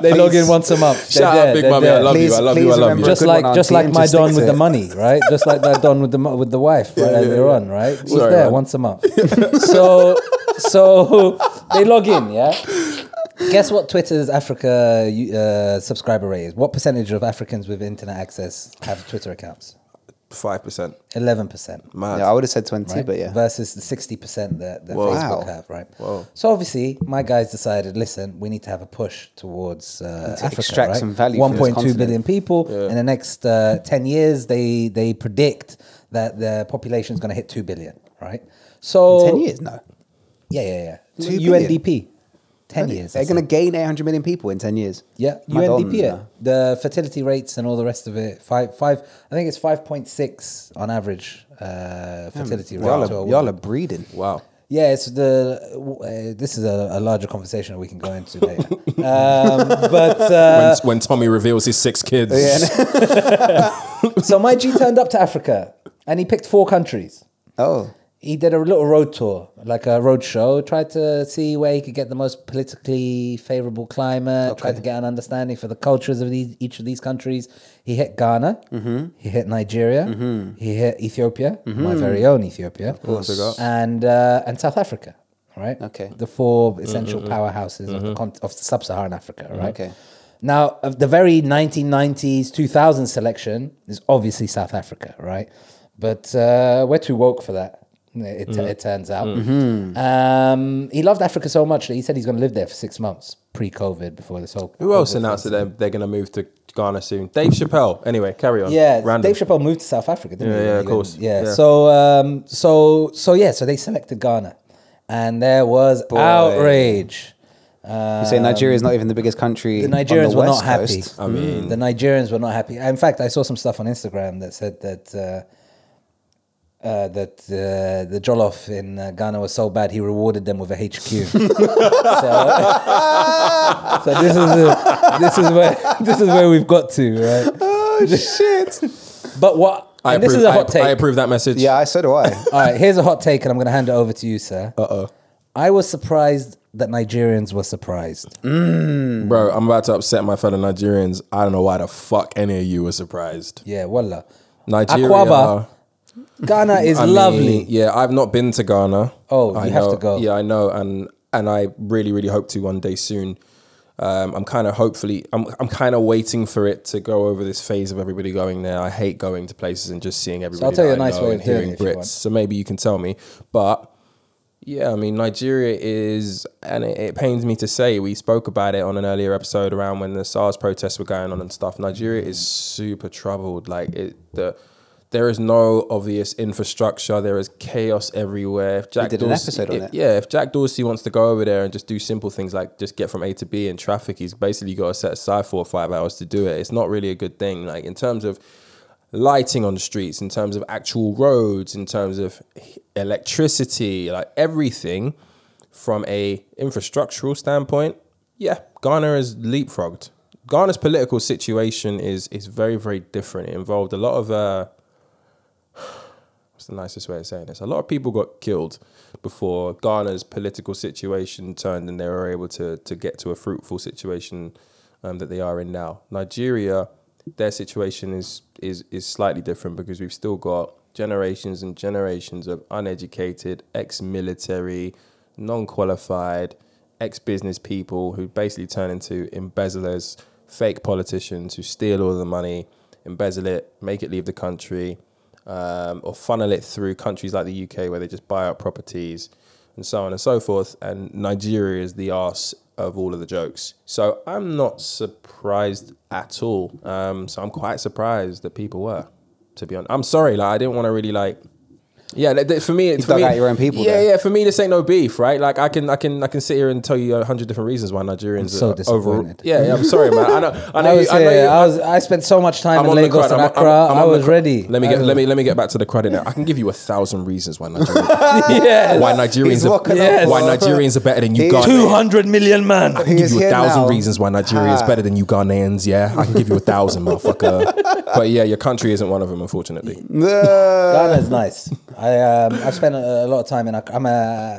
D: they log in once a month. They're
B: Shout out
D: there,
B: Big
D: they're
B: Mummy, I
D: there.
B: love you, I love you, I love you.
A: remember a
D: just
A: good
D: like
A: one,
D: just
A: auntie,
D: like
A: and
D: my
A: just
D: don
A: stick
D: with
A: to
D: the
A: it.
D: money, right? Just like that don with the mo- with the wife right earlier on, right? He's
B: Sorry,
D: there
B: man.
D: once
A: <laughs>
D: a month. so so they log in, yeah. Guess what Twitter's Africa uh, subscriber rate is? What percentage of Africans with internet access have Twitter accounts?
B: five percent.
D: Eleven percent
B: Mad.
A: Yeah, I would have said twenty,
D: right?
A: but yeah.
D: Versus the sixty percent that, that
B: Whoa.
D: Facebook
A: Wow.
D: have, right?
B: Whoa.
D: So obviously, my guys decided. Listen, we need to have a push towards uh, Africa,
A: extract
D: right?
A: some value from
D: One
A: this
D: point two
A: continent.
D: billion people in the next uh, ten years. They they predict that the population is going to hit two billion, right? So
A: Ten years? No.
D: yeah, yeah, yeah.
A: Two
D: UNDP, ten years.
A: They're
D: that's it.
A: going to gain eight hundred million people in ten years.
D: Yeah, UNDP, it. the fertility rates and all the rest of it. Five, five. I think it's five point six on average uh, fertility rate.
A: Y'all
D: to a
A: are,
D: woman.
A: y'all are breeding.
B: Wow.
D: Yeah, it's the. Uh, this is a, a larger conversation that we can go into later. um, <laughs> but uh,
B: when, when Tommy reveals his six kids, <laughs>
D: so my G turned up to Africa, and he picked four countries.
A: Oh.
D: He did a little road tour, like a road show. Tried to see where he could get the most politically favorable climate. Tried to get an understanding for the cultures of these, each of these countries. He hit Ghana. He hit Nigeria. He hit Ethiopia, my very own Ethiopia, and uh, and South Africa. Right.
A: Okay.
D: the four
B: Mm-hmm,
D: essential powerhouses of the cont- of sub-Saharan Africa, right?
A: Okay.
D: Now, of the very 1990s, 2000 selection is obviously South Africa, right? But uh, we're too woke for that. It,
B: Mm-hmm.
D: it turns out. Um, he loved Africa so much that he said he's going to live there for six months pre-COVID before this whole.
B: Who else
D: COVID
B: announced that they're, they're going to move to Ghana soon? Dave Chappelle. Anyway, carry on.
D: Yeah,
B: Random.
D: Dave Chappelle moved to South Africa, didn't
B: Yeah,
D: he?
B: yeah,
D: when
B: of
D: he went?
B: course.
D: Yeah.
B: Yeah.
D: So, um, so, so yeah. So they selected Ghana, and there was outrage.
A: You say Nigeria is not even the biggest country.
D: Um, The
A: on
D: Nigerians
A: the
D: were
A: West
D: not happy.
A: Coast.
D: I mean, the Nigerians were not happy. In fact, I saw some stuff on Instagram that said that uh, uh, that uh, the jollof in uh, Ghana was so bad he rewarded them with a HQ. <laughs> so, so this is the- this is where <laughs> this is where we've got to, right? Oh shit! but what?
B: I
D: and
B: approve,
D: this is a hot
B: I,
D: take.
B: I approve that message.
A: Yeah, I so do
D: <laughs>
A: I.
D: All right, here's a hot take, and I'm going to hand it over to you, sir. Uh oh. I was surprised that Nigerians were surprised.
B: Bro, I'm about to upset my fellow Nigerians. I don't know why the fuck any of you were surprised.
D: Yeah, wallah.
B: Nigeria. uh,
D: Aquaba Ghana is
B: I mean,
D: lovely.
B: yeah, I've not been to Ghana.
D: Oh, you have to
B: know-
D: go.
B: Yeah, I know, and and I really, really hope to one day soon. Um, I'm kind of hopefully, I'm I'm kind of waiting for it to go over this phase of everybody going there. I hate going to places and just seeing everybody.
D: tell
B: that
D: you a
B: I
D: nice
B: know
D: way of
B: and
D: doing
B: hearing
D: it if you
B: Brits.
D: want.
B: So maybe you can tell me, but. Yeah, I mean Nigeria is, and it, it pains me to say, we spoke about it on an earlier episode around when the SARS protests were going on and stuff. Nigeria is super troubled. Like it, the there is no obvious infrastructure. There is chaos everywhere. If Jack
A: did an
B: Dorsey-
A: episode on
B: if-
A: it.
B: Yeah, if Jack Dorsey wants to go over there and just do simple things like just get from A to B in traffic, he's basically got to set aside four or five hours to do it. It's not really a good thing. Like in terms of lighting on the streets, in terms of actual roads, in terms of electricity, like everything from a infrastructural standpoint, yeah, Ghana is leapfrogged. Ghana's political situation is is very very different. It involved a lot of uh, what's the nicest way of saying this? A lot of people got killed before Ghana's political situation turned and they were able to to get to a fruitful situation um, that they are in now. Nigeria, their situation is is is slightly different because we've still got generations and generations of uneducated, ex-military, non-qualified, ex-business people who basically turn into embezzlers, fake politicians who steal all the money, embezzle it, make it leave the country, um, or funnel it through countries like the UK where they just buy out properties and so on and so forth. And Nigeria is the arse of all of the jokes. So I'm not surprised at all. Um, so I'm quite surprised that people were, to be honest. I'm sorry, like I didn't want to really like. Yeah, that- that- for me, it's for
A: dug
B: me,
A: out your own people
B: Yeah,
A: there.
B: yeah. For me, this ain't no beef, right? Like I can, I can, I can sit here and tell you a hundred different reasons why Nigerians
D: so
B: are over.
D: disappointed.
B: Yeah, yeah, I'm sorry, man. I know,
A: <laughs>
B: I know,
D: I was,
B: you, I know
D: here.
B: you-
D: I was. I spent so much time
B: I'm
D: in
B: on the
D: Lagos
B: crud.
D: and
B: I'm-
D: Accra.
B: I'm- I'm
D: I
B: on the
D: was
B: crud.
D: ready.
B: Let me get let me let me get back to the crud in there. I can give you a thousand reasons why Nigerians
D: Yes.
B: why Nigerians
A: He's
B: are,
A: walking
D: Yes.
B: why
A: up.
B: Nigerians are better than
A: He-
B: Ugandans.
D: Two hundred million man.
B: I can give
A: is
B: you a
A: here
B: thousand
A: now.
B: reasons why Nigeria is
A: Ha.
B: better than Ugandans. Yeah, I can give you a thousand, motherfucker. But yeah, your country isn't one of them, unfortunately.
D: Ghana is nice. I um, I spent a, a lot of time in. Ac- I'm a.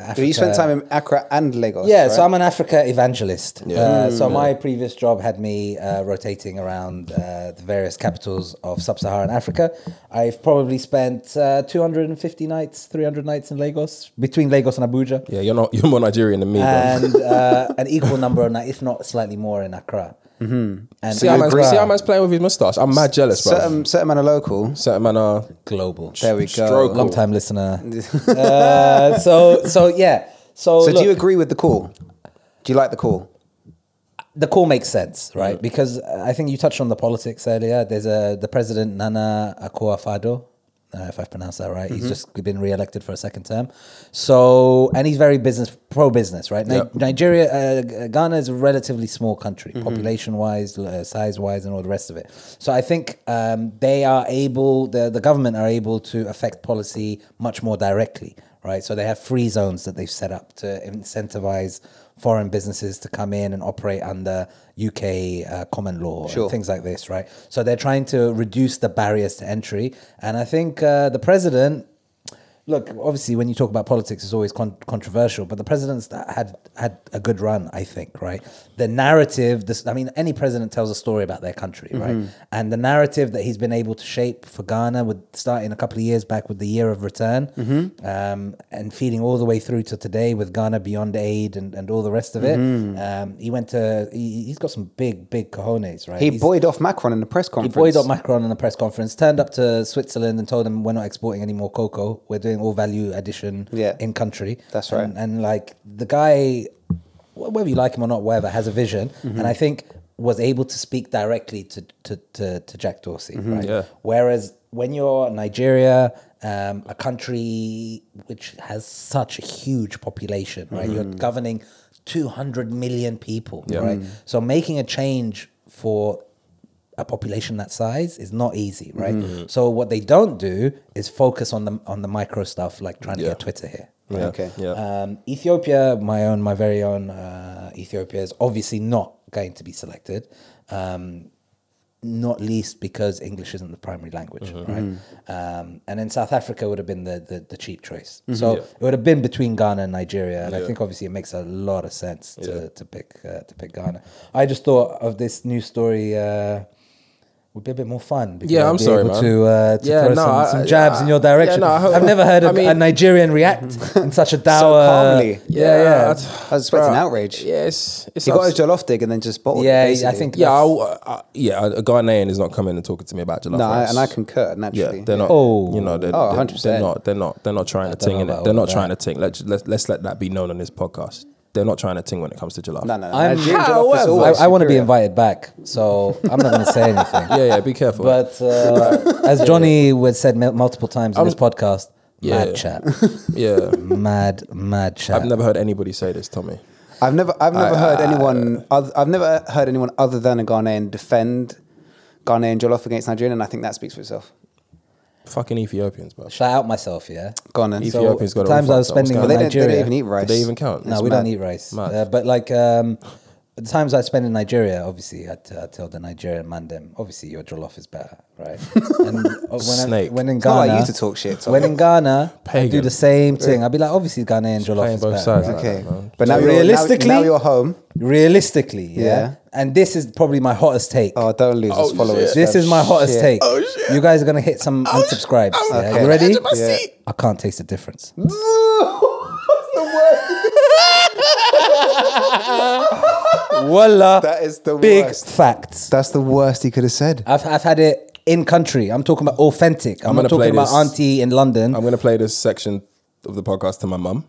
D: Africa.
A: you spent time in Accra and Lagos.
D: Yeah,
A: right?
D: so I'm an Africa evangelist.
B: Yeah.
D: Uh, so my previous job had me uh, rotating around uh, the various capitals of sub-Saharan Africa. I've probably spent uh, 250 nights, 300 nights in Lagos between Lagos and Abuja.
B: Yeah, you're not you're more Nigerian than me. bro.
D: and uh, an equal number of night, if not slightly more, in Accra. Mm-hmm.
B: <laughs>
D: And
B: See how, man's,
D: Accra,
B: see how man's playing with his mustache. I'm mad jealous, bro.
A: certain, certain amount of local.
B: Certain man are
D: global.
A: There we go.
B: Stroke.
D: Long time listener. uh, so so yeah. So,
A: So do you
D: look,
A: agree with the call? Do you like the call?
D: the call makes sense, right? Because uh, I think you touched on the politics earlier. There's a the president Nana Akua-Addo, uh, if I've pronounced that right. He's just been re-elected for a second term. So and he's very business pro business, right? Ni-
B: Yep.
D: Nigeria, uh, G- Ghana is a relatively small country, population wise, uh, size wise, and all the rest of it. So I think um, they are able, the the government are able to affect policy much more directly, right? So they have free zones that they've set up to incentivize foreign businesses to come in and operate under UK uh, common law
A: Sure.
D: and things like this, right? So they're trying to reduce the barriers to entry, and I think uh, the president look, obviously, when you talk about politics, it's always con- controversial. But the presidents that had had a good run, I think. Right, the narrative. This, I mean, any president tells a story about their country, right? And the narrative that he's been able to shape for Ghana, with starting a couple of years back with the Year of Return, um, and feeding all the way through to today with Ghana Beyond Aid and, and all the rest of it. Um, he went to. He, he's got some big, big cojones, right?
A: He
D: He's-
A: buoyed off Macron in the press
D: he
A: conference.
D: buoyed up Macron in a press conference, turned up to Switzerland and told him we're not exporting any more cocoa. We're doing doing all value addition
A: Yeah.
D: in country.
A: That's
D: And-
A: right.
D: And like the guy, wh- whether you like him or not, whatever, has a vision,
A: Mm-hmm.
D: and I think was able to speak directly to to to, to Jack Dorsey.
A: Mm-hmm.
D: Right?
B: Yeah.
D: Whereas when you're Nigeria, um, a country which has such a huge population, right?
A: Mm-hmm.
D: You're governing 200 million people,
B: Yeah.
D: right? Mm. So making a change for a population that size is not easy, right?
B: Mm.
D: So what they don't do is focus on the on the micro stuff, like trying to
B: Yeah.
D: get Twitter here. right?
B: Yeah.
A: Okay.
B: Yeah.
D: Um, Ethiopia, my own, my very own uh, Ethiopia is obviously not going to be selected, um, not least because English isn't the primary language,
B: Mm-hmm.
D: right? Um, and then South Africa would have been the the, the cheap choice. So
B: Yeah.
D: it would have been between Ghana and Nigeria, and I
B: Yeah.
D: think obviously it makes a lot of sense to,
B: Yeah.
D: to pick uh, to pick Ghana. I just thought of this new story. Uh, would be a bit more fun. because
B: Yeah,
D: I'd
B: I'm
D: be
B: sorry,
D: able
B: man.
D: To, uh, to
B: Yeah,
D: throw
B: no,
D: some,
B: I-
D: some jabs in your
B: I- yeah,
D: direction.
B: no, I hope-
D: I've never heard
B: I
D: a, a
B: mean-
D: Nigerian react
B: <laughs>
D: <laughs> in such a dour.
A: calmly.
D: Yeah, yeah.
B: I,
A: I was expecting outrage.
B: Yes, it's
A: He got his
B: ups-
A: jollof dig and then just bottled
D: Yeah,
A: it.
D: I
A: basically.
D: think-
B: yeah, I, I, yeah. A Ghanaian is not coming and talking to me about jollof
A: No, I-
B: rice.
A: and I concur
B: Yeah,
A: naturally.
B: they're not.
D: Oh.
B: you know, they're,
A: Oh,
B: they're,
A: 100%.
B: they're not. They're not. They're not trying to
D: don't
B: ting.
D: know
B: in it.
D: about
B: They're
D: all
B: not
D: that.
B: trying to ting. Let's let's let's let that be known on this podcast. They're not trying to ting when it comes to jollof.
A: no, no, no.
B: <laughs>
D: I'm-
A: Nigerian jollof is always
D: I, want to be
A: superior.
D: invited back, so I'm not going
B: <laughs>
D: to say anything.
A: <laughs>
B: Yeah, yeah. Be careful.
D: But uh,
B: <laughs>
D: as Johnny was said mul- multiple times in this podcast,
B: Yeah. <laughs>
D: mad chat,
B: <laughs> yeah,
A: <laughs>
D: mad mad chat.
B: I've never heard anybody say this, Tommy.
A: I've never, I've never heard anyone, oth- I've never heard anyone other than a Ghanaian defend Ghanaian jollof against Nigerian, and I think that speaks for itself.
B: Fucking Ethiopians, bro.
D: Shout out myself, yeah.
A: Ghanaian.
B: So- Ethiopians got it all
D: times I was
B: fucked up.
D: spending
B: What's
D: in
A: But they don't, they
D: Nigeria.
A: don't even eat rice.
B: Do they even count?
D: No, we don't eat rice.
B: Mad.
D: Uh, but like um, the times I spend in Nigeria, obviously, I, t- I tell the Nigerian man them, obviously your jollof is better, right? And uh, when
B: Snake.
D: I, when in
A: It's not
D: Ghana,
A: like you to talk shit, Tom.
D: When in Ghana, I do
B: Pagan.
D: the same thing. I'd be like, obviously, Ghanaian jollof
B: playing
D: is
B: both
D: better.
B: sides,
D: right?
B: like
A: Okay.
B: I don't know.
A: But now
D: Realistically-
A: you're, now, now you're home.
D: Realistically, yeah?
A: Yeah.
D: And this is probably my hottest take.
A: Oh, don't lose us followers.
D: this
A: fam.
D: is my hottest
A: Shit. Oh,
D: take. You guys are gonna hit some unsubscribes. yeah? You ready?
A: Yeah.
D: I can't taste
A: <laughs>
D: the difference. Voila.
A: That is the
D: big
A: worst.
D: facts.
A: That's the worst he could have said.
D: I've, I've had it in country. I'm talking about authentic. I'm,
B: I'm
D: not
B: gonna
D: talking
B: play
D: about
B: this.
D: auntie in London.
B: I'm gonna play this section of the podcast to my mum.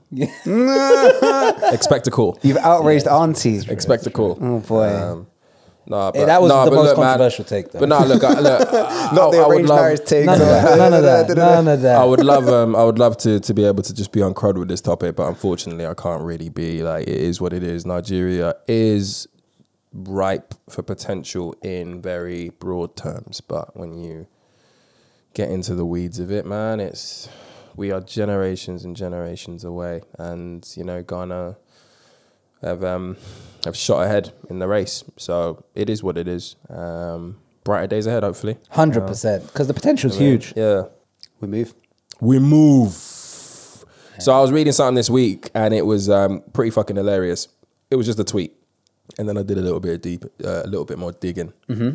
B: <laughs> Expect a
A: <laughs>
B: call.
A: You've outraged auntie.
B: Expect a call. Oh
A: boy.
D: Um,
B: Nah, but,
D: that was
B: nah,
D: the
B: but
D: most
B: look, man.
D: controversial take, though.
B: But nah, look, I,
D: <laughs>
B: look, I-
A: Not
B: Oh, I
A: the
B: would
A: arranged
B: love,
A: marriage take.
D: none
A: <laughs>
D: of that. None of that. None of
B: I
D: that.
B: would love, um, I would love to to be able to just be on crud with this topic, but unfortunately, I can't really be. Like, it is what it is. Nigeria is ripe for potential in very broad terms, but when you get into the weeds of it, man. It's we are generations and generations away, and you know Ghana have um have shot ahead in the race, so it is what it is. Um, brighter days ahead, hopefully.
D: Hundred percent, because the potential is huge.
B: Yeah,
A: We move.
B: we move. So I was reading something this week, and it was um, pretty fucking hilarious. It was just a tweet, and then I did a little bit of deep, uh, a little bit more digging. Mm-hmm.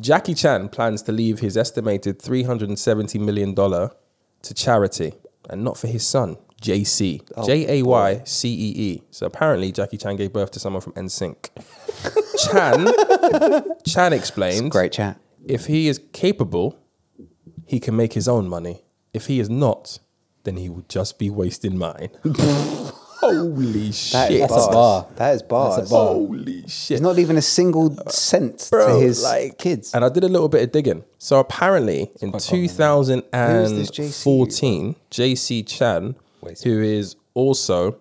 B: Jackie Chan plans to leave his estimated three hundred and seventy million dollar to charity, and not for his son JC
A: Oh,
B: J A Y C E E. So apparently, Jackie Chan gave birth to someone from
A: <laughs>
B: NSYNC. Chan Chan explained,
A: Great chat.
B: if he is capable, he can make his own money. If he is not, then he will just be wasting mine. <laughs> Holy
A: That is
B: shit.
D: That's a
A: bars.
D: bar.
A: That is bars.
D: That's a bar.
B: Holy shit.
A: He's not leaving a single
B: Uh,
A: cent to his kids.
B: And I did a little bit of digging. So apparently in
A: Who's this
B: 2014, JC Chan,
D: Waste.
B: who is also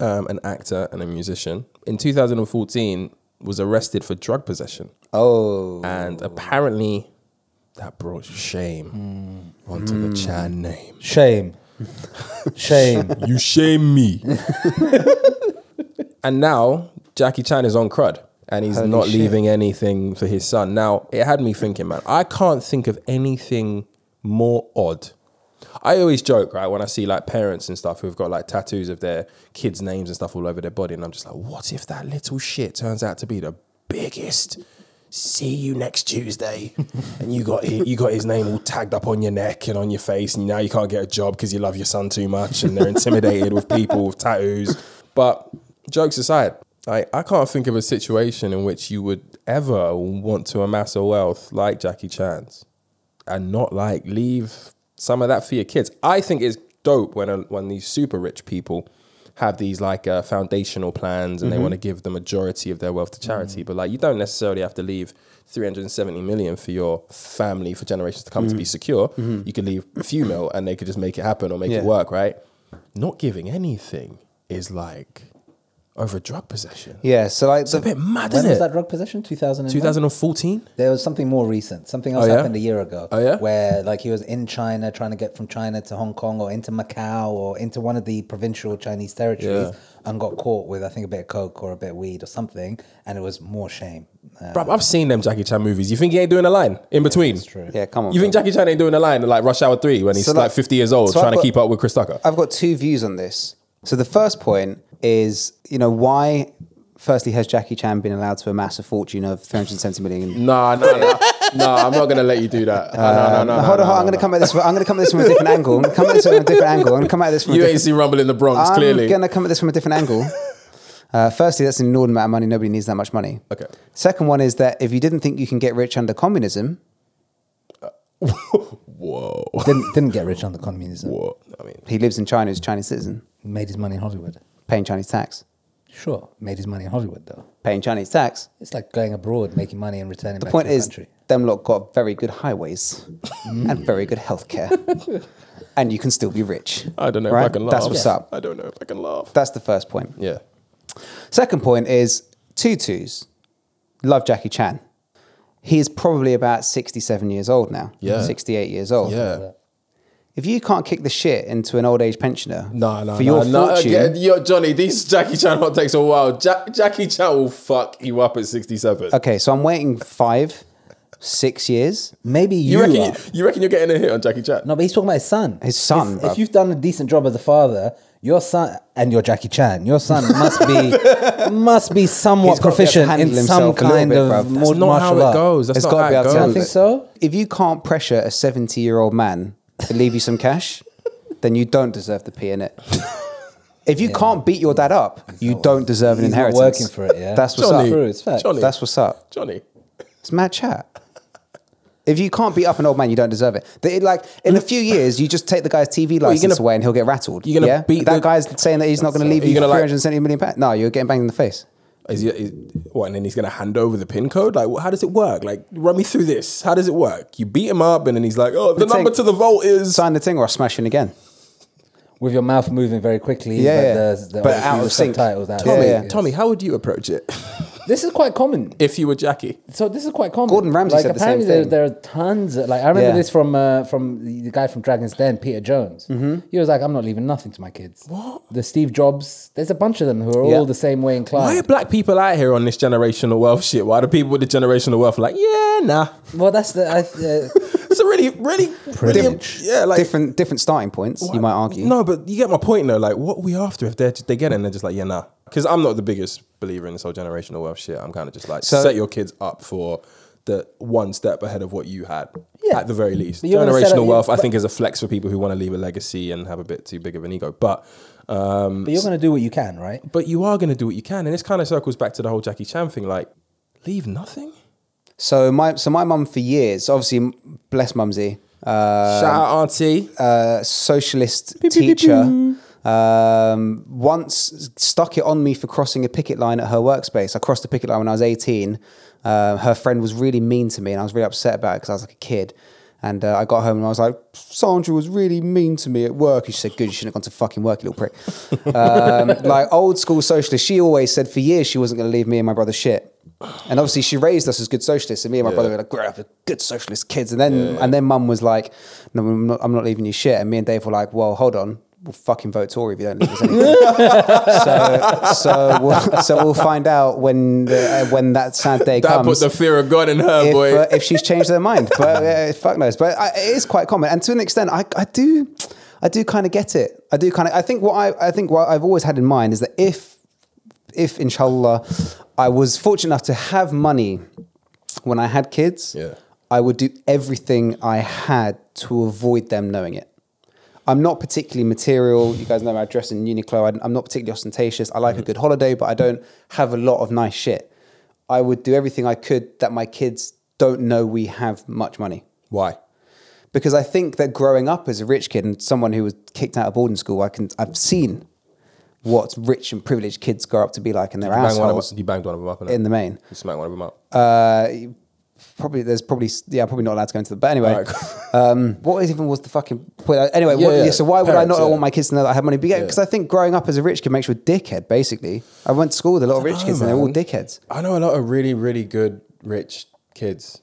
B: um, an actor and a musician, in 2014 was arrested for drug possession.
A: Oh,
B: And apparently, that brought shame onto the Chan name. <laughs>
D: Shame, shame.
B: You shame me. <laughs> and now Jackie Chan is on crud and he's not
A: shit.
B: leaving anything for his son. Now, it had me thinking, man, I can't think of anything more odd. I always joke, right, when I see like parents and stuff who've got like tattoos of their kids' names and stuff all over their body. And I'm just like, what if that little shit turns out to be the biggest? See you next Tuesday, and you got hi- you got his name all tagged up on your neck and on your face, and now you can't get a job because you love your son too much, and they're intimidated with people with tattoos. But jokes aside, I I can't think of a situation in which you would ever want to amass a wealth like Jackie Chan's and not like leave some of that for your kids. I think it's dope when a, when these super rich people have these like uh, foundational plans
D: Mm-hmm.
B: and they want to give the majority of their wealth to
D: Mm.
B: charity. But like, you don't necessarily have to leave 370 million for your family for generations to come
D: Mm.
B: to be secure.
D: Mm-hmm.
B: You could leave a few mil and they could just make it happen or make
A: Yeah.
B: it work, right? Not giving anything is like over drug possession.
A: Yeah, so like
B: It's a
A: the,
B: bit mad,
D: When
B: isn't
D: was
B: it?
D: that drug possession? 2001?
B: 2014?
D: There was something more recent. Something else
B: Oh, yeah?
D: happened a year ago.
B: Oh, yeah?
D: Where like he was in China trying to get from China to Hong Kong or into Macau or into one of the provincial Chinese territories and got caught with I think a bit of coke or a bit of weed or something, and it was more shame. Uh,
B: Bruh, I've seen them Jackie Chan movies. You think he ain't doing a line in between?
D: it's true.
A: yeah, come on.
B: You think
A: bro.
B: Jackie Chan ain't doing a line like Rush Hour 3 when he's
A: So,
B: like,
A: like-
B: 50 years old
A: so I've
B: trying to
A: got-
B: keep up with Chris
A: <laughs>
B: Tucker?
A: I've got two views on this. So the first point is, you know, why? Firstly, has Jackie Chan been allowed to amass a fortune of 370 million?
B: Nah, nah, nah. nah, I'm not going to let you do that. no, no, no.
A: Um, hold on, hold on, I'm going to come at this. From, I'm going to come at this from a different angle. I'm going to come at this from a different angle. I'm going to come at this from
B: <laughs> You
A: a
B: ain't
A: different.
B: seen Rumble in the Bronx,
A: I'm
B: clearly.
A: going to come at this from a different angle.
B: <laughs>
A: Uh, firstly, that's an inordinate amount of money. Nobody needs that much money.
B: Okay.
A: Second one is that if you didn't think you can get rich under communism,
B: Whoa.
D: Didn't didn't get rich on the communism.
B: What? I mean,
A: he lives in China, he's a Chinese citizen,
D: Made his money in Hollywood.
A: paying Chinese tax,
D: Sure, made his money in Hollywood though.
A: paying Chinese tax.
D: It's like going abroad, making money and returning
A: The
D: back
A: point
D: to the
A: is,
D: country.
A: them lot got very good
B: <laughs>
A: highways and very good healthcare, and you can still be rich.
B: I don't know if I
A: right?
B: can laugh.
A: That's what's up.
B: I don't know if I can laugh.
A: That's the first point.
B: Yeah.
A: Second point is two twos. Love Jackie Chan. He is probably about 67 years old now.
B: Yeah.
A: 68 years old.
B: Yeah.
A: If you can't kick the shit into an old age pensioner
B: No, no,
A: for
B: no,
A: your
B: no.
A: fortune,
B: Again, yo, Johnny, these Jackie Chan hot takes are wild. Jack, Jackie Chan will fuck you up at 67.
A: Okay, so I'm waiting five, six years.
D: Maybe you,
B: You, reckon you,
D: are.
B: you reckon you're getting a hit on Jackie Chan?
D: No, but he's talking about his son.
A: His son,
D: If,
A: bruv.
D: if you've done a decent job as a father, your son and you're Jackie Chan,
A: <laughs>
D: your son must be must be
A: He's
D: somewhat
A: gotta be able to
D: proficient in
A: handle
D: some
A: himself a little
D: kind
A: bit,
D: of
A: bruv. That's
D: more
B: not how
D: martial
B: it
D: art.
B: goes. That's
A: it's
B: not
A: got to
B: how
A: be
B: it
A: able to
B: goes.
A: handle
D: I think
A: it.
D: so.
A: If you can't pressure a 70 year old man to leave you some
B: <laughs>
A: cash, then you don't deserve the P in it. If you can't beat your dad up, you don't deserve an
D: he's not
A: inheritance.
D: working for it, yeah.
A: That's what's
B: Johnny,
A: up.
D: True, it's fact.
B: Johnny,
A: That's what's up.
B: Johnny.
A: It's mad chat. If you can't beat up an old man, you don't deserve it. They, like in a few years, you just take the guy's TV license
B: gonna-
A: away and he'll get rattled.
B: you're gonna
A: yeah?
B: beat
A: that
B: the-
A: guy's saying that he's not going to leave
B: You're
A: you
B: gonna, like-
A: 370 million pounds. No, you're getting banged in the face.
B: Is he, is, what, and then he's going to hand over the pin code? Like, wh- how does it work? Like, run me through this. How does it work? You beat him up, and then he's like, oh, the
A: Take-
B: number to the vault is.
A: Sign the thing or I'll smash you in again.
D: With your mouth moving very quickly,
A: Yeah,
D: but,
A: yeah.
D: the- the-
A: But
D: obviously
A: out
D: the
A: of sync.
D: subtitles, out of
A: Tommy,
D: sync,
A: yeah.
B: Tommy, how would you approach it <laughs>
D: This is quite common.
B: if you were Jackie?
D: So this is quite common.
A: Gordon Ramsay
D: like,
A: said the same
D: apparently
A: thing.
D: There, there are tons. Of, like I remember
A: Yeah.
D: this from uh, from the the guy from Dragons Den, Peter Jones.
A: Mm-hmm.
D: He was like, "I'm not leaving nothing to my kids." What? The Steve Jobs. There's a bunch of them who are
A: Yeah.
D: all the same way
B: Why are
D: inclined.
B: black people out here on this generational wealth shit? Why do people with the generational wealth like, yeah, nah?
D: Well, that's the. I, uh,
B: It's a really, really, really
D: Privilege.
B: yeah, like
A: different different starting points, you might argue.
B: No, but you get my point though. Like, what we after if they're they get it and they're just like, yeah, nah. Because I'm not the biggest believer in this whole generational wealth shit. I'm kind of just like
A: So-
B: set your kids up for the one step ahead of what you had.
D: Yeah.
B: At the very least,
D: you wanna set up-
B: generational
D: you-
B: wealth I
D: but-
B: think is a flex for people who want to leave a legacy and have a bit too big of an ego. But um,
D: but you're going to do what you can, right?
B: but you are going to do what you can, and this kind of circles back to the whole Jackie Chan thing. Like, leave nothing.
A: So my so my mum for years, obviously, bless mumsy, uh,
B: Shout out auntie.
A: uh, socialist teacher, um, once stuck it on me for crossing a picket line at her workspace. I crossed the picket line when I was eighteen. Uh, her friend was really mean to me, and I was really upset about it because I was like a kid. And uh, I got home and I was like, Sandra was really mean to me at work. And she said, Good, you shouldn't have gone to fucking work, you little prick. um, like old school socialist, she always said for years she wasn't going to leave me and my brother shit. And obviously, she raised us as good socialists, and me and my brother were like, grew up as good socialist kids. And then, and then, mum was like, "No, I'm not, I'm not leaving you shit." And me and Dave were like, "Well, hold on, we'll fucking vote Tory if you don't leave
B: <laughs>
A: us anything." so, so, we'll, so we'll find out when the, uh, when that sad day
B: That
A: comes
B: put the fear of God in her,
A: if,
B: boy.
A: uh, if she's changed her mind. But uh, fuck knows. But I, it is quite common, and to an extent, I, I do, I do kind of get it. I do kind of. I think what I, I think what I've always had in mind is that if, if inshallah, I was fortunate enough to have money when I had kids,
B: Yeah.
A: I would do everything I had to avoid them knowing it. I'm not particularly material. You guys know I dress in Uniqlo. I- I'm not particularly ostentatious. I like a good holiday, but I don't have a lot of nice shit. I would do everything I could that my kids don't know we have much money
B: Why?
A: because I think that growing up as a rich kid and someone who was kicked out of boarding school, I can I've seen what rich and privileged kids grow up to be like in their
B: You banged, one of
A: assholes
B: them, you banged one of them up innit?
A: in the main. Uh,
B: You smacked one of them up.
A: Probably there's probably yeah I'm probably not allowed to go into the but anyway.
B: Alright,
A: <laughs> um, what even was the fucking point? Uh, Anyway,
B: Yeah,
A: what-
B: yeah,
A: yeah, so why would
B: parents,
A: I not
B: yeah.
A: want my kids to know that I have money? Because I think growing up as a rich kid makes you a dickhead. Basically, I went to school with a lot of rich
B: know,
A: kids and they're all
B: man.
A: dickheads.
B: I know a lot of really, really good rich kids.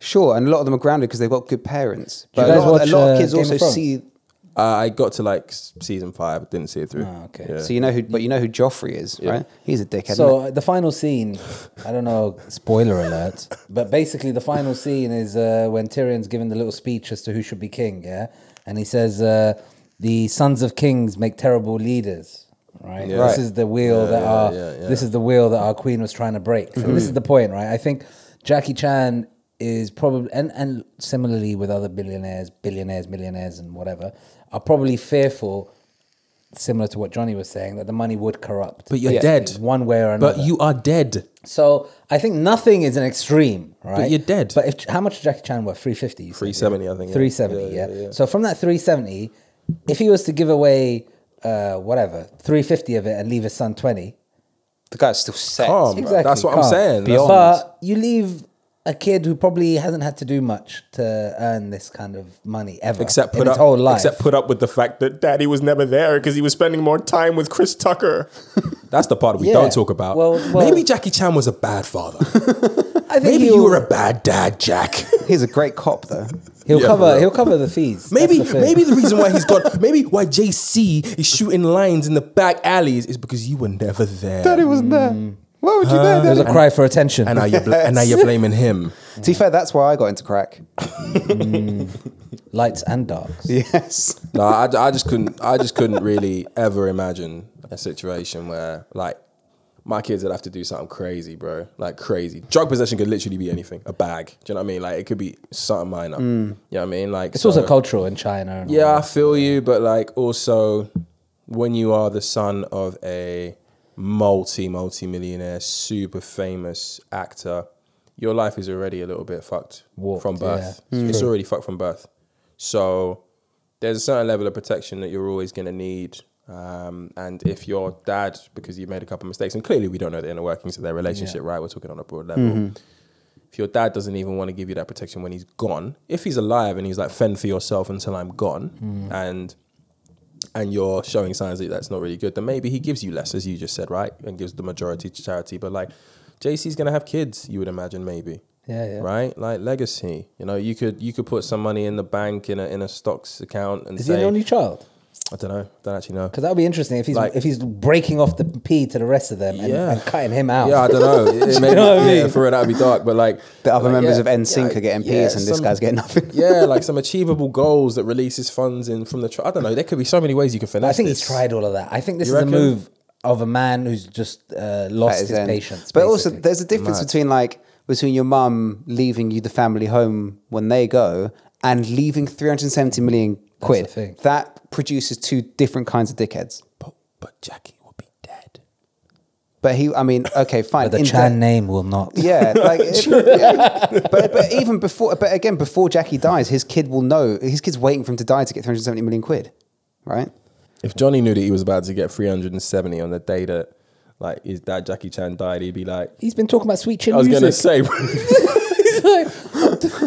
A: Sure, and a lot of them are grounded because they've got good parents. But
D: you
A: a lot,
D: guys
A: of- a
D: watch,
A: lot of
D: uh,
A: kids
D: Game of
A: also
D: Thrones?
A: see.
B: Uh, I got to like s- season five, didn't see it through.
D: Ah, okay.
B: Yeah.
A: So you know who, but you know who Joffrey is, right? He's a dickhead.
D: So
A: So
D: uh, the final scene, I don't know, spoiler alert, but basically the final scene is uh, when Tyrion's giving the little speech as to who should be king, yeah, and he says uh, the sons of kings make terrible leaders. Right.
B: Yeah.
D: This is the wheel
B: Yeah,
D: that
B: yeah,
D: our
B: yeah, yeah. Mhm.
D: this is the wheel that our queen was trying to break. And this is the point, right? I think Jackie Chan is probably and, and similarly with other billionaires, billionaires, millionaires and whatever, are probably fearful, similar to what Johnny was saying, that the money would corrupt.
B: But you're
D: basically,
B: dead.
D: One way or another.
B: but you are dead.
D: So I think nothing is an extreme, right?
B: you're dead.
D: But if how much did Jackie Chan worth? Three fifty.
B: 370, I think, yeah.
D: Three seventy.
B: Yeah,
D: Yeah,
B: yeah, yeah.
D: So from that three seventy, if he was to give away uh, whatever three fifty of it and leave his son twenty,
A: the guy's still set.
B: Calm. Bro, that's what I'm
D: can't.
B: saying. That's-
D: But you leave a kid who probably hasn't had to do much to earn this kind of money ever,
B: Except put
D: in
B: up,
D: his whole life.
B: except put up with the fact that Daddy was never there because he was spending more time with Chris
D: <laughs>
B: Tucker. That's the part we
D: Yeah.
B: don't talk about.
D: Well- well-
B: maybe Jackie Chan was a bad
D: <laughs>
B: father.
D: I think
B: maybe
D: he'll,
B: you were a bad dad,
D: <laughs>
B: Jack.
A: He's a great cop, though.
D: he'll
B: Yeah,
D: cover.
B: bro.
D: He'll cover the fees.
B: <laughs> Maybe
D: That's the thing.
B: maybe the reason why he's got maybe why JC is shooting lines in the back alleys is because you were never there.
A: was there. Why would you
D: It was a cry for attention.
B: and now
D: <laughs>
B: you're bl- and now you're blaming him.
A: To be fair, that's why I got into crack.
D: Lights and darks.
A: <laughs> Yes.
B: No, I, I just couldn't I just couldn't really ever imagine a situation where like my kids would have to do something crazy, bro. Like crazy. Drug possession could literally be anything. A bag. Do you know what I mean? Like it could be something minor. You know what I mean? Like
D: Mm. It's also cultural in China. And all
B: Yeah, I feel you, but like also when you are the son of a multi multi millionaire, super famous actor, your life is already a little bit fucked
D: Warped,
B: from birth.
D: yeah. Mm.
B: It's already fucked from birth. So there's a certain level of protection that you're always going to need. Um, and if your dad, because you made a couple of mistakes, and clearly we don't know the inner workings of their relationship, right? We're talking on a broad level
D: Mm-hmm.
B: if your dad doesn't even want to give you that protection when he's gone, if he's alive and he's like fend for yourself until I'm gone,
D: Mm.
B: and and you're showing signs that that's not really good, then maybe he gives you less, as you just said, right, and gives the majority to charity. But like, JC's gonna have kids, you would imagine, maybe.
D: Yeah, yeah.
B: Right, like legacy. You know, you could you could put some money in the bank in a in a stocks account and
D: Is
B: say,
D: he an only child?
B: I don't know, don't actually know.
D: Because that would be interesting if he's
B: Like-
D: if he's breaking off the P to the rest of them and,
B: Yeah.
D: and cutting him out.
B: Yeah, I don't
D: <laughs>
B: know. It, it may
D: you know what I
B: yeah,
D: mean?
B: for it that'd be dark, but like
A: <laughs> The other
B: like,
A: members
B: yeah,
A: of NSYNC
B: yeah,
A: are getting P's
B: yeah,
A: and this
B: some-
A: guy's getting
D: <laughs>
A: nothing.
B: yeah, like some achievable goals that releases funds in from the. Tr- I don't know. There could be so many ways you can finesse.
D: I think
B: this.
D: he's tried all of that. I think this
B: You
D: is a
B: reckon?
D: move of a man who's just uh,
A: at
D: lost
A: his
D: his
A: end.
D: patience.
A: But also,
D: basically.
A: there's a difference between like between your mum leaving you the family home when they go and leaving 370 million quid.
D: the thing.
A: That produces two different kinds of dickheads.
B: But, but Jackie will be dead.
A: But he, I mean, okay, fine.
D: but the
A: in
D: Chan
A: the-
D: name will not.
B: <laughs>
A: Yeah, like, if- yeah. But, but even before, but again, before Jackie dies, his kid will know. His kid's waiting for him to die to get 370 million quid, right?
B: If Johnny knew that he was about to get 370 on the day that like his dad Jackie Chan died, he'd be like,
D: He's been talking about Oh, sweet chin
B: I was gonna
D: music.
B: say,
D: <laughs> He's like,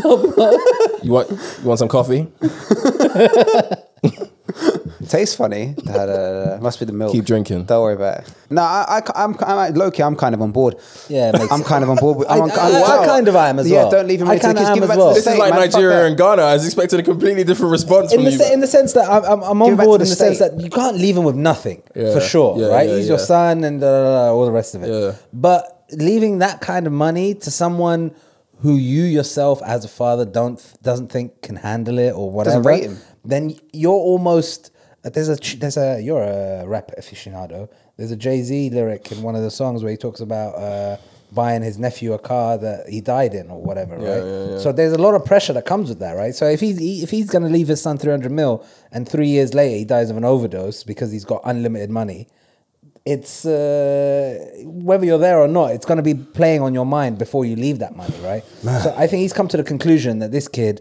B: you want you want some coffee?
A: Tastes funny. <laughs> Da, da, da, da. Must be the milk.
B: Keep drinking.
A: Don't worry about it. No, I, I, am I'm low key. I'm kind of on board.
D: Yeah, it makes
A: I'm kind of on board. With, I'm,
D: I-
A: on-
D: I-
A: I'm-
D: I kind of am as
A: yeah,
D: well.
A: Yeah, don't leave him.
D: I
A: here to the
D: kinda
A: kids.
D: am
A: Give it
D: as
A: back
D: well.
A: to the
B: This
A: state,
B: is like
A: man. Fuck
B: Nigeria
A: that.
B: and Ghana. I was expecting a completely different response
D: in
B: from
D: the
B: you.
D: se- in the sense that I'm, I'm, I'm
A: Give
D: on
A: it back
D: board
A: to
D: in
A: the
D: the sense
A: state.
D: that you can't leave him with nothing
B: Yeah.
D: for sure,
B: Yeah,
D: right?
B: yeah,
D: He's your
B: yeah.
D: son and da, da, da, all the rest of it.
B: Yeah.
D: But leaving that kind of money to someone who you yourself as a father don't doesn't think can handle it or whatever,
A: rate him.
D: then you're almost there's a ch- there's a you're a rap aficionado. There's a Jay Z lyric in one of the songs where he talks about. Uh, Buying his nephew a car that he died in, or whatever, right?
B: yeah, yeah.
D: So there's a lot of pressure that comes with that, right? So if he's he, if he's going to leave his son 300 mil and three years later he dies of an overdose because he's got unlimited money, it's uh, whether you're there or not, it's going to be
A: <sighs>
D: playing on your mind before you leave that money, right? So I think he's come to the conclusion that this kid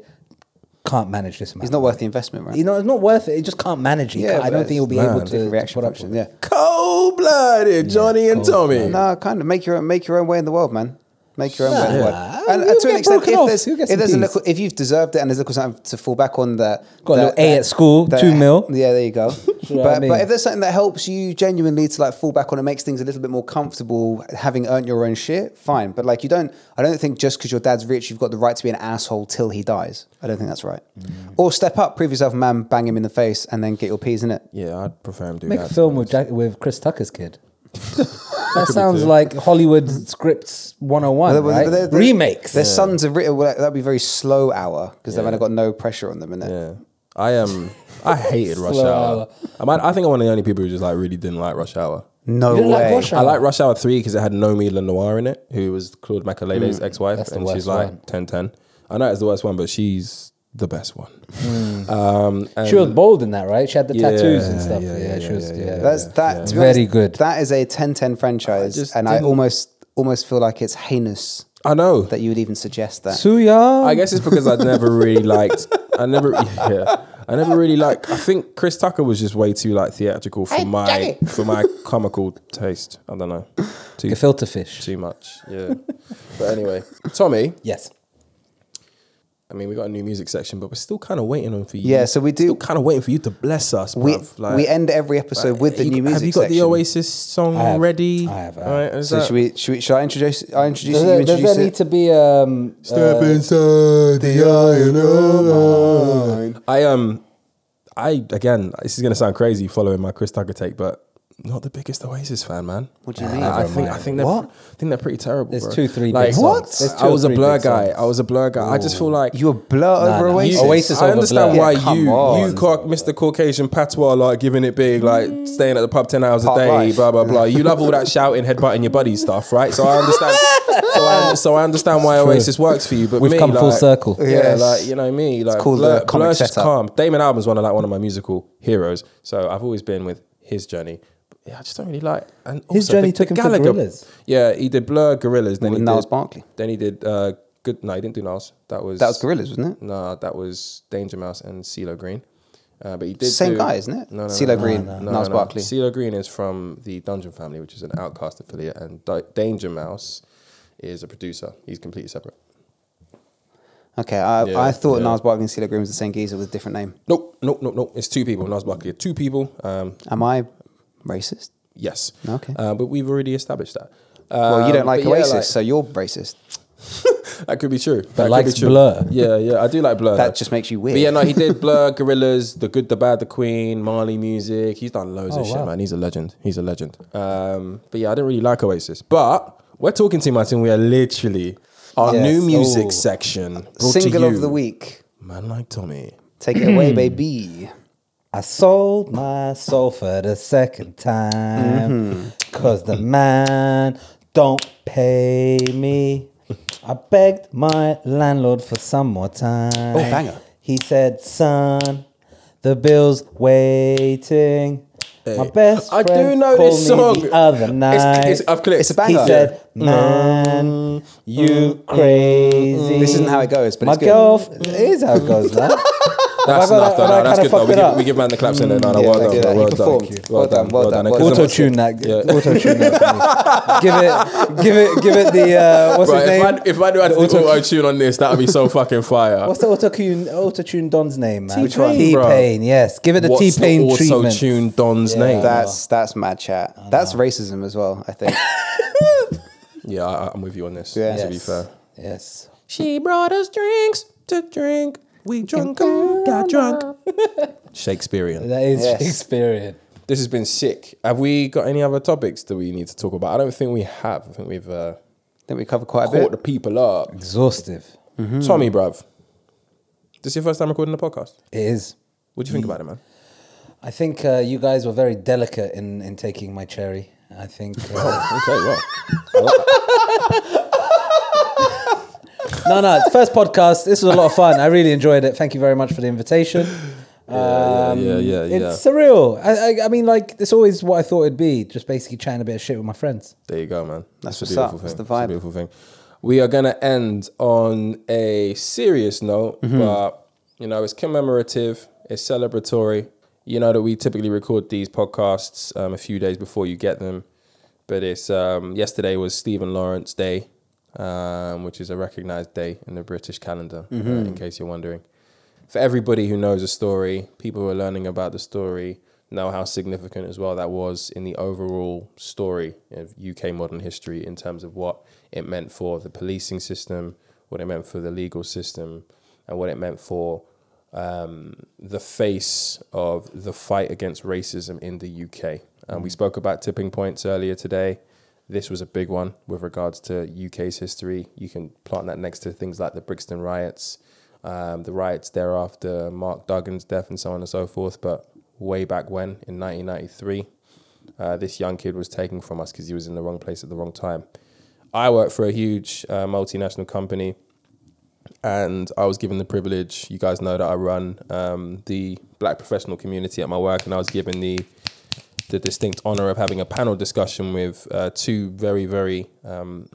D: can't manage this amount.
A: It's not worth the investment, right?
D: You know, it's not worth it. It just can't manage it.
A: Yeah,
D: I don't
A: but
D: think you'll be
B: it's-
D: able
B: man.
D: to, to
A: reaction
D: put up
A: function.
D: with it.
A: Yeah.
B: Cold blooded, Johnny and Tommy.
A: No, kind of make your own, make your own way in the world, man. Make your own way in the
D: Yeah.
A: world. And,
D: You'll
A: and to an
D: get
A: extent,
D: broken
A: if
D: off.
A: there's,
D: You'll get
A: if,
D: some
A: there's a
D: peas.
A: little, if you've deserved it and there's a little something to fall back on that.
D: Got a
A: that-
D: little A
A: that-
D: at school,
A: that-
D: two mil.
A: Yeah, there you
D: <laughs>
A: go. but,
D: what I mean?
A: but if there's something that helps you genuinely to like fall back on and makes things a little bit more comfortable, having earned your own shit, fine. But like, you don't, I don't think just because your dad's rich, you've got the right to be an asshole till he dies. I don't think that's right.
D: Mm.
A: Or step up, prove yourself, a man, bang him in the face, and then get your peas in it.
B: Yeah, I'd prefer him do
D: Make
B: that.
D: a film with Jack, with Chris Tucker's <laughs> kid. that sounds
B: too.
D: like Hollywood scripts 101,
A: But
D: right?
A: but they're- they're-
D: Remakes.
A: Their sons have written, well, that'd be very slow hour because they've only got no pressure on them, innit?
B: Yeah. I Um, I hated Rush
D: Slow
B: Hour.
D: hour.
B: I might, I think I'm one of the only people who just like really didn't like Rush Hour.
A: No
D: You didn't like
A: way.
D: Rush Hour?
B: I like Rush Hour 3 because it had Nomi Lenoir in it, who was Claude Makélélé,'s ex-wife,
D: Mm, that's the
B: and she's
D: worst
B: like
D: one.
B: 10 10. I know it's the worst one, but she's the best one. Um, and
D: she was bold in that, right? She had the
B: Yeah,
D: tattoos and stuff.
B: yeah,
D: Yeah,
B: yeah,
D: she was.
B: yeah,
D: Yeah,
B: yeah.
A: That's that. to be
D: Very good.
A: That is a 10-10 franchise,
B: I just
A: and I
B: didn't-
A: almost almost feel like it's heinous
B: I know.
A: that you would even suggest that.
D: Suya.
B: I guess it's because I never really liked. I never, <laughs> yeah, I never really like. I think Chris Tucker was just way too like theatrical for my for my comical taste. I don't know, too
D: Gefilte fish.
B: too much. Yeah, but anyway, Tommy.
D: Yes.
B: I mean, we got a new music section, but we're still kind of waiting on for you.
A: Yeah, so we do-
B: Still kind of waiting for you to bless us.
A: we
B: bruv. Like,
A: we end every episode with the
B: you-
A: new music
B: Have you got
A: section.
B: the Oasis song
D: I have.
B: ready?
D: I have, I
B: All right, is
A: So
B: that-
A: should we, should we? Should I introduce? I introduce
D: Does
A: it, you.
D: there, does
A: Introduce
D: there need
A: it.
D: to be um,
B: Step
D: uh,
B: inside the iron of mine. I um, I again, this is gonna sound crazy following my Chris Tucker take, but not the biggest Oasis fan, man. Uh,
A: What do you mean?
B: I, I think I think they're
A: What?
B: I think they're pretty terrible.
D: There's
B: bro.
D: two, three big
B: Like
D: songs.
B: what?
D: There's two
B: I
D: or
B: was a
D: three
B: blur
D: big
B: guy.
D: songs.
B: I was a blur guy. I just feel like
A: you a blur over
D: no.
A: Oasis.
D: You- Oasis
B: I
D: over
B: understand
D: Blur.
B: why
A: Yeah, come
B: you, you
A: on.
B: cock Mr. Caucasian patois, like giving it big, like staying at the pub 10 hours a
A: Pop
B: day,
A: life.
B: blah, blah, blah. You love all that shouting, headbutting your buddy stuff, right? So I understand. so,
A: <laughs>
B: I, so I understand why Oasis works for you. But
D: We've
B: me,
D: come full
B: like-
D: circle.
B: Yeah,
A: Yes.
B: like, you know me. Like,
A: called
B: Blur,
A: the comic
B: Blur's just
A: setup.
B: calm. Damon Albarn's one of like one of my musical heroes. So I've always been with his journey. But yeah, I just don't really like. And
D: His
B: also
D: journey
B: the,
D: took
B: the
D: him to
B: Gallagher-
D: Gorillaz.
B: Yeah, he did Blur, Gorillas. Then
A: With
B: he
A: Niles
B: did,
A: Barkley.
B: Then he did. Uh, Good, no, he didn't do Niles. That was
A: That was Gorillas, wasn't it?
B: no, that was Danger Mouse and CeeLo Green. Uh, but he did
A: Same
B: do-
A: guy, isn't it?
B: No, no,
A: CeeLo
B: no,
A: Green,
B: no,
A: Niles
B: no.
A: Barkley.
B: CeeLo Green is from the Dungeon Family, which is an Outcast affiliate, and D- Danger Mouse is a producer. He's completely separate.
A: Okay, I,
B: Yeah,
A: I thought
B: yeah.
A: Niles Barkley and Celia Green was the same geezer with a different name.
B: Nope, nope, nope, nope. It's two people. Niles Barkley, are two people. Um,
A: Am I racist?
B: yes.
A: Okay.
B: Uh, but we've already established that.
A: well, you don't
B: Um,
A: like
B: but yeah,
A: Oasis, so you're racist.
B: That could be true. That could
D: likes
B: be true.
D: Blur.
B: Yeah, yeah, I do like Blur.
A: That just makes you weird.
B: But yeah, no, he did Blur, <laughs> Gorillas, The Good, the Bad, the Queen, Marley music. He's done loads
D: Oh,
B: of shit,
D: wow.
B: man. He's a legend. He's a legend. Um, but yeah, I didn't really like Oasis. But we're talking to Martin. We are literally our
D: Yes.
B: new music
D: Oh.
B: section. brought to
A: Single
B: you,
A: of the week.
B: Man like Tommy.
A: Take it away,
B: <clears throat>
A: baby.
D: I sold my soul for the second
A: Mm-hmm.
D: time because the man don't pay me. I begged my landlord for some more time. Oh,
A: banger.
D: He said, son, the bill's waiting. My best
B: I
D: friend
B: do know
D: called
B: this
D: me
B: song.
D: the other night.
B: It's, it's, I've clicked.
A: It's a banger. Mm-hmm.
D: He said, "Man, you crazy."
A: This isn't how it goes, but
D: my
A: it's good.
D: girlfriend is how it goes,
A: <laughs>
D: man.
B: That's
D: Have I got
B: enough,
D: that-
B: though.
D: have
B: No,
D: I
B: that's good,
D: kinda
B: though.
D: fucked
B: We
D: it
B: give,
D: up?
B: we give man the claps in there. No, no,
A: Mm, yeah,
B: well
A: I
B: done.
A: did
B: bro.
A: that. He
B: Well done.
A: performed. Well done, well done.
B: Because
D: Auto tune that. Auto tune that.
B: <laughs>
D: for me. give it, give it, give it the uh, what's
B: Bro, if
D: his name?
B: I, if I knew how to auto tune on this, that would be so fucking fire.
D: What's the auto tune? Auto tune Don's name, man.
B: T-Pain,
D: T
B: bro.
D: Pain. Yes, give it the T
B: What's
D: Pain
B: auto
D: treatment.
B: tune Don's name?
A: That's that's mad chat.
B: Ah.
A: That's racism as well. I think.
B: yeah, I, I'm with you on this.
A: Yeah.
B: To be
D: Yes.
B: fair,
D: Yes.
B: she brought us drinks to drink. <laughs> We drunk 'em, got drunk. Shakespearean.
D: That is
A: Yes.
D: Shakespearean.
B: This has been sick. Have we got any other topics that we need to talk about? I don't think we have. I think we've uh,
A: think we covered quite a
B: caught the
A: bit.
B: people up.
D: Exhaustive.
B: Tommy, bruv, this is your first time recording a podcast.
D: It is.
B: What do you think about it, man?
D: I think uh, you guys were very delicate in, in taking my cherry. I think. Uh,
B: Okay, well,
D: <laughs> no, no, it's first podcast. This was a lot of fun. I really enjoyed it. Thank you very much for the invitation.
B: yeah,
D: Um,
B: yeah, yeah, yeah.
D: It's surreal. I, I, I mean, like, it's always what I thought it'd be just basically chatting a bit of shit with my friends.
B: There you go, man. That's,
A: what's
B: a beautiful
A: up.
B: thing.
A: That's the
B: It's a
A: vibe. Mm-hmm.
B: beautiful thing. We are gonna end on a serious note, but You know, it's commemorative, it's celebratory. You know that we typically record these podcasts um, a few days before you get them, but it's um, yesterday was Stephen Lawrence Day, um, which is a recognised day in the British calendar. uh,
A: Mm-hmm.
B: in case you're wondering, for everybody who knows a story, people who are learning about the story know how significant as well that was in the overall story of UK modern history in terms of what it meant for the policing system, what it meant for the legal system, and what it meant for um, the face of the fight against racism in the UK. And we spoke about tipping points earlier today. This was a big one with regards to UK's history. You can plant that next to things like the Brixton riots, um, the riots thereafter, Mark Duggan's death, and so on and so forth. But way back when, in 1993, uh, this young kid was taken from us because he was in the wrong place at the wrong time. I worked for a huge uh, multinational company and I was given the privilege. You guys know that I run um, the black professional community at my work, and I was given the the distinct honor of having a panel discussion with uh, two very, very um,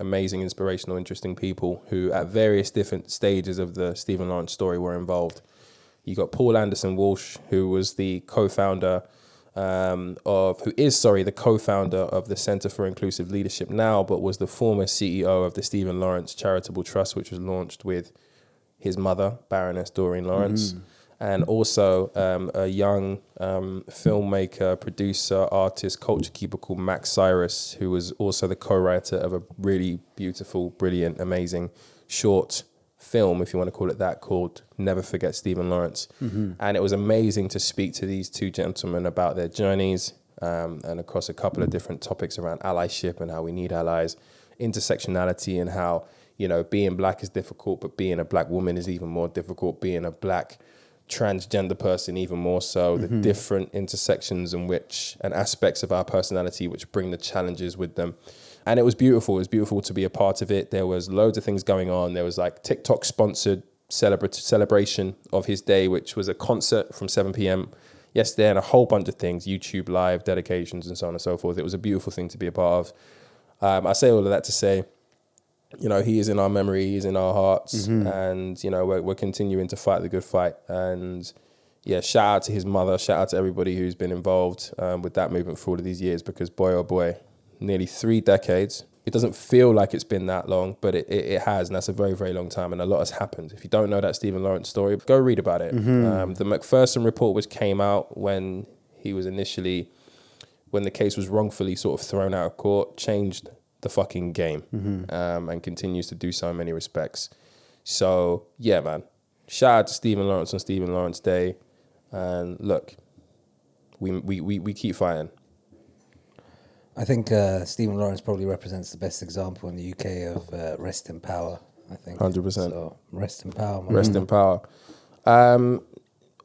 B: amazing, inspirational, interesting people who, at various different stages of the Stephen Lawrence story, were involved. You got Paul Anderson Walsh, who was the co-founder um, of, who is sorry, the co-founder of the Center for Inclusive Leadership now, but was the former CEO of the Stephen Lawrence Charitable Trust, which was launched with his mother, Baroness Doreen Lawrence, and also um, a young um, filmmaker, producer, artist, culture keeper called Max Cyrus, who was also the co-writer of a really beautiful, brilliant, amazing short film, if you want to call it that, called Never Forget Stephen Lawrence. And it was amazing to speak to these two gentlemen about their journeys um, and across a couple of different topics around allyship and how we need allies, intersectionality, and how, you know, being black is difficult, but being a black woman is even more difficult, being a black transgender person even more so the different intersections in which and aspects of our personality which bring the challenges with them and it was beautiful it was beautiful to be a part of it there was loads of things going on there was like tiktok sponsored celebra- celebration of his day which was a concert from 7 p.m yesterday and a whole bunch of things youtube live dedications and so on and so forth it was a beautiful thing to be a part of um, i say all of that to say you know, he is in our memory, he's in our hearts, and you know, we're, we're continuing to fight the good fight. And yeah, shout out to his mother, shout out to everybody who's been involved um, with that movement for all of these years because boy, oh boy, nearly three decades. It doesn't feel like it's been that long, but it, it, it has, and that's a very, very long time, and a lot has happened. If you don't know that Stephen Lawrence story, go read about it. Um, the McPherson report, which came out when he was initially when the case was wrongfully sort of thrown out of court, changed the fucking game
A: Mm-hmm.
B: um, and continues to do so in many respects. So, yeah, man. Shout out to Stephen Lawrence on Stephen Lawrence Day. And look, we, we, we, we keep fighting.
D: I think uh, Stephen Lawrence probably represents the best example in the UK of uh, rest in power. I think
B: 100%.
D: So rest in power. Man.
B: Rest
A: Mm-hmm.
B: in power. Um,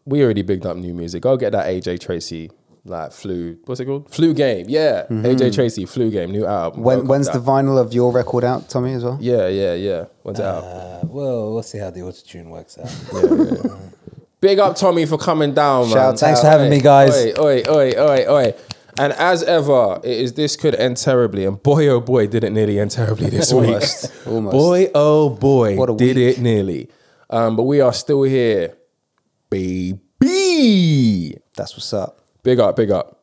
B: we already bigged up new music. Go get that AJ Tracy. Like flu, what's it called? Flu game, yeah. AJ Tracy, flu game, new album.
A: Mm-hmm. When,
B: Go
A: when's
B: get
A: the
B: that.
A: vinyl of your record out, Tommy, as well?
B: Yeah, yeah, yeah. When's it out?
D: Uh, well, we'll see how the auto tune works out.
B: Big up Tommy for coming down, man.
A: Shout out. Thanks
D: for having
B: Oi,
D: me, guys.
B: Oi, oi, oi, oi, oi. And as ever, it is this could end terribly, and boy oh boy, did it nearly end terribly this
A: <laughs> Almost.
B: week.
A: Almost.
B: Boy oh boy,
A: What a
B: did
A: week.
B: it nearly. Um, but we are still here, baby.
A: That's what's up.
B: Big up, big up.